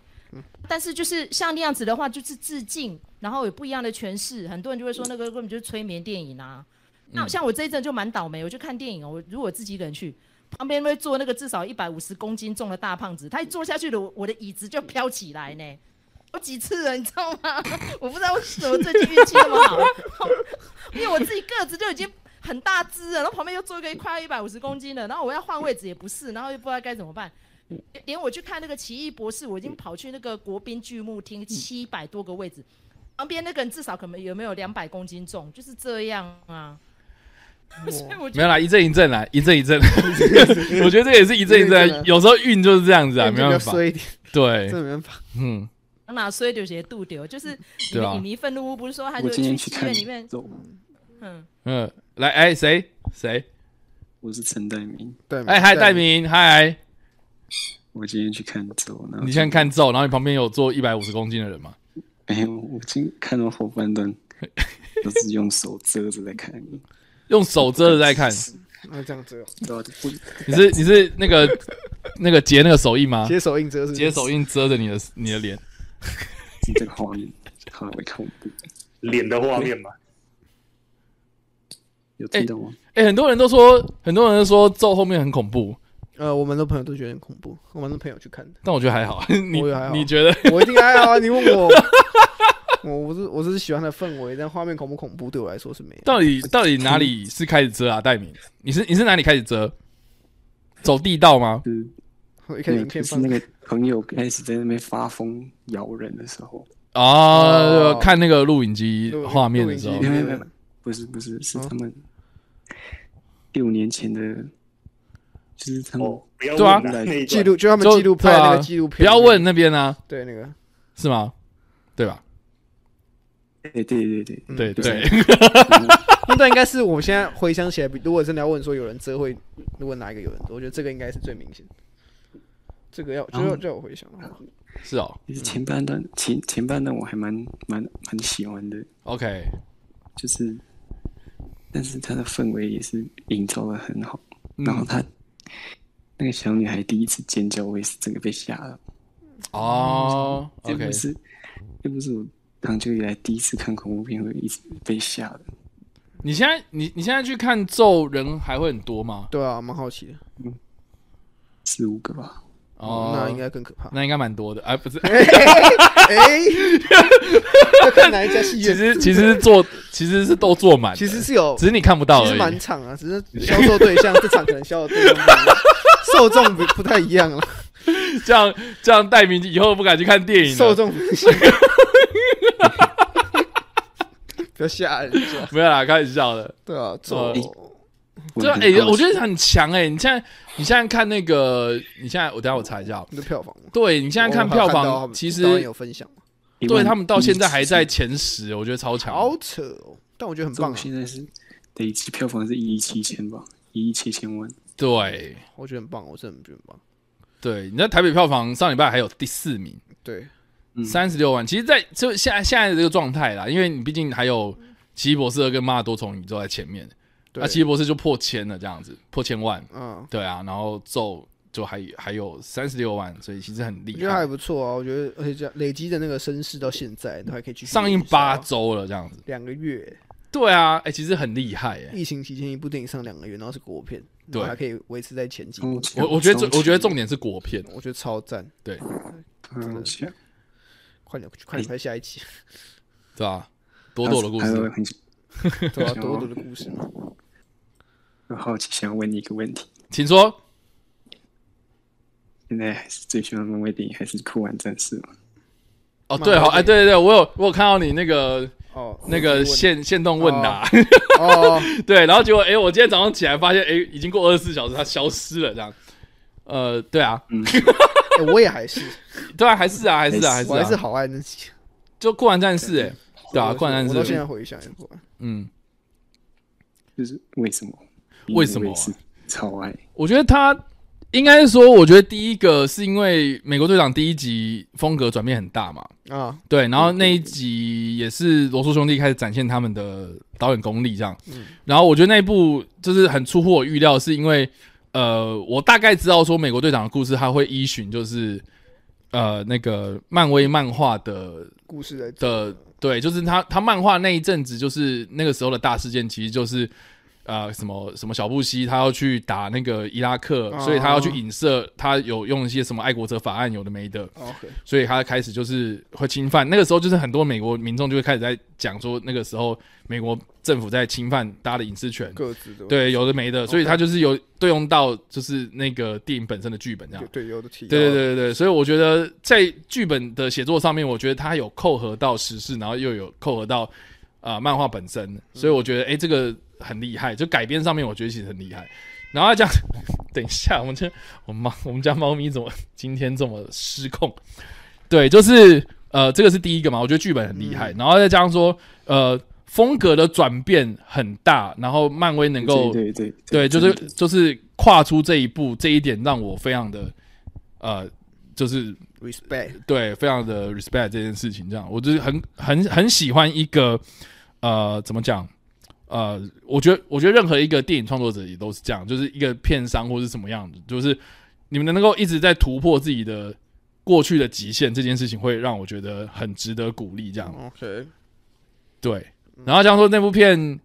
Speaker 4: 但是就是像那样子的话，就是致敬，然后有不一样的诠释。很多人就会说那个根本就是催眠电影啊。那像我这一阵就蛮倒霉，我去看电影哦，我如果自己一个人去，旁边会坐那个至少一百五十公斤重的大胖子，他一坐下去了，我我的椅子就飘起来 呢。有几次了，你知道吗？ 我不知道为什么最近运气那么好，因为我自己个子就已经很大只了，然后旁边又坐一个快要一百五十公斤的，然后我要换位置也不是，然后又不知道该怎么办。连连我去看那个《奇异博士》，我已经跑去那个国宾剧目厅七百多个位置，旁边那个人至少可能有没有两百公斤重，就是这样啊。 所以我觉
Speaker 1: 没
Speaker 4: 得
Speaker 1: 有啦，一阵一阵啦，一阵一 阵。我觉得这也是一阵一
Speaker 2: 一阵一阵
Speaker 1: 阵
Speaker 2: 啊，
Speaker 1: 有时候运就是这样 子啊，没
Speaker 2: 比较
Speaker 1: 办法。
Speaker 2: 衰一点，
Speaker 1: 对
Speaker 2: 真，的没办法。
Speaker 1: 嗯，
Speaker 4: 哪衰就些度 丢，就是你
Speaker 1: 对啊
Speaker 4: 们影迷愤怒屋不是说他
Speaker 5: 我
Speaker 4: 就
Speaker 5: 今天
Speaker 4: 戏
Speaker 5: 去看
Speaker 4: 院里面，
Speaker 5: 走，
Speaker 4: 嗯，
Speaker 1: 嗯，来，哎，谁谁？
Speaker 5: 我是陈代明，
Speaker 2: 对，
Speaker 1: 哎，嗨，戴，明，嗨，
Speaker 5: 我今天去看走，
Speaker 2: 啊
Speaker 5: 然后
Speaker 1: 你先看咒，然后你旁边有坐一百五十公斤的人吗？
Speaker 5: 没有，哎我今看到后半段都是用手遮着在看，
Speaker 1: 用手遮着在 看，
Speaker 2: 那这样子 哦，
Speaker 5: 对啊，就不
Speaker 1: 你是你是那个 那个截那个手印吗？
Speaker 2: 接手印折是不是
Speaker 1: 截手印遮着你的你的脸，
Speaker 5: 这个画面好为恐怖，
Speaker 3: 脸的画 面嘛。
Speaker 5: 有听到吗？
Speaker 1: 哎，很多人都说，很多人都说咒后面很恐怖，
Speaker 2: 呃，我们的朋友都觉得很恐怖，我们的朋友去看的，
Speaker 1: 但我觉得还 好。你
Speaker 2: 我也还好
Speaker 1: 你觉得？
Speaker 2: 我一定还好啊。你问我， 我我是我是喜欢的氛围，但画面恐不恐怖对我来说是没有。
Speaker 1: 到底到底哪里是开始遮啊？戴明，你是你是哪里开始遮？走地道吗？
Speaker 5: 是
Speaker 1: 啊
Speaker 2: 我一看
Speaker 5: 那
Speaker 2: 影
Speaker 5: 个就
Speaker 2: 片
Speaker 5: 是
Speaker 2: 放
Speaker 5: 那个朋友开始在那边发疯咬人的时候，
Speaker 1: 啊
Speaker 2: 哦，
Speaker 1: 看那个录影机画面的时候
Speaker 2: 录
Speaker 5: 没
Speaker 2: 影
Speaker 5: 有
Speaker 2: 机
Speaker 5: 没有没有，不是不是，是
Speaker 2: 哦
Speaker 5: 他们六年前的，就是他们
Speaker 3: 哦，不要
Speaker 1: 对啊
Speaker 3: 问了那一段
Speaker 2: 记录，就他们
Speaker 1: 就
Speaker 2: 记录拍
Speaker 1: 对啊
Speaker 2: 那个纪录片，
Speaker 1: 不要问那边啊，
Speaker 2: 对那个
Speaker 1: 是吗？对吧？
Speaker 5: 对对对对
Speaker 2: 嗯
Speaker 1: 对
Speaker 5: 就
Speaker 1: 对
Speaker 5: 是，
Speaker 2: 那段应该是我现在回想起来，比如果真的要问说有人遮会，如果哪一个有人遮，我觉得这个应该是最明显的。这个要，就
Speaker 5: 然后
Speaker 1: 嗯
Speaker 2: 要叫我回想的话，
Speaker 1: 是哦。
Speaker 5: 就是前半段前前半段我还蛮蛮蛮喜欢的，
Speaker 1: OK，
Speaker 5: 就是，但是它的氛围也是营造的很好。
Speaker 1: 嗯
Speaker 5: 然后她那个小女孩第一次尖叫，我也是整个被吓了。
Speaker 1: 哦
Speaker 5: 这
Speaker 1: ，OK，
Speaker 5: 不是，这不是我长久以来第一次看恐怖片会一直被吓的。
Speaker 1: 你现在你你现在去看咒人还会很多吗？
Speaker 2: 对啊，蛮好奇的。
Speaker 5: 四五个吧，
Speaker 1: 哦，
Speaker 2: 嗯那应该更可怕。
Speaker 1: 那应该蛮多的，哎，不 是，
Speaker 2: 哎，要看哪一家戏
Speaker 1: 其
Speaker 2: 院？
Speaker 1: 实其实是坐其实是都坐满的，
Speaker 2: 其实是有，
Speaker 1: 只是你看不到
Speaker 2: 其实
Speaker 1: 而
Speaker 2: 满
Speaker 1: 已。
Speaker 2: 场啊，只是销售对象这场可能销售对象不一样，受众不不太一样了，
Speaker 1: 这样这样，戴明以后不敢去看电影
Speaker 2: 受
Speaker 1: 了。
Speaker 2: 众不一样。 不要吓人，是吧
Speaker 1: 没有啦，开玩笑的。
Speaker 2: 对啊，
Speaker 1: 呃
Speaker 2: 走
Speaker 5: 我
Speaker 1: 对啊，
Speaker 5: 很
Speaker 1: 哎、
Speaker 5: 好奇
Speaker 1: 我觉得很强哎、你现在你现在看那个，你现在我等一下我查一下哦、
Speaker 2: 你的票房吗。
Speaker 1: 对你现在看
Speaker 2: 我
Speaker 1: 票
Speaker 2: 看到他
Speaker 1: 房，
Speaker 2: 们
Speaker 1: 其
Speaker 2: 导演
Speaker 1: 实
Speaker 2: 有分享吗，
Speaker 5: 一万
Speaker 1: 对他们到现在还在
Speaker 5: 一
Speaker 1: 前十，我觉得超强。
Speaker 2: 好扯哦，但我觉得很
Speaker 5: 千，
Speaker 2: 棒啊
Speaker 5: 我，现在是累计票房是一亿七千吧，一亿七千万。
Speaker 1: 对
Speaker 2: 我觉得很棒，我真的觉得很棒。
Speaker 1: 对，你在台北票房上礼拜还有第四名，
Speaker 2: 对，
Speaker 5: 嗯
Speaker 1: 三十六万。其实在就现在现在的这个状态啦，因为你毕竟还有《奇异博士二》跟《妈的多重宇宙》在前面，
Speaker 2: 对
Speaker 1: 那《奇异博士》就破千了，这样子破千万。
Speaker 2: 嗯，
Speaker 1: 对啊，然后咒就还还有三十六万，所以其实很
Speaker 2: 我
Speaker 1: 厉
Speaker 2: 觉得还
Speaker 1: 害。
Speaker 2: 不错啊，我觉得而且这样累积的那个声势到现在都还可以去
Speaker 1: 上映八周了，这样子。
Speaker 2: 哦两个月，
Speaker 1: 对啊，哎、其实很厉害哎、
Speaker 2: 疫情期间一部电影上两个月，然后是国片，
Speaker 1: 对
Speaker 2: 然后还可以维持在前几
Speaker 5: 跟
Speaker 2: 名，
Speaker 5: 我抢
Speaker 1: 我我觉得
Speaker 5: 超
Speaker 1: 重我觉得
Speaker 5: 强
Speaker 1: 重点是国片，
Speaker 2: 我觉得超赞。
Speaker 5: 嗯，是
Speaker 2: 快点，快
Speaker 1: 哎
Speaker 2: 点拍下一 集，
Speaker 1: 对吧、朵朵的故
Speaker 5: 还有
Speaker 1: 事，
Speaker 5: 很
Speaker 2: 对吧？朵朵的故事嘛，
Speaker 5: 很好奇，想要问你一个问题：
Speaker 1: 请说。
Speaker 5: 现在还是最喜欢漫威电影还是酷玩战士吗？
Speaker 1: 哦，
Speaker 2: 漫
Speaker 1: 对哦，
Speaker 2: 威
Speaker 1: 哎，对对对，我有我有看到你那个
Speaker 2: 哦，
Speaker 1: 那个线线动问答，
Speaker 2: 哦，
Speaker 1: 对，然后结果哎，我今天早上起来发现哎，已经过二十四小时，它消失了这样。呃，对啊，
Speaker 2: 哎我也还是，
Speaker 1: 对啊，还 是啊，还是啊，还
Speaker 5: 还
Speaker 1: 是
Speaker 2: 我还是
Speaker 1: 啊，
Speaker 2: 好爱那集，
Speaker 1: 就酷玩战士哎，对啊，
Speaker 2: 我
Speaker 1: 酷玩
Speaker 2: 我到
Speaker 1: 战
Speaker 2: 现
Speaker 1: 士，
Speaker 2: 在回想也不完，
Speaker 1: 嗯，
Speaker 5: 就是为什么？
Speaker 1: 为什么啊
Speaker 5: 因我也是超爱？
Speaker 1: 我觉得他应该是说，我觉得第一个是因为美国队长第一集风格转变很大嘛，
Speaker 2: 啊，
Speaker 1: 对，然后那一集也是罗素兄弟开始展现他们的导演功力，这样。然后我觉得那一部就是很出乎我预料，是因为呃，我大概知道说美国队长的故事，他会依循就是呃那个漫威漫画的
Speaker 2: 故事的
Speaker 1: 的，对，就是他他漫画那一阵子，就是那个时候的大事件，其实就是呃什么什么小布希他要去打那个伊拉克，
Speaker 2: 哦
Speaker 1: 所以他要去影射，他有用一些什么爱国者法案，有的没的。
Speaker 2: ，OK，
Speaker 1: 所以他开始就是会侵犯。那个时候就是很多美国民众就会开始在讲说，那个时候美国政府在侵犯大家的隐私权，
Speaker 2: 各自的
Speaker 1: 对，有的没的，所以他就是有对用到就是那个电影本身的剧本这样
Speaker 2: 有。对有的提
Speaker 1: 啊
Speaker 2: 到，
Speaker 1: 对对对对对，所以我觉得在剧本的写作上面，我觉得嗯
Speaker 5: 嗯
Speaker 1: 它有扣合到时事，然后又有扣合到啊、呃漫画本身，所以我觉得哎、诶这个很厉害，就改编上面我觉得其实很厉害。然后他讲， 等一下， 我们这我们猫我们家猫咪怎么今天这么失控？对，就是呃，这个是第一个嘛，我觉得剧本很厉害，
Speaker 5: 嗯
Speaker 1: 然后再加上说呃风格的转变很大，然后漫威能够
Speaker 5: 对对
Speaker 1: 对，就
Speaker 5: 真
Speaker 1: 是
Speaker 5: 的
Speaker 1: 就是跨出这一步，这一点让我非常的呃，就是
Speaker 2: ，respect，
Speaker 1: 对，非常的 respect 这件事情。这样，我就是很很很喜欢一个呃，怎么讲？呃，我觉得我觉得任何一个电影创作者也都是这样，就是一个片商或是什么样的，就是你们能够一直在突破自己的过去的极限，这件事情会让我觉得很值得鼓励。这样，
Speaker 2: 哦，OK，
Speaker 1: 对。然后这样说，那部片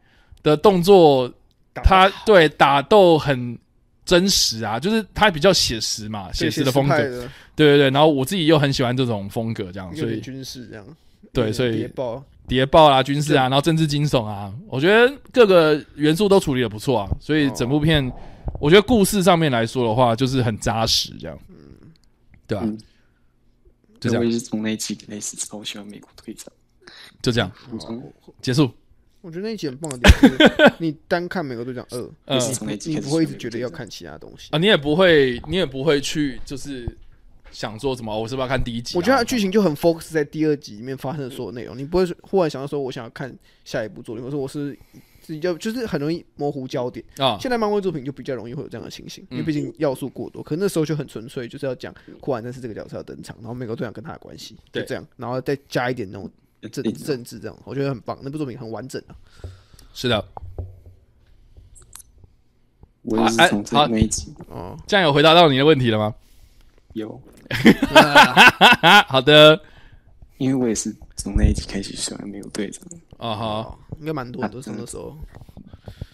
Speaker 1: 的动作他对打斗很真实啊，就是他比较写实嘛，写实的风格，对
Speaker 2: 格，
Speaker 1: 对对。然后我自己又很喜欢这种风格，这样，
Speaker 2: 有
Speaker 1: 所
Speaker 2: 点
Speaker 1: 以
Speaker 2: 军事这样，
Speaker 1: 对，
Speaker 2: 有点
Speaker 1: 所
Speaker 2: 谍
Speaker 1: 以
Speaker 2: 报
Speaker 1: 谍报啊、军事啊，然后政治惊悚啊，我觉得各个元素都处理的不错啊，所以整部片，我觉得故事上面来说的话，就是很扎实，这样，对吧、
Speaker 5: 嗯
Speaker 1: 就
Speaker 5: 对
Speaker 1: 这
Speaker 5: 我
Speaker 1: 样，啊
Speaker 5: 也是从那一集开始超喜欢美国队长，
Speaker 1: 就这样
Speaker 5: 我从
Speaker 1: 结束。
Speaker 2: 我觉得那一集很棒的点 就是，你单看《美国队长二》，
Speaker 1: 嗯
Speaker 5: 也是从那一集
Speaker 2: 呃你
Speaker 5: 开始
Speaker 2: 不会一直觉得要看其他东西
Speaker 1: 啊，。你也不会，你也不会去，就是想说什么，我是不是要看第一集啊、
Speaker 2: 我觉得它的剧情就很 focus 在第二集里面发生的所有内容，你不会忽然想到说我想要看下一部作品，或者说我是自己就就是很容易模糊焦点。
Speaker 1: 啊，
Speaker 2: 现在漫威作品就比较容易会有这样的情形，因为
Speaker 1: 嗯
Speaker 2: 毕竟要素过多。可那时候就很纯粹，就是要讲库尔丹是这个角色要登场，然后美国队长跟他的关系，就
Speaker 1: 对
Speaker 2: 这样，然后再加一点那种政
Speaker 5: 对
Speaker 2: 政治这样，我觉得很棒。那部作品很完整啊。
Speaker 1: 是的，
Speaker 5: 我也
Speaker 1: 哎
Speaker 5: 是从这
Speaker 1: 好
Speaker 5: 那一集
Speaker 2: 哦，
Speaker 1: 这样有回答到你的问题了吗？
Speaker 5: 有，
Speaker 1: 啊， 好的，
Speaker 5: 因为我也是从那一集开始喜欢美国队长，
Speaker 1: 啊好，
Speaker 2: 哦，应该蛮多人都是从那时候。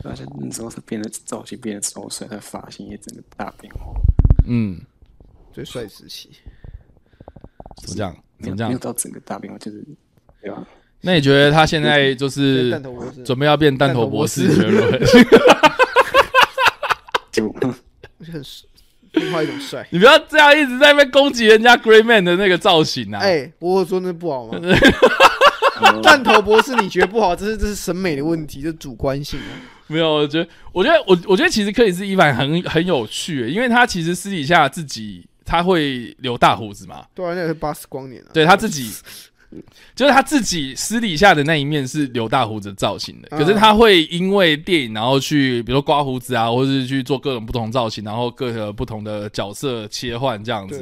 Speaker 5: 而且那时候他变得造型变得超帅，他发型也整个大变化，
Speaker 1: 嗯，
Speaker 2: 最帅时期，
Speaker 1: 怎么这样？怎
Speaker 5: 没有
Speaker 1: 么这
Speaker 5: 没有
Speaker 1: 样？啊
Speaker 5: 到整个大变化，就是对吧？
Speaker 1: 那你觉得他现在就
Speaker 2: 对
Speaker 1: 是
Speaker 2: 弹头博士
Speaker 1: 准备要变弹头博士，
Speaker 2: 弹
Speaker 1: 觉
Speaker 2: 头
Speaker 1: 得如何。
Speaker 5: 就
Speaker 2: 而且很帅另外一种帅
Speaker 1: 你不要这样一直在那边攻击人家 Grey Man 的那个造型啊！
Speaker 2: 哎、我有说那 不好吗？弹头博士你觉得不好，这是这是审美的问题，这是主观性啊。
Speaker 1: 没有，我觉得，我觉得，我我觉得其实克里斯蒂凡很很有趣，欸因为他其实私底下自己他会留大胡子嘛，
Speaker 2: 对啊，那个是巴斯光年啊。
Speaker 1: 对他自己，就是他自己私底下的那一面是留大胡子的造型的，
Speaker 2: 嗯
Speaker 1: 可是他会因为电影，然后去比如说刮胡子啊，或者是去做各种不同造型，然后各个不同的角色切换这样子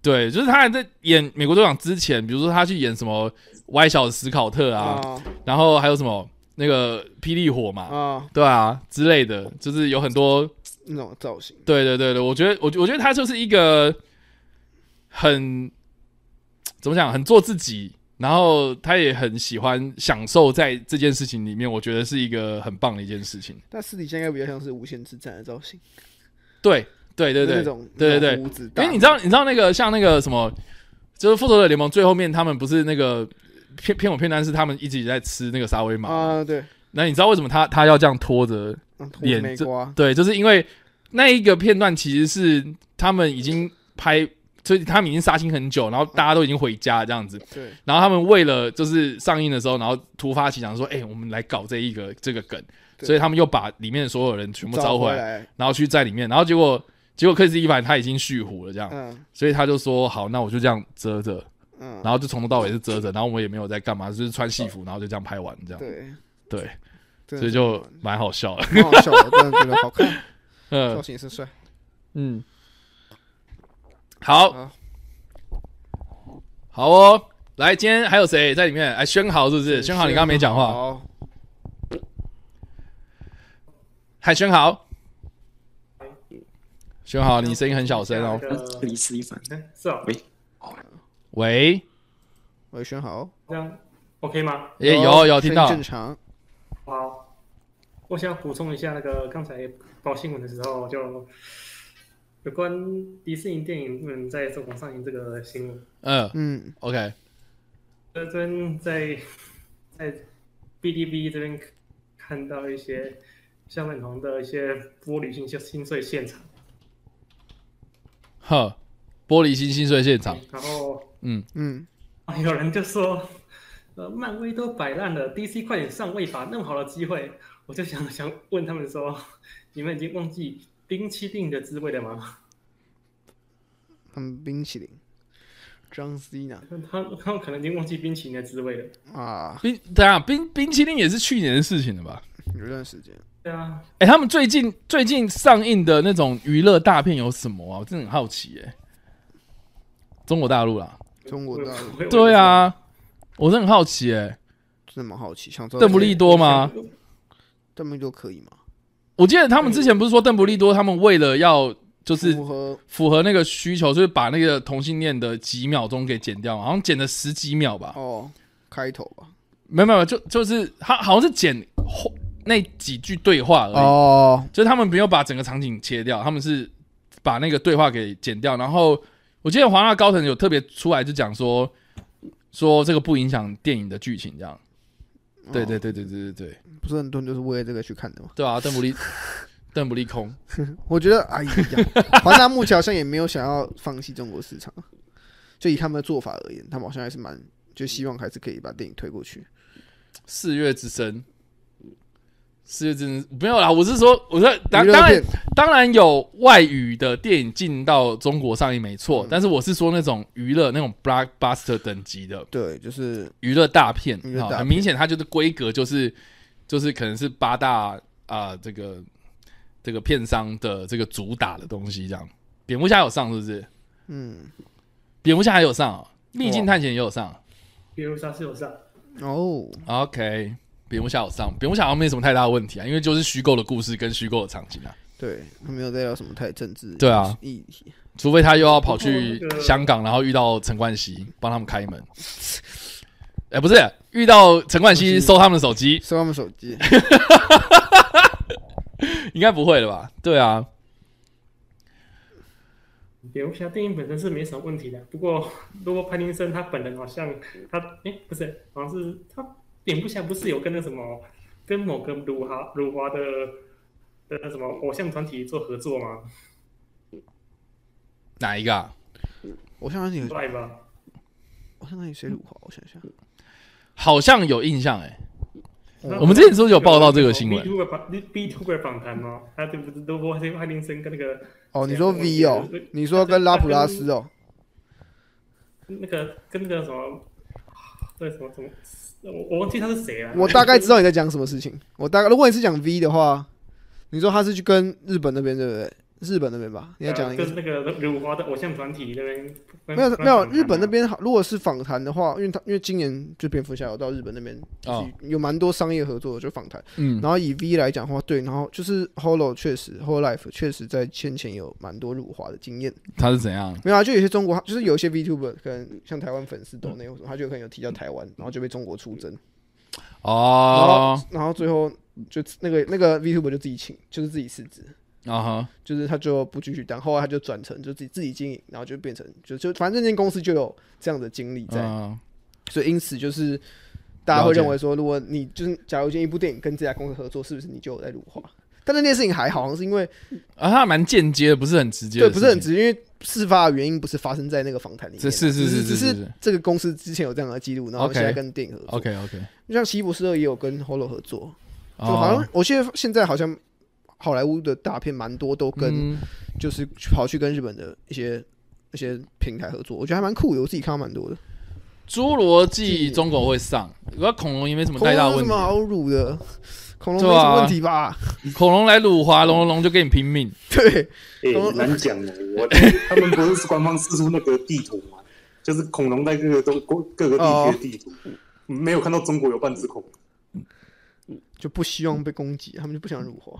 Speaker 2: 对。，
Speaker 1: 对，就是他还在演美国队长之前，比如说他去演什么歪小史考特啊，
Speaker 2: 啊
Speaker 1: 然后还有什么那个霹雳火嘛，
Speaker 2: 啊，
Speaker 1: 对啊之类的，就是有很多
Speaker 2: 那种造型。
Speaker 1: 对对对对，我觉得我我觉得他就是一个很怎么讲，很做自己，然后他也很喜欢享受在这件事情里面，我觉得是一个很棒的一件事情。
Speaker 2: 但私底下应该比较像是无限之战的造型，
Speaker 1: 对对对
Speaker 2: 那
Speaker 1: 对，
Speaker 2: 种
Speaker 1: 对对
Speaker 2: 那
Speaker 1: 对
Speaker 2: 种胡子大，
Speaker 1: 因为你知道你知道那个像那个什么，就是复仇者联盟最后面他们不是那个。片片我片段是他们一直在吃那个沙威玛，
Speaker 2: 啊，对，
Speaker 1: 那、你知道为什么他他要这样拖着
Speaker 2: 嗯涂
Speaker 1: 脸
Speaker 2: 玫
Speaker 1: 这
Speaker 2: 瓜，
Speaker 1: 对，就是因为那一个片段其实是他们已经拍，所以他们已经杀青很久，然后大家都已经回家这样子，
Speaker 2: 对，
Speaker 1: 然后他们为了就是上映的时候，然后突发奇想说，哎、我们来搞这一个这个梗，
Speaker 2: 对
Speaker 1: 所以他们又把里面的所有啊人全部招
Speaker 2: 回
Speaker 1: 回来，，然后去在里面，然后结果结果克里斯蒂凡他已经蓄胡了这样，
Speaker 2: 嗯
Speaker 1: 所以他就说好，那我就这样遮着，
Speaker 2: 嗯，
Speaker 1: 然后就从头到尾是遮着，然后我们也没有在干嘛，就是穿戏服，然后就这样拍完这样，
Speaker 2: 对，
Speaker 1: 对，
Speaker 2: 真的
Speaker 1: 所以就蛮好笑的，
Speaker 2: 蛮好笑的，真的觉得好看，造
Speaker 1: 嗯
Speaker 2: 型也是帅。
Speaker 1: 嗯，好。
Speaker 2: 好，
Speaker 1: 好哦，来，今天还有谁在里面？哎，宣豪是不是？宣豪，你刚刚没讲话。
Speaker 2: 好，
Speaker 1: 嗨，宣豪。宣豪，你声音很小声哦。
Speaker 5: 那克里斯蒂凡
Speaker 6: 哎是啊，
Speaker 1: 喂，
Speaker 2: 我选好，
Speaker 6: 这样 OK 吗？
Speaker 1: 也有有
Speaker 2: 声
Speaker 1: 听
Speaker 2: 音
Speaker 1: 到
Speaker 2: 正常，
Speaker 6: 好，我想补充一下那个刚才报新闻的时候就有关迪士尼电影不能在中国上映这个新闻，
Speaker 1: 嗯
Speaker 2: 嗯，
Speaker 1: ，OK，
Speaker 6: 这边在在 BDB 这边看到一些向美彤的一些玻璃心心碎现场，
Speaker 1: 呵，玻璃心心碎现场，
Speaker 6: 然后
Speaker 1: 嗯，
Speaker 2: 嗯，
Speaker 6: 啊有人就说，呃，漫威都摆烂了，DC 快点上位吧，那么好的机会，我就想想问他们说，你们已经忘记冰淇淋的滋味了吗？
Speaker 2: 他们冰淇淋，John Cena
Speaker 6: 他他们可能已经忘记冰淇淋的滋味了。
Speaker 2: 啊，
Speaker 1: 冰等一下冰冰淇淋也是去年的事情了吧？
Speaker 2: 有一段时间，
Speaker 6: 对啊，
Speaker 1: 哎、他们最近最近上映的那种娱乐大片有什么啊？我真的很好奇哎、中国大陆啦，
Speaker 2: 中国大陆
Speaker 6: 我也
Speaker 1: 对，啊，我真的很好奇哎、
Speaker 2: 真的蛮好奇，想知道
Speaker 1: 邓布利多吗？
Speaker 6: 我
Speaker 2: 邓布利多可以吗？
Speaker 1: 我记得他们之前不是说邓布利多他们为了要就是
Speaker 2: 符合
Speaker 1: 符合那个需求，就是把那个同性恋的几秒钟给剪掉嘛，好像剪了十几秒吧？
Speaker 2: 哦开头吧？
Speaker 1: 没有没有，就就是他好像是剪后那几句对话而已。
Speaker 2: 哦，
Speaker 1: 就是他们没有把整个场景切掉，他们是把那个对话给剪掉。然后我记得华纳高层有特别出来就讲说，说这个不影响电影的剧情，这样。对对对对对对对，
Speaker 2: 不是很多人就是为了这个去看的吗？
Speaker 1: 对啊，邓 布利，邓布利空，
Speaker 2: 我觉得，哎呀，华纳目前好像也没有想要放弃中国市场，啊就以他们的做法而言，他们好像还是蛮就希望还是可以把电影推过去。
Speaker 1: 四月之声，四月之声没有啦，我是说，我说当
Speaker 2: 娱乐
Speaker 1: 当然
Speaker 2: 片
Speaker 1: 当然有外语的电影进到中国上映没错，
Speaker 2: 嗯
Speaker 1: 但是我是说那种娱乐那种 blockbuster 等级的，
Speaker 2: 对，就是
Speaker 1: 娱乐大片
Speaker 2: 娱乐大
Speaker 1: 啊，
Speaker 2: 片
Speaker 1: 很明显它就是规格就是就是可能是八大啊、这个这个片商的这个主打的东西这样。蝙蝠侠有上是不是？
Speaker 2: 嗯，
Speaker 1: 蝙蝠侠还有上、哦，秘境探险也有上。
Speaker 6: 蝙蝠侠是有啊上，
Speaker 2: 哦，
Speaker 1: OK，蝙蝠侠有上，蝙蝠侠好像没什么太大的问题啊，因为就是虚构的故事跟虚构的场景啊，
Speaker 2: 对，没有再聊什么太政治
Speaker 1: 对啊
Speaker 2: 议题，
Speaker 1: 除非他又要跑去
Speaker 6: 不过那个
Speaker 1: 香港，然后遇到陈冠希帮他们开门。哎、不是遇到陈冠希
Speaker 2: 冠希
Speaker 1: 收他们的手机，
Speaker 2: 收他们手机，
Speaker 1: 应该不会了吧？对啊，
Speaker 6: 蝙蝠侠电影本身是没什么问题的。不过，罗伯·派丁森他本人好像他哎、不是，好像是他蝙蝠侠不是有跟那什么跟某个辱华辱华的的那什么偶像团体做合作吗？
Speaker 1: 哪一个啊？
Speaker 2: 我想想你，
Speaker 6: 对吧？
Speaker 2: 我想想你谁辱华？我想想，
Speaker 1: 好像有印象哎、
Speaker 6: 那
Speaker 1: 我们之前是不是有报道这个新闻
Speaker 6: B two 访 B two 访谈吗？他对不对？罗伯·派丁森跟那个
Speaker 2: 哦，你说 V 哦，你说跟拉普拉斯哦，
Speaker 6: 那个跟那个什么，那个什么什么，我我忘记他是谁了。呃
Speaker 2: 我大概知道你在讲什么事情。我大概，如果你是讲 V 的话，你说他是去跟日本那边对不对？日本那边吧，你要讲一个
Speaker 6: 就是那个辱华的偶像团体那边，
Speaker 2: 没有没有，日本那
Speaker 6: 边
Speaker 2: 边好，如果是访谈的话，因为他因为今年就蝙蝠侠有到日本那边，
Speaker 1: 哦
Speaker 2: 就是有蛮多商业合作的，就访谈。
Speaker 1: 嗯，
Speaker 2: 然后以 V 来讲的话，对，然后就是 Holo 确实 Holo Life 确实在先前有蛮多辱华的经验。
Speaker 1: 他是怎样？
Speaker 2: 没有啊，就有些中国，就是有些 VTuber 可能像台湾粉丝抖那或者他就可能有提到台湾，然后就被中国出征，然
Speaker 1: 哦
Speaker 2: 后，然后最后就那个那个 VTuber 就自己请，就是自己辞职。
Speaker 1: 啊哈，
Speaker 2: 就是他就不继续当，后来他就转成就自己自己经营，然后就变成就就反正那间公司就有这样的经历在，
Speaker 1: 嗯，
Speaker 2: 所以因此就是大家会
Speaker 1: 了解
Speaker 2: 认为说，如果你就是假如今天一部电影跟这家公司合作，是不是你就有在辱华？但那件事情还好，好像是因为
Speaker 1: 啊，他蛮间接的，不是很直接的事
Speaker 2: 对
Speaker 1: 情，
Speaker 2: 不是很直接，因为事发的原因不是发生在那个访谈里面啊，
Speaker 1: 是是是
Speaker 2: 只
Speaker 1: 是
Speaker 2: 只
Speaker 1: 是是
Speaker 2: 是这个公司之前有这样的记录，然后
Speaker 1: OK
Speaker 2: 现在跟电影合作，
Speaker 1: OK OK，
Speaker 2: 就像西部十二也有跟 Holo 合作，
Speaker 1: 哦
Speaker 2: 就好像我现在现在好像好莱坞的大片蛮多都跟
Speaker 1: 跟
Speaker 2: 就是去跑去跟日本的一些一些平台合作，我觉得还蛮酷的，我自己看到蛮多的。
Speaker 1: 侏罗纪中国会上，我恐龙也没什么太大
Speaker 2: 恐龙有
Speaker 1: 问
Speaker 2: 什么
Speaker 1: 题，
Speaker 2: 好辱的？恐龙没
Speaker 1: 对啊
Speaker 2: 什么问题吧？
Speaker 1: 恐龙来辱华，龙龙就跟你拼命，
Speaker 2: 对，
Speaker 3: 哎、
Speaker 2: 都
Speaker 3: 很难讲哦。我他们不是官方释出那个地图 嘛，就是恐龙在各个中国各个地区的地图，
Speaker 1: 哦
Speaker 3: 没有看到中国有半只恐龙。
Speaker 2: 就不希望被攻击，啊他们就不想辱华。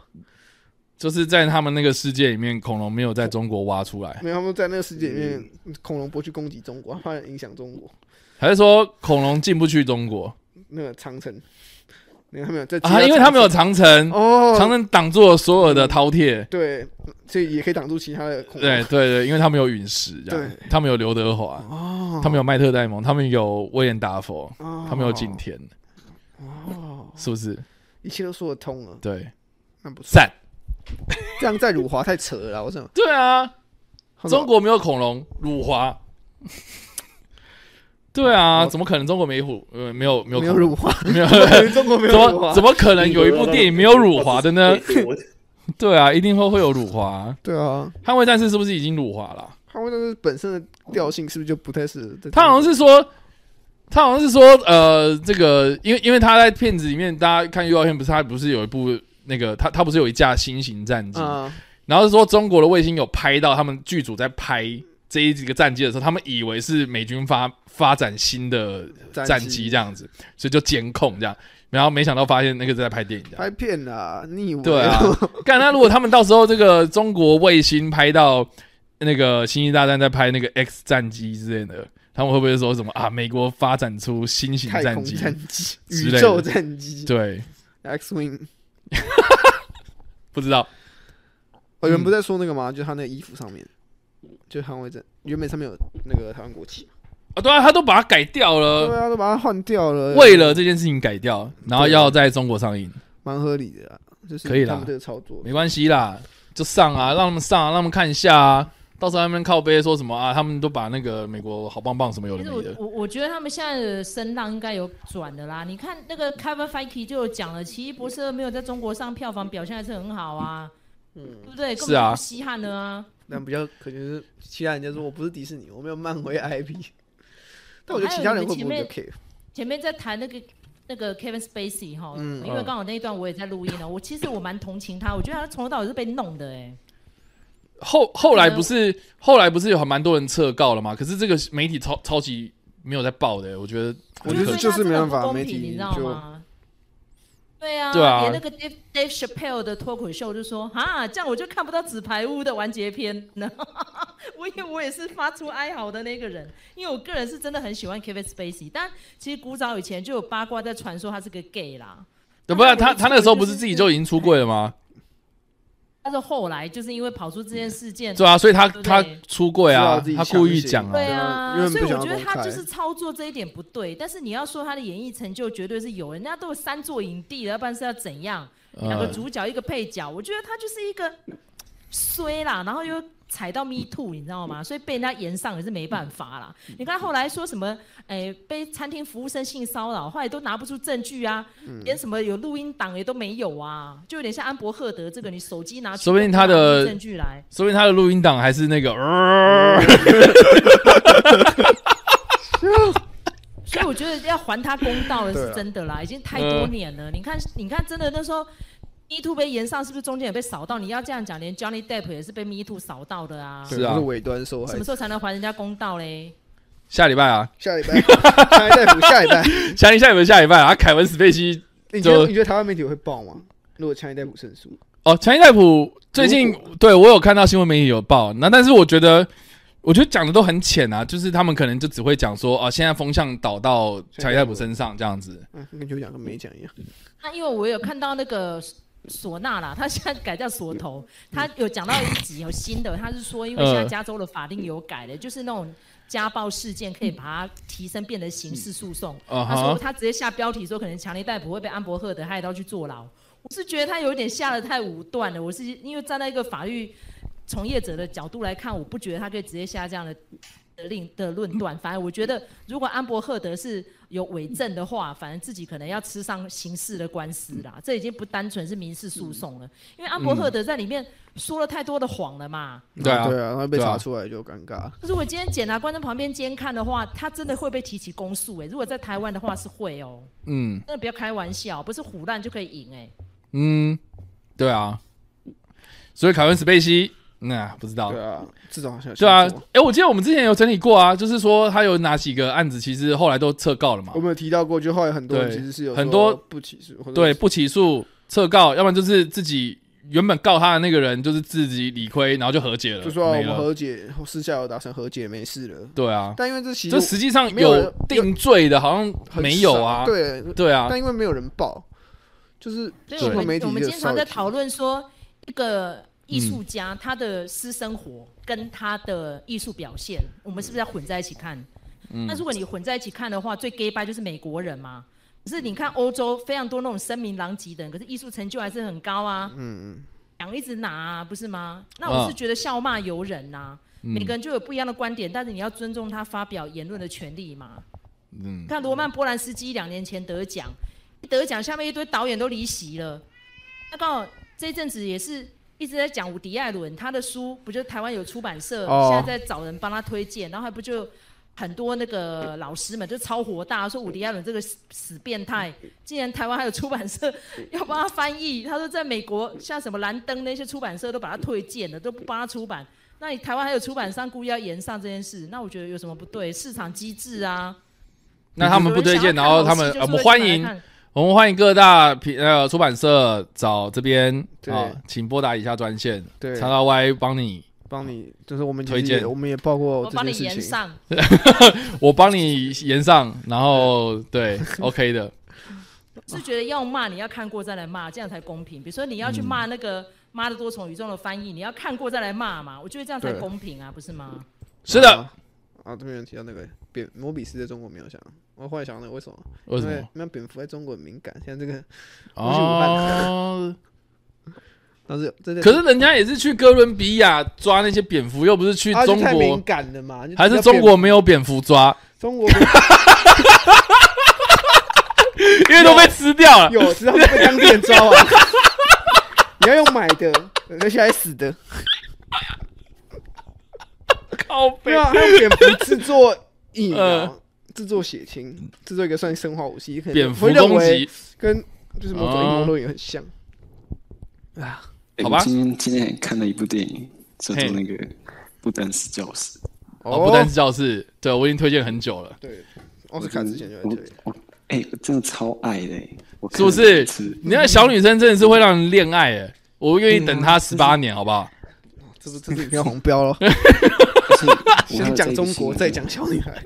Speaker 1: 就是在他们那个世界里面，恐龙没有在中国挖出来，
Speaker 2: 没有，他们在那个世界里面，
Speaker 1: 嗯
Speaker 2: 恐龙不去攻击中国，他怕影响中国。
Speaker 1: 还是说恐龙进不去中国
Speaker 2: 那个长城，你看没有？在
Speaker 1: 啊？因为他们有长城，长
Speaker 2: 哦，
Speaker 1: 城挡住了所有的饕餮。
Speaker 2: 对，所以也可以挡住其他的恐龙。
Speaker 1: 对对对，因为他们有陨石，这样
Speaker 2: 哦对，
Speaker 1: 他们有刘德华，
Speaker 2: 哦，
Speaker 1: 他们有麦特戴蒙，他们有威廉达佛，
Speaker 2: 哦
Speaker 1: 他们有景甜，
Speaker 2: 哦，
Speaker 1: 是不是？
Speaker 2: 一切都说得通了，
Speaker 1: 对，
Speaker 2: 那不错。
Speaker 1: 赞。
Speaker 2: 这样在辱华太扯了啦，我真的。
Speaker 1: 对啊，
Speaker 2: 他们
Speaker 1: 中国没有恐龙，辱华。 对啊，
Speaker 2: 哦
Speaker 1: 怎么可能中国没虎？呃，没有没有
Speaker 2: 没有
Speaker 1: 恐
Speaker 2: 辱华，
Speaker 1: 没有，
Speaker 2: 中国没
Speaker 1: 怎
Speaker 2: 有辱华
Speaker 1: 么怎，么可能有一部电影没有辱华的 呢？
Speaker 3: 对？我
Speaker 1: 对啊，一定会会有辱华。
Speaker 2: 对啊，
Speaker 1: 捍卫战士是不是已经辱华了？
Speaker 2: 他们那个本身的调性是不是就不太适合在这里？
Speaker 1: 他好像是说，他好像是说，呃，这个，因为因为他在片子里面，大家看预告片，不是他不是有一部那个他他不是有一架新型战机，
Speaker 2: 啊，
Speaker 1: 然后是说中国的卫星有拍到他们剧组在拍这一几个战机的时候，他们以为是美军发发展新的战机这样子，所以就监控这样，然后没想到发现那个是在拍电影这样。
Speaker 2: 拍片啦，你以为？
Speaker 1: 对 啊，干那如果他们到时候这个中国卫星拍到那个《星际大战》在拍那个 X 战机之类的，他们会不会说什么啊？美国发展出新型
Speaker 2: 太
Speaker 1: 战
Speaker 2: 空
Speaker 1: 机？
Speaker 2: 战机、
Speaker 1: 之
Speaker 2: 宇
Speaker 1: 类
Speaker 2: 宙
Speaker 1: 的
Speaker 2: 战机、
Speaker 1: 对，
Speaker 2: X Wing。
Speaker 1: 不知道。
Speaker 2: 我哦原不在说那个吗？就他那个衣服上面，就捍卫战，原本上面有那个台湾国旗嘛。
Speaker 1: 啊，对啊，他都把它改掉
Speaker 2: 对
Speaker 1: 了，
Speaker 2: 啊，都把它换掉了，
Speaker 1: 为了这件事情改掉，然后
Speaker 2: 对啊
Speaker 1: 要在中国上映，
Speaker 2: 蛮合理的啊，就是
Speaker 1: 可以啦
Speaker 2: 他们这个操作。
Speaker 1: 没关系啦，就上啊，让他们上、啊，让他们看一下啊。到时候他们靠背说什么啊？他们都把那个美国好棒棒什么有
Speaker 4: 其
Speaker 1: 的
Speaker 4: 实
Speaker 1: 没
Speaker 4: 我
Speaker 1: 的，
Speaker 4: 我我觉得他们现在的声浪应该有转的啦。你看那个 Cover f i k e 就有讲了，《奇异博士二》没有在中国上票房表现还是很好啊，
Speaker 2: 嗯，
Speaker 4: 对不对？根
Speaker 1: 是
Speaker 4: 本
Speaker 1: 啊
Speaker 4: 就不稀罕了啊。
Speaker 2: 但比较可能是其他人家说我不是迪士尼，我没有漫威 IP，但我觉得
Speaker 4: 还有
Speaker 2: 其他人会
Speaker 4: 你们
Speaker 2: 不
Speaker 4: 前
Speaker 2: 会
Speaker 4: 面
Speaker 2: 比较 care？
Speaker 4: 前面在谈那个那个 Kevin Spacey 哈，
Speaker 2: 嗯
Speaker 4: 因为刚好那一段我也在录音哦呢，我其实我蛮同情他，我觉得他从头到尾是被弄的哎、
Speaker 1: 后后来不是后来不是有蛮多人撤告了吗？可是这个媒体超超级没有在报的、我觉得
Speaker 2: 我
Speaker 1: 很
Speaker 2: 觉
Speaker 1: 可
Speaker 2: 得
Speaker 1: 惜
Speaker 2: 就
Speaker 4: 就是是
Speaker 2: 没
Speaker 4: 没
Speaker 2: 办
Speaker 4: 办
Speaker 2: 法
Speaker 4: 法
Speaker 2: 媒
Speaker 4: 媒
Speaker 2: 体
Speaker 4: 体，你知道
Speaker 2: 就
Speaker 4: 吗？对啊，
Speaker 1: 对啊
Speaker 4: 连那个 Dave Dave Chappelle 的脱口秀就说啊，这样我就看不到纸牌屋的完结篇 了。我也我也是发出哀嚎的那个人，因为我个人是真的很喜欢 Kevin Spacey，但其实古早以前就有八卦在传说他是个 gay 啦。
Speaker 1: 对，不是啊他
Speaker 4: 我
Speaker 1: 他那个时候不是自己就已经出柜了吗？
Speaker 4: 但是后来就是因为跑出这件事件，
Speaker 1: 对啊，所以他
Speaker 4: 对
Speaker 1: 他出柜啊
Speaker 2: 知道自己，
Speaker 1: 他
Speaker 2: 想
Speaker 1: 故意讲
Speaker 2: 不
Speaker 1: 啊
Speaker 2: 行，
Speaker 4: 对啊
Speaker 2: 因为，
Speaker 4: 所以
Speaker 2: 不想
Speaker 4: 我觉得
Speaker 2: 要公
Speaker 4: 他
Speaker 2: 开
Speaker 4: 就是操作这一点不对。但是你要说他的演艺成就，绝对是有，人家都有三座影帝了，要不然是要怎样？两个
Speaker 1: 嗯
Speaker 4: 主角一个配角，我觉得他就是一个衰啦，然后又踩到 me too，你知道吗？所以被人家延上也是没办法啦。你看后来说什么，哎，被餐厅服务生性骚扰，后来都拿不出证据啊，
Speaker 1: 嗯
Speaker 4: 连什么有录音档也都没有啊，就有点像安博赫德这个，你手机拿去
Speaker 1: 说不定
Speaker 4: 都拿
Speaker 1: 他的
Speaker 4: 不出证据来。
Speaker 1: 说明他的录音档还是那个，呃
Speaker 4: 所以我觉得要还他公 道的
Speaker 2: 对
Speaker 4: 是
Speaker 2: 啊
Speaker 4: 真的啦，已经太
Speaker 1: 呃
Speaker 4: 多年了。你看，你看，真的那时候 Me Too 被延上，是不是中间也被扫到？你要这样讲，连 Johnny Depp 也是被 Me Too 扫到的啊。
Speaker 1: 是啊
Speaker 2: 我是尾端受害
Speaker 4: 什
Speaker 2: 者
Speaker 4: 么时。候才能还人家公道嘞？
Speaker 1: 下礼拜啊，
Speaker 2: 下礼拜， 下礼拜补，下礼拜。
Speaker 1: 下一下礼拜下礼拜啊，凯文史贝西
Speaker 2: 你觉
Speaker 1: 就
Speaker 2: 得你觉得台湾媒体会报吗？如果强尼戴普胜诉，
Speaker 1: 哦，强尼戴普最近
Speaker 2: 如果
Speaker 1: 对我有看到新闻媒体有报，那但是我觉得。我觉得讲的都很浅啊，就是他们可能就只会讲说啊，现在风向倒到强尼戴普身上这样子。
Speaker 2: 嗯，跟就讲跟没讲一样。
Speaker 4: 那因为我有看到那个唢呐啦，他 现在改叫锁头，他有讲到一集有新的，他是说因为现在
Speaker 1: 嗯
Speaker 4: 加州的法令有改了，就是那种家暴事件可以把它提升变成刑事诉讼。
Speaker 1: 啊
Speaker 4: 他说
Speaker 1: 哈，
Speaker 4: 他直接下标题说可能强力逮捕会被安博赫德害到去坐牢。我是觉得他有点下的太武断了，我是因为站在一个法律从业者的角度来看，我不觉得他可以直接下这样的的令的论断。反而我觉得，如果安博赫德是有伪证的话，反正自己可能要吃上刑事的官司啦。这已经不单纯是民事诉讼了，因为安博赫德在里面说了太多的谎了嘛。
Speaker 1: 对啊
Speaker 2: 对啊，他被
Speaker 1: 对啊
Speaker 2: 查出来就尴尬。
Speaker 4: 如果今天检察官在旁边监看的话，他真的会被提起公诉欸诶、如果在台湾的话是会哦、
Speaker 1: 嗯
Speaker 4: 真的不要开玩笑，不是胡乱就可以赢哎、
Speaker 1: 嗯，对啊。所以凯文史贝西，那、不知道
Speaker 2: 对，啊，这种好像有
Speaker 1: 对啊
Speaker 2: 新闻，
Speaker 1: 哎、我记得我们之前有整理过啊，就是说他有哪几个案子，其实后来都撤告了嘛
Speaker 2: 我，们有提到过，就后来很多人
Speaker 1: 对
Speaker 2: 其实是有
Speaker 1: 很多
Speaker 2: 说不起诉，或者
Speaker 1: 对，不起诉、撤告，要不然就是自己原本告他的那个人就是自己理亏，然后就和解了，
Speaker 2: 就说啊我
Speaker 1: 没
Speaker 2: 们
Speaker 1: 了。
Speaker 2: 和解，私下有达成和解，没事了。
Speaker 1: 对啊，
Speaker 2: 但因为这其
Speaker 1: 就
Speaker 2: 实
Speaker 1: 实际上
Speaker 2: 没有
Speaker 1: 有定罪的，好像
Speaker 2: 很
Speaker 1: 没有啊
Speaker 2: 少。对，
Speaker 1: 对啊
Speaker 2: 但，因为没有人报，就是
Speaker 4: 所
Speaker 1: 对
Speaker 4: 以我
Speaker 2: 新闻媒
Speaker 4: 们
Speaker 2: 体
Speaker 4: 我们
Speaker 2: 就
Speaker 4: 经
Speaker 2: 稍
Speaker 4: 常
Speaker 2: 微
Speaker 4: 在
Speaker 2: 提
Speaker 4: 讨论说，一个艺术家、他的私生活跟他的艺术表现，我们是不是要混在一起看？
Speaker 2: 嗯
Speaker 4: 那如果你混在一起看的话，最 gay 拜就是美国人嘛。可是你看欧洲非常多那种声名狼藉的人，可是艺术成就还是很高啊。嗯嗯。奖一直拿、啊，不是吗？那我
Speaker 1: 啊
Speaker 4: 是觉得笑骂由人呐、
Speaker 1: 嗯
Speaker 4: 每个人就有不一样的观点，但是你要尊重他发表言论的权利嘛。
Speaker 1: 嗯，
Speaker 4: 看罗曼·波兰斯基两年前得奖，得奖下面一堆导演都离席了。那刚好这一阵子也是一直在讲伍迪·艾伦，他的书不就台湾有出版社，
Speaker 2: 哦
Speaker 4: 现在在找人帮他推荐，然后还不就很多那个老师们就超火大，说伍迪·艾伦这个死死变态，
Speaker 1: 嗯
Speaker 4: 竟然台湾还有出版社要帮他翻译。他说在美国像什么兰登那些出版社都把他推荐了，都不帮他出版。那你台湾还有出版商故意要延上这件事，那我觉得有什么不对？市场机制啊，
Speaker 1: 那他们不推荐，
Speaker 4: 有人想
Speaker 1: 然
Speaker 4: 要
Speaker 1: 后
Speaker 4: 看
Speaker 1: 他们
Speaker 4: 老师
Speaker 1: 呃我
Speaker 4: 就是
Speaker 1: 们
Speaker 4: 会
Speaker 1: 欢
Speaker 4: 进来
Speaker 1: 迎
Speaker 4: 看
Speaker 1: 我们欢迎各大平呃出版社找这边
Speaker 2: 对
Speaker 1: 啊，请拨打以下专线，
Speaker 2: 对
Speaker 1: 叉叉 Y 帮你，
Speaker 2: 帮你，就是我们其实
Speaker 1: 推荐
Speaker 2: 也我们也报过
Speaker 4: 我
Speaker 2: 这
Speaker 4: 帮你
Speaker 2: 件事
Speaker 4: 延
Speaker 2: 情。
Speaker 4: 上。
Speaker 1: 我帮你延上，然后 对 OK
Speaker 2: 啊
Speaker 1: 的，
Speaker 4: 是觉得要骂你要看过再来骂，这样才公平。比如说你要去骂那个《妈的多重宇宙》的翻译，你要看过再来骂嘛，我觉得这样才
Speaker 2: 对
Speaker 4: 公平啊，不是吗？
Speaker 1: 是的，
Speaker 2: 啊。啊，这边有人提到那个蝙摩比斯在中国没有想，我忽然想到那个为什么？
Speaker 1: 为什
Speaker 2: 因为
Speaker 1: 么？
Speaker 2: 那蝙蝠在中国很敏感，现在这个，我去武汉
Speaker 1: 哦，
Speaker 2: 但是这个
Speaker 1: 可是人家也是去哥伦比亚抓那些蝙蝠，又不是去
Speaker 2: 啊就
Speaker 1: 中
Speaker 2: 太敏
Speaker 1: 国，
Speaker 2: 感了嘛，就
Speaker 1: 还是
Speaker 2: 比较
Speaker 1: 中国
Speaker 2: 蝙
Speaker 1: 没有蝙蝠抓，
Speaker 2: 中国没
Speaker 1: 因为都被吃掉 了。
Speaker 2: 有，知道被当地人抓完， 你要用买的，而且还死的，
Speaker 1: 靠背
Speaker 2: 对啊，还有蝙蝠制作疫苗
Speaker 1: 呃，
Speaker 2: 制作血清，制作一个算生化武器，可能
Speaker 1: 蝙蝠
Speaker 2: 会认
Speaker 1: 攻
Speaker 2: 为
Speaker 1: 击，
Speaker 2: 跟就是某种阴谋论也很像。
Speaker 1: 哦
Speaker 5: 哎
Speaker 1: 好吧
Speaker 5: 我今天今天也看了一部电影，叫做
Speaker 1: 嘿
Speaker 5: 那个《不单是教室》。
Speaker 1: 哦，不单是教室，对我已经推荐很久了，
Speaker 2: 对，奥斯卡之前就在
Speaker 5: 我
Speaker 2: 推。
Speaker 5: 我哎、我真的超爱的、欸，我
Speaker 1: 是不
Speaker 5: 看了两
Speaker 1: 是
Speaker 5: 次？
Speaker 1: 你那个小女生真的是会让人恋爱哎，我愿意等
Speaker 2: 嗯
Speaker 1: 她十八年，好不好？
Speaker 2: 这是这 是要红标了，
Speaker 5: 而且我还有
Speaker 2: 先讲中国，
Speaker 5: 在
Speaker 2: 再讲小女孩。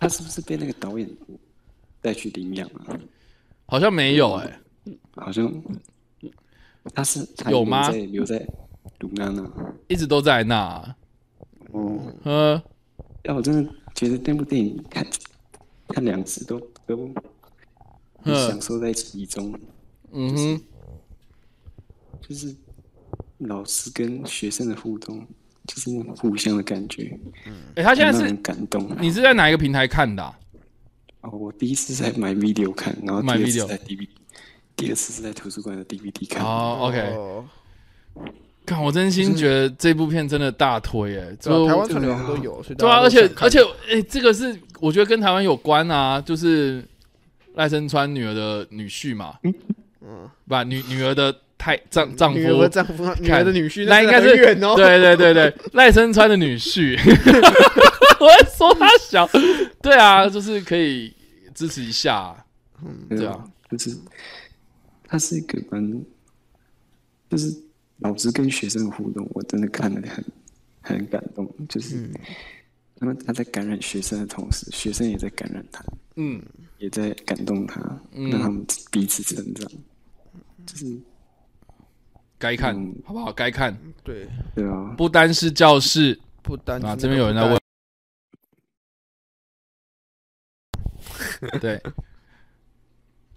Speaker 5: 他是不是被那个导演带去领养啊？
Speaker 1: 好像没有哎、
Speaker 5: 好像他是他
Speaker 1: 有吗
Speaker 5: 留在留在鲁啊娜那。
Speaker 1: 一直都在那。
Speaker 2: 嗯
Speaker 5: 哦，
Speaker 1: 呃，
Speaker 5: 哎，我真的觉得那部电影看看两次都都很
Speaker 1: 嗯
Speaker 5: 享受在其中，
Speaker 1: 嗯哼，
Speaker 5: 就是老师跟学生的互动，就是那种互相的感觉，
Speaker 1: 哎、他
Speaker 5: 很
Speaker 1: 现在
Speaker 5: 让
Speaker 1: 是
Speaker 5: 人感动。啊
Speaker 1: 你是在哪一个平台看的啊、
Speaker 5: 哦，我第一次是在买 video 看，然后第
Speaker 1: 买
Speaker 5: 二次
Speaker 1: video
Speaker 5: 是在 DVD，第二次是在图书馆的 DVD 看。
Speaker 1: 哦，OK，
Speaker 2: 哦
Speaker 1: 看我真心觉得这部片真的大推哎、
Speaker 2: 对啊
Speaker 1: 就
Speaker 2: 台湾传媒好像都有，所以大
Speaker 1: 对
Speaker 2: 家
Speaker 1: 啊，
Speaker 2: 都
Speaker 1: 而且
Speaker 2: 想看
Speaker 1: 而且哎、这个是我觉得跟台湾有关啊，就是赖声川女儿的女婿嘛，
Speaker 2: 嗯，
Speaker 1: 不女女儿的太丈丈夫
Speaker 2: 女儿和丈夫、啊女儿的女婿，
Speaker 1: 那应该
Speaker 2: 是
Speaker 1: 是
Speaker 2: 很远哦。
Speaker 1: 对对对对，赖声川的女婿，我在说他小，对啊，就是可以支持一下，对
Speaker 5: 对
Speaker 1: 啊
Speaker 5: 啊，就是它是一个蛮，就是老师跟学生的互动，我真的看得很很感动，就是他们他在感染学生的同时，学生也在感染他，
Speaker 1: 嗯，
Speaker 5: 也在感动他，让他们彼此成长，就是
Speaker 1: 该看、
Speaker 5: 嗯
Speaker 1: 好不好？该看，
Speaker 2: 对，
Speaker 5: 对啊，
Speaker 1: 不单是教室
Speaker 2: 不单
Speaker 1: 啊，
Speaker 2: 是
Speaker 1: 这边
Speaker 2: 那
Speaker 1: 有
Speaker 2: 个
Speaker 1: 人在问， 对。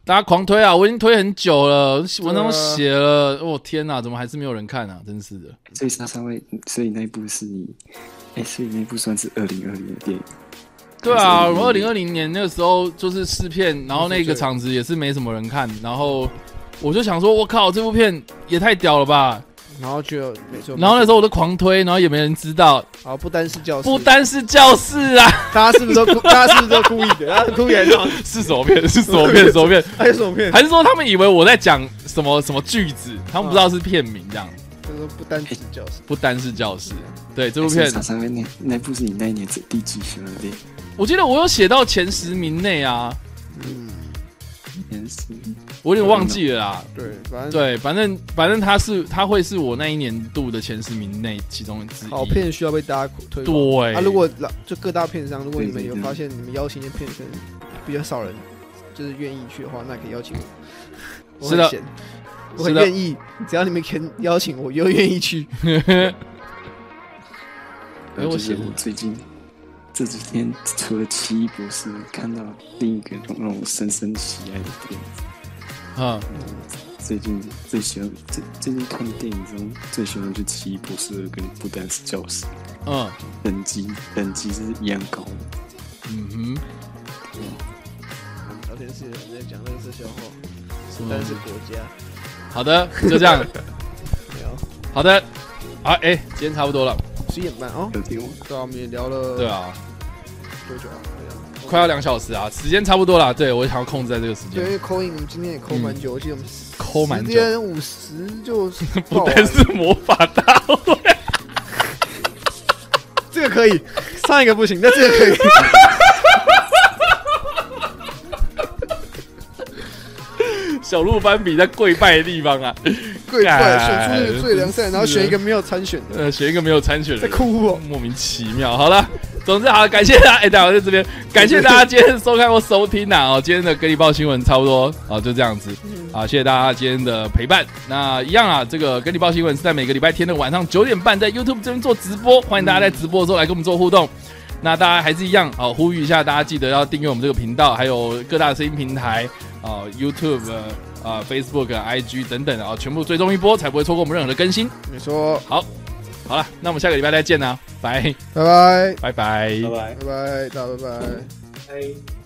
Speaker 1: 大家狂推啊！我已经推很久了，文章都
Speaker 2: 啊
Speaker 1: 写了。我、天哪，怎么还是没有人看啊？真是的。
Speaker 5: 所以莎莎会，所以那一部是你，哎、所以那一部算是二零二零的电影，
Speaker 1: 对啊，我
Speaker 5: 还是
Speaker 1: 二零二零年那个时候就是试片，然后那个
Speaker 2: 对
Speaker 1: 场子也是没什么人看，然后我就想说，我靠，这部片也太屌了吧！
Speaker 2: 然后就没错。
Speaker 1: 然后那时候我都狂推，然后也没人知道，
Speaker 2: 好，不单是教室，
Speaker 1: 不单是教室啊，
Speaker 2: 大家是不是都故，大家是不是都故意的？大家故意来闹。
Speaker 1: 是什么 片？是什么片？什么片？
Speaker 2: 还有什么片？
Speaker 1: 还是说他们以为我在讲什么什么句子，他们不知道是片名这样？
Speaker 2: 就是说不单是教室，
Speaker 1: 不单是教室，对这
Speaker 5: 这
Speaker 1: 部片，
Speaker 5: 莎莎会那那部是你那一年最第几喜欢的电影？
Speaker 1: 我记得我有写到前十名内啊，
Speaker 5: 也是
Speaker 1: 我有点忘记了啦。
Speaker 2: 对，反正
Speaker 1: 对，反正反正他是他会是我那一年度的前十名内其中之一。
Speaker 2: 好片需要被大家推广。
Speaker 1: 对，
Speaker 2: 啊，如果老就各大片商，如果你们
Speaker 5: 对对
Speaker 2: 有
Speaker 5: 对
Speaker 2: 发现你们邀请的片可能比较少人就是愿意去的话，那可以邀请我。我
Speaker 1: 是
Speaker 2: 很
Speaker 1: 的
Speaker 2: 闲，我很
Speaker 1: 是的
Speaker 2: 愿意，只要你们肯邀请我，我又愿意去。
Speaker 1: 哎
Speaker 5: 哎，
Speaker 1: 我
Speaker 5: 我
Speaker 1: 写
Speaker 5: 写
Speaker 1: 了
Speaker 5: 我最近这几天除了《奇异博士》，看到另一个让我深深喜爱的电影。
Speaker 1: 嗯，
Speaker 5: 最近最喜欢最最近看的电影中最喜欢的就是《奇异博士二》跟《不丹是教室》，
Speaker 1: 嗯
Speaker 5: 等级等级是一样高的。
Speaker 1: 嗯哼，
Speaker 2: 聊天室有人在讲类似笑话，
Speaker 1: 是吗
Speaker 2: 但是国家
Speaker 1: 好的，就这样。
Speaker 2: 没有
Speaker 1: 好的，啊，哎、今天差不多了。
Speaker 2: 十一点半哦。
Speaker 5: 有听我
Speaker 2: 对啊，我们也聊了
Speaker 1: 对啊，
Speaker 2: 多久啊？
Speaker 1: 快要两小时啊，时间差不多了。对我想要控制在这个时
Speaker 2: 对，因
Speaker 1: 间，
Speaker 2: 为扣印我们今天也扣蛮久，我记得我们
Speaker 1: 抠嗯蛮
Speaker 2: 十
Speaker 1: 久。
Speaker 2: 点五十啊就爆
Speaker 1: 不
Speaker 2: 完
Speaker 1: 但
Speaker 2: 了
Speaker 1: 是魔法大会，
Speaker 2: 这个可以，上一个不行，但这个 可以。
Speaker 1: 小鹿斑比在跪拜的地方啊，
Speaker 2: 跪拜
Speaker 1: 干
Speaker 2: 选出那个最良善，然后选一
Speaker 1: 真
Speaker 2: 个没有参选的，
Speaker 1: 呃，选一个没有参选的
Speaker 2: 在
Speaker 1: 人，
Speaker 2: 哭哦。
Speaker 1: 莫名其妙。好了，总之好，感谢大家，哎、大家我在这边，感谢大家今天收看或收听呐、啊。哦，今天的跟你报新闻差不多啊，就这样子啊，谢谢大家今天的陪伴。那一样啊，这个跟你报新闻是在每个礼拜天的晚上九点半在 YouTube 这边做直播，欢迎大家在直播的时候来跟我们做互动。那大家还是一样啊，呼吁一下大家记得要订阅我们这个频道，还有各大声音平台啊，YouTube 啊。啊，Facebook 啊、IG 等等啊，全部追踪一波，才不会错过我们任何的更新。
Speaker 2: 你说，
Speaker 1: 好了，那我们下个礼拜再见啦，拜。
Speaker 2: 拜拜，
Speaker 1: 拜拜。
Speaker 3: 拜拜。
Speaker 2: 拜拜，大家拜拜。
Speaker 6: 哎。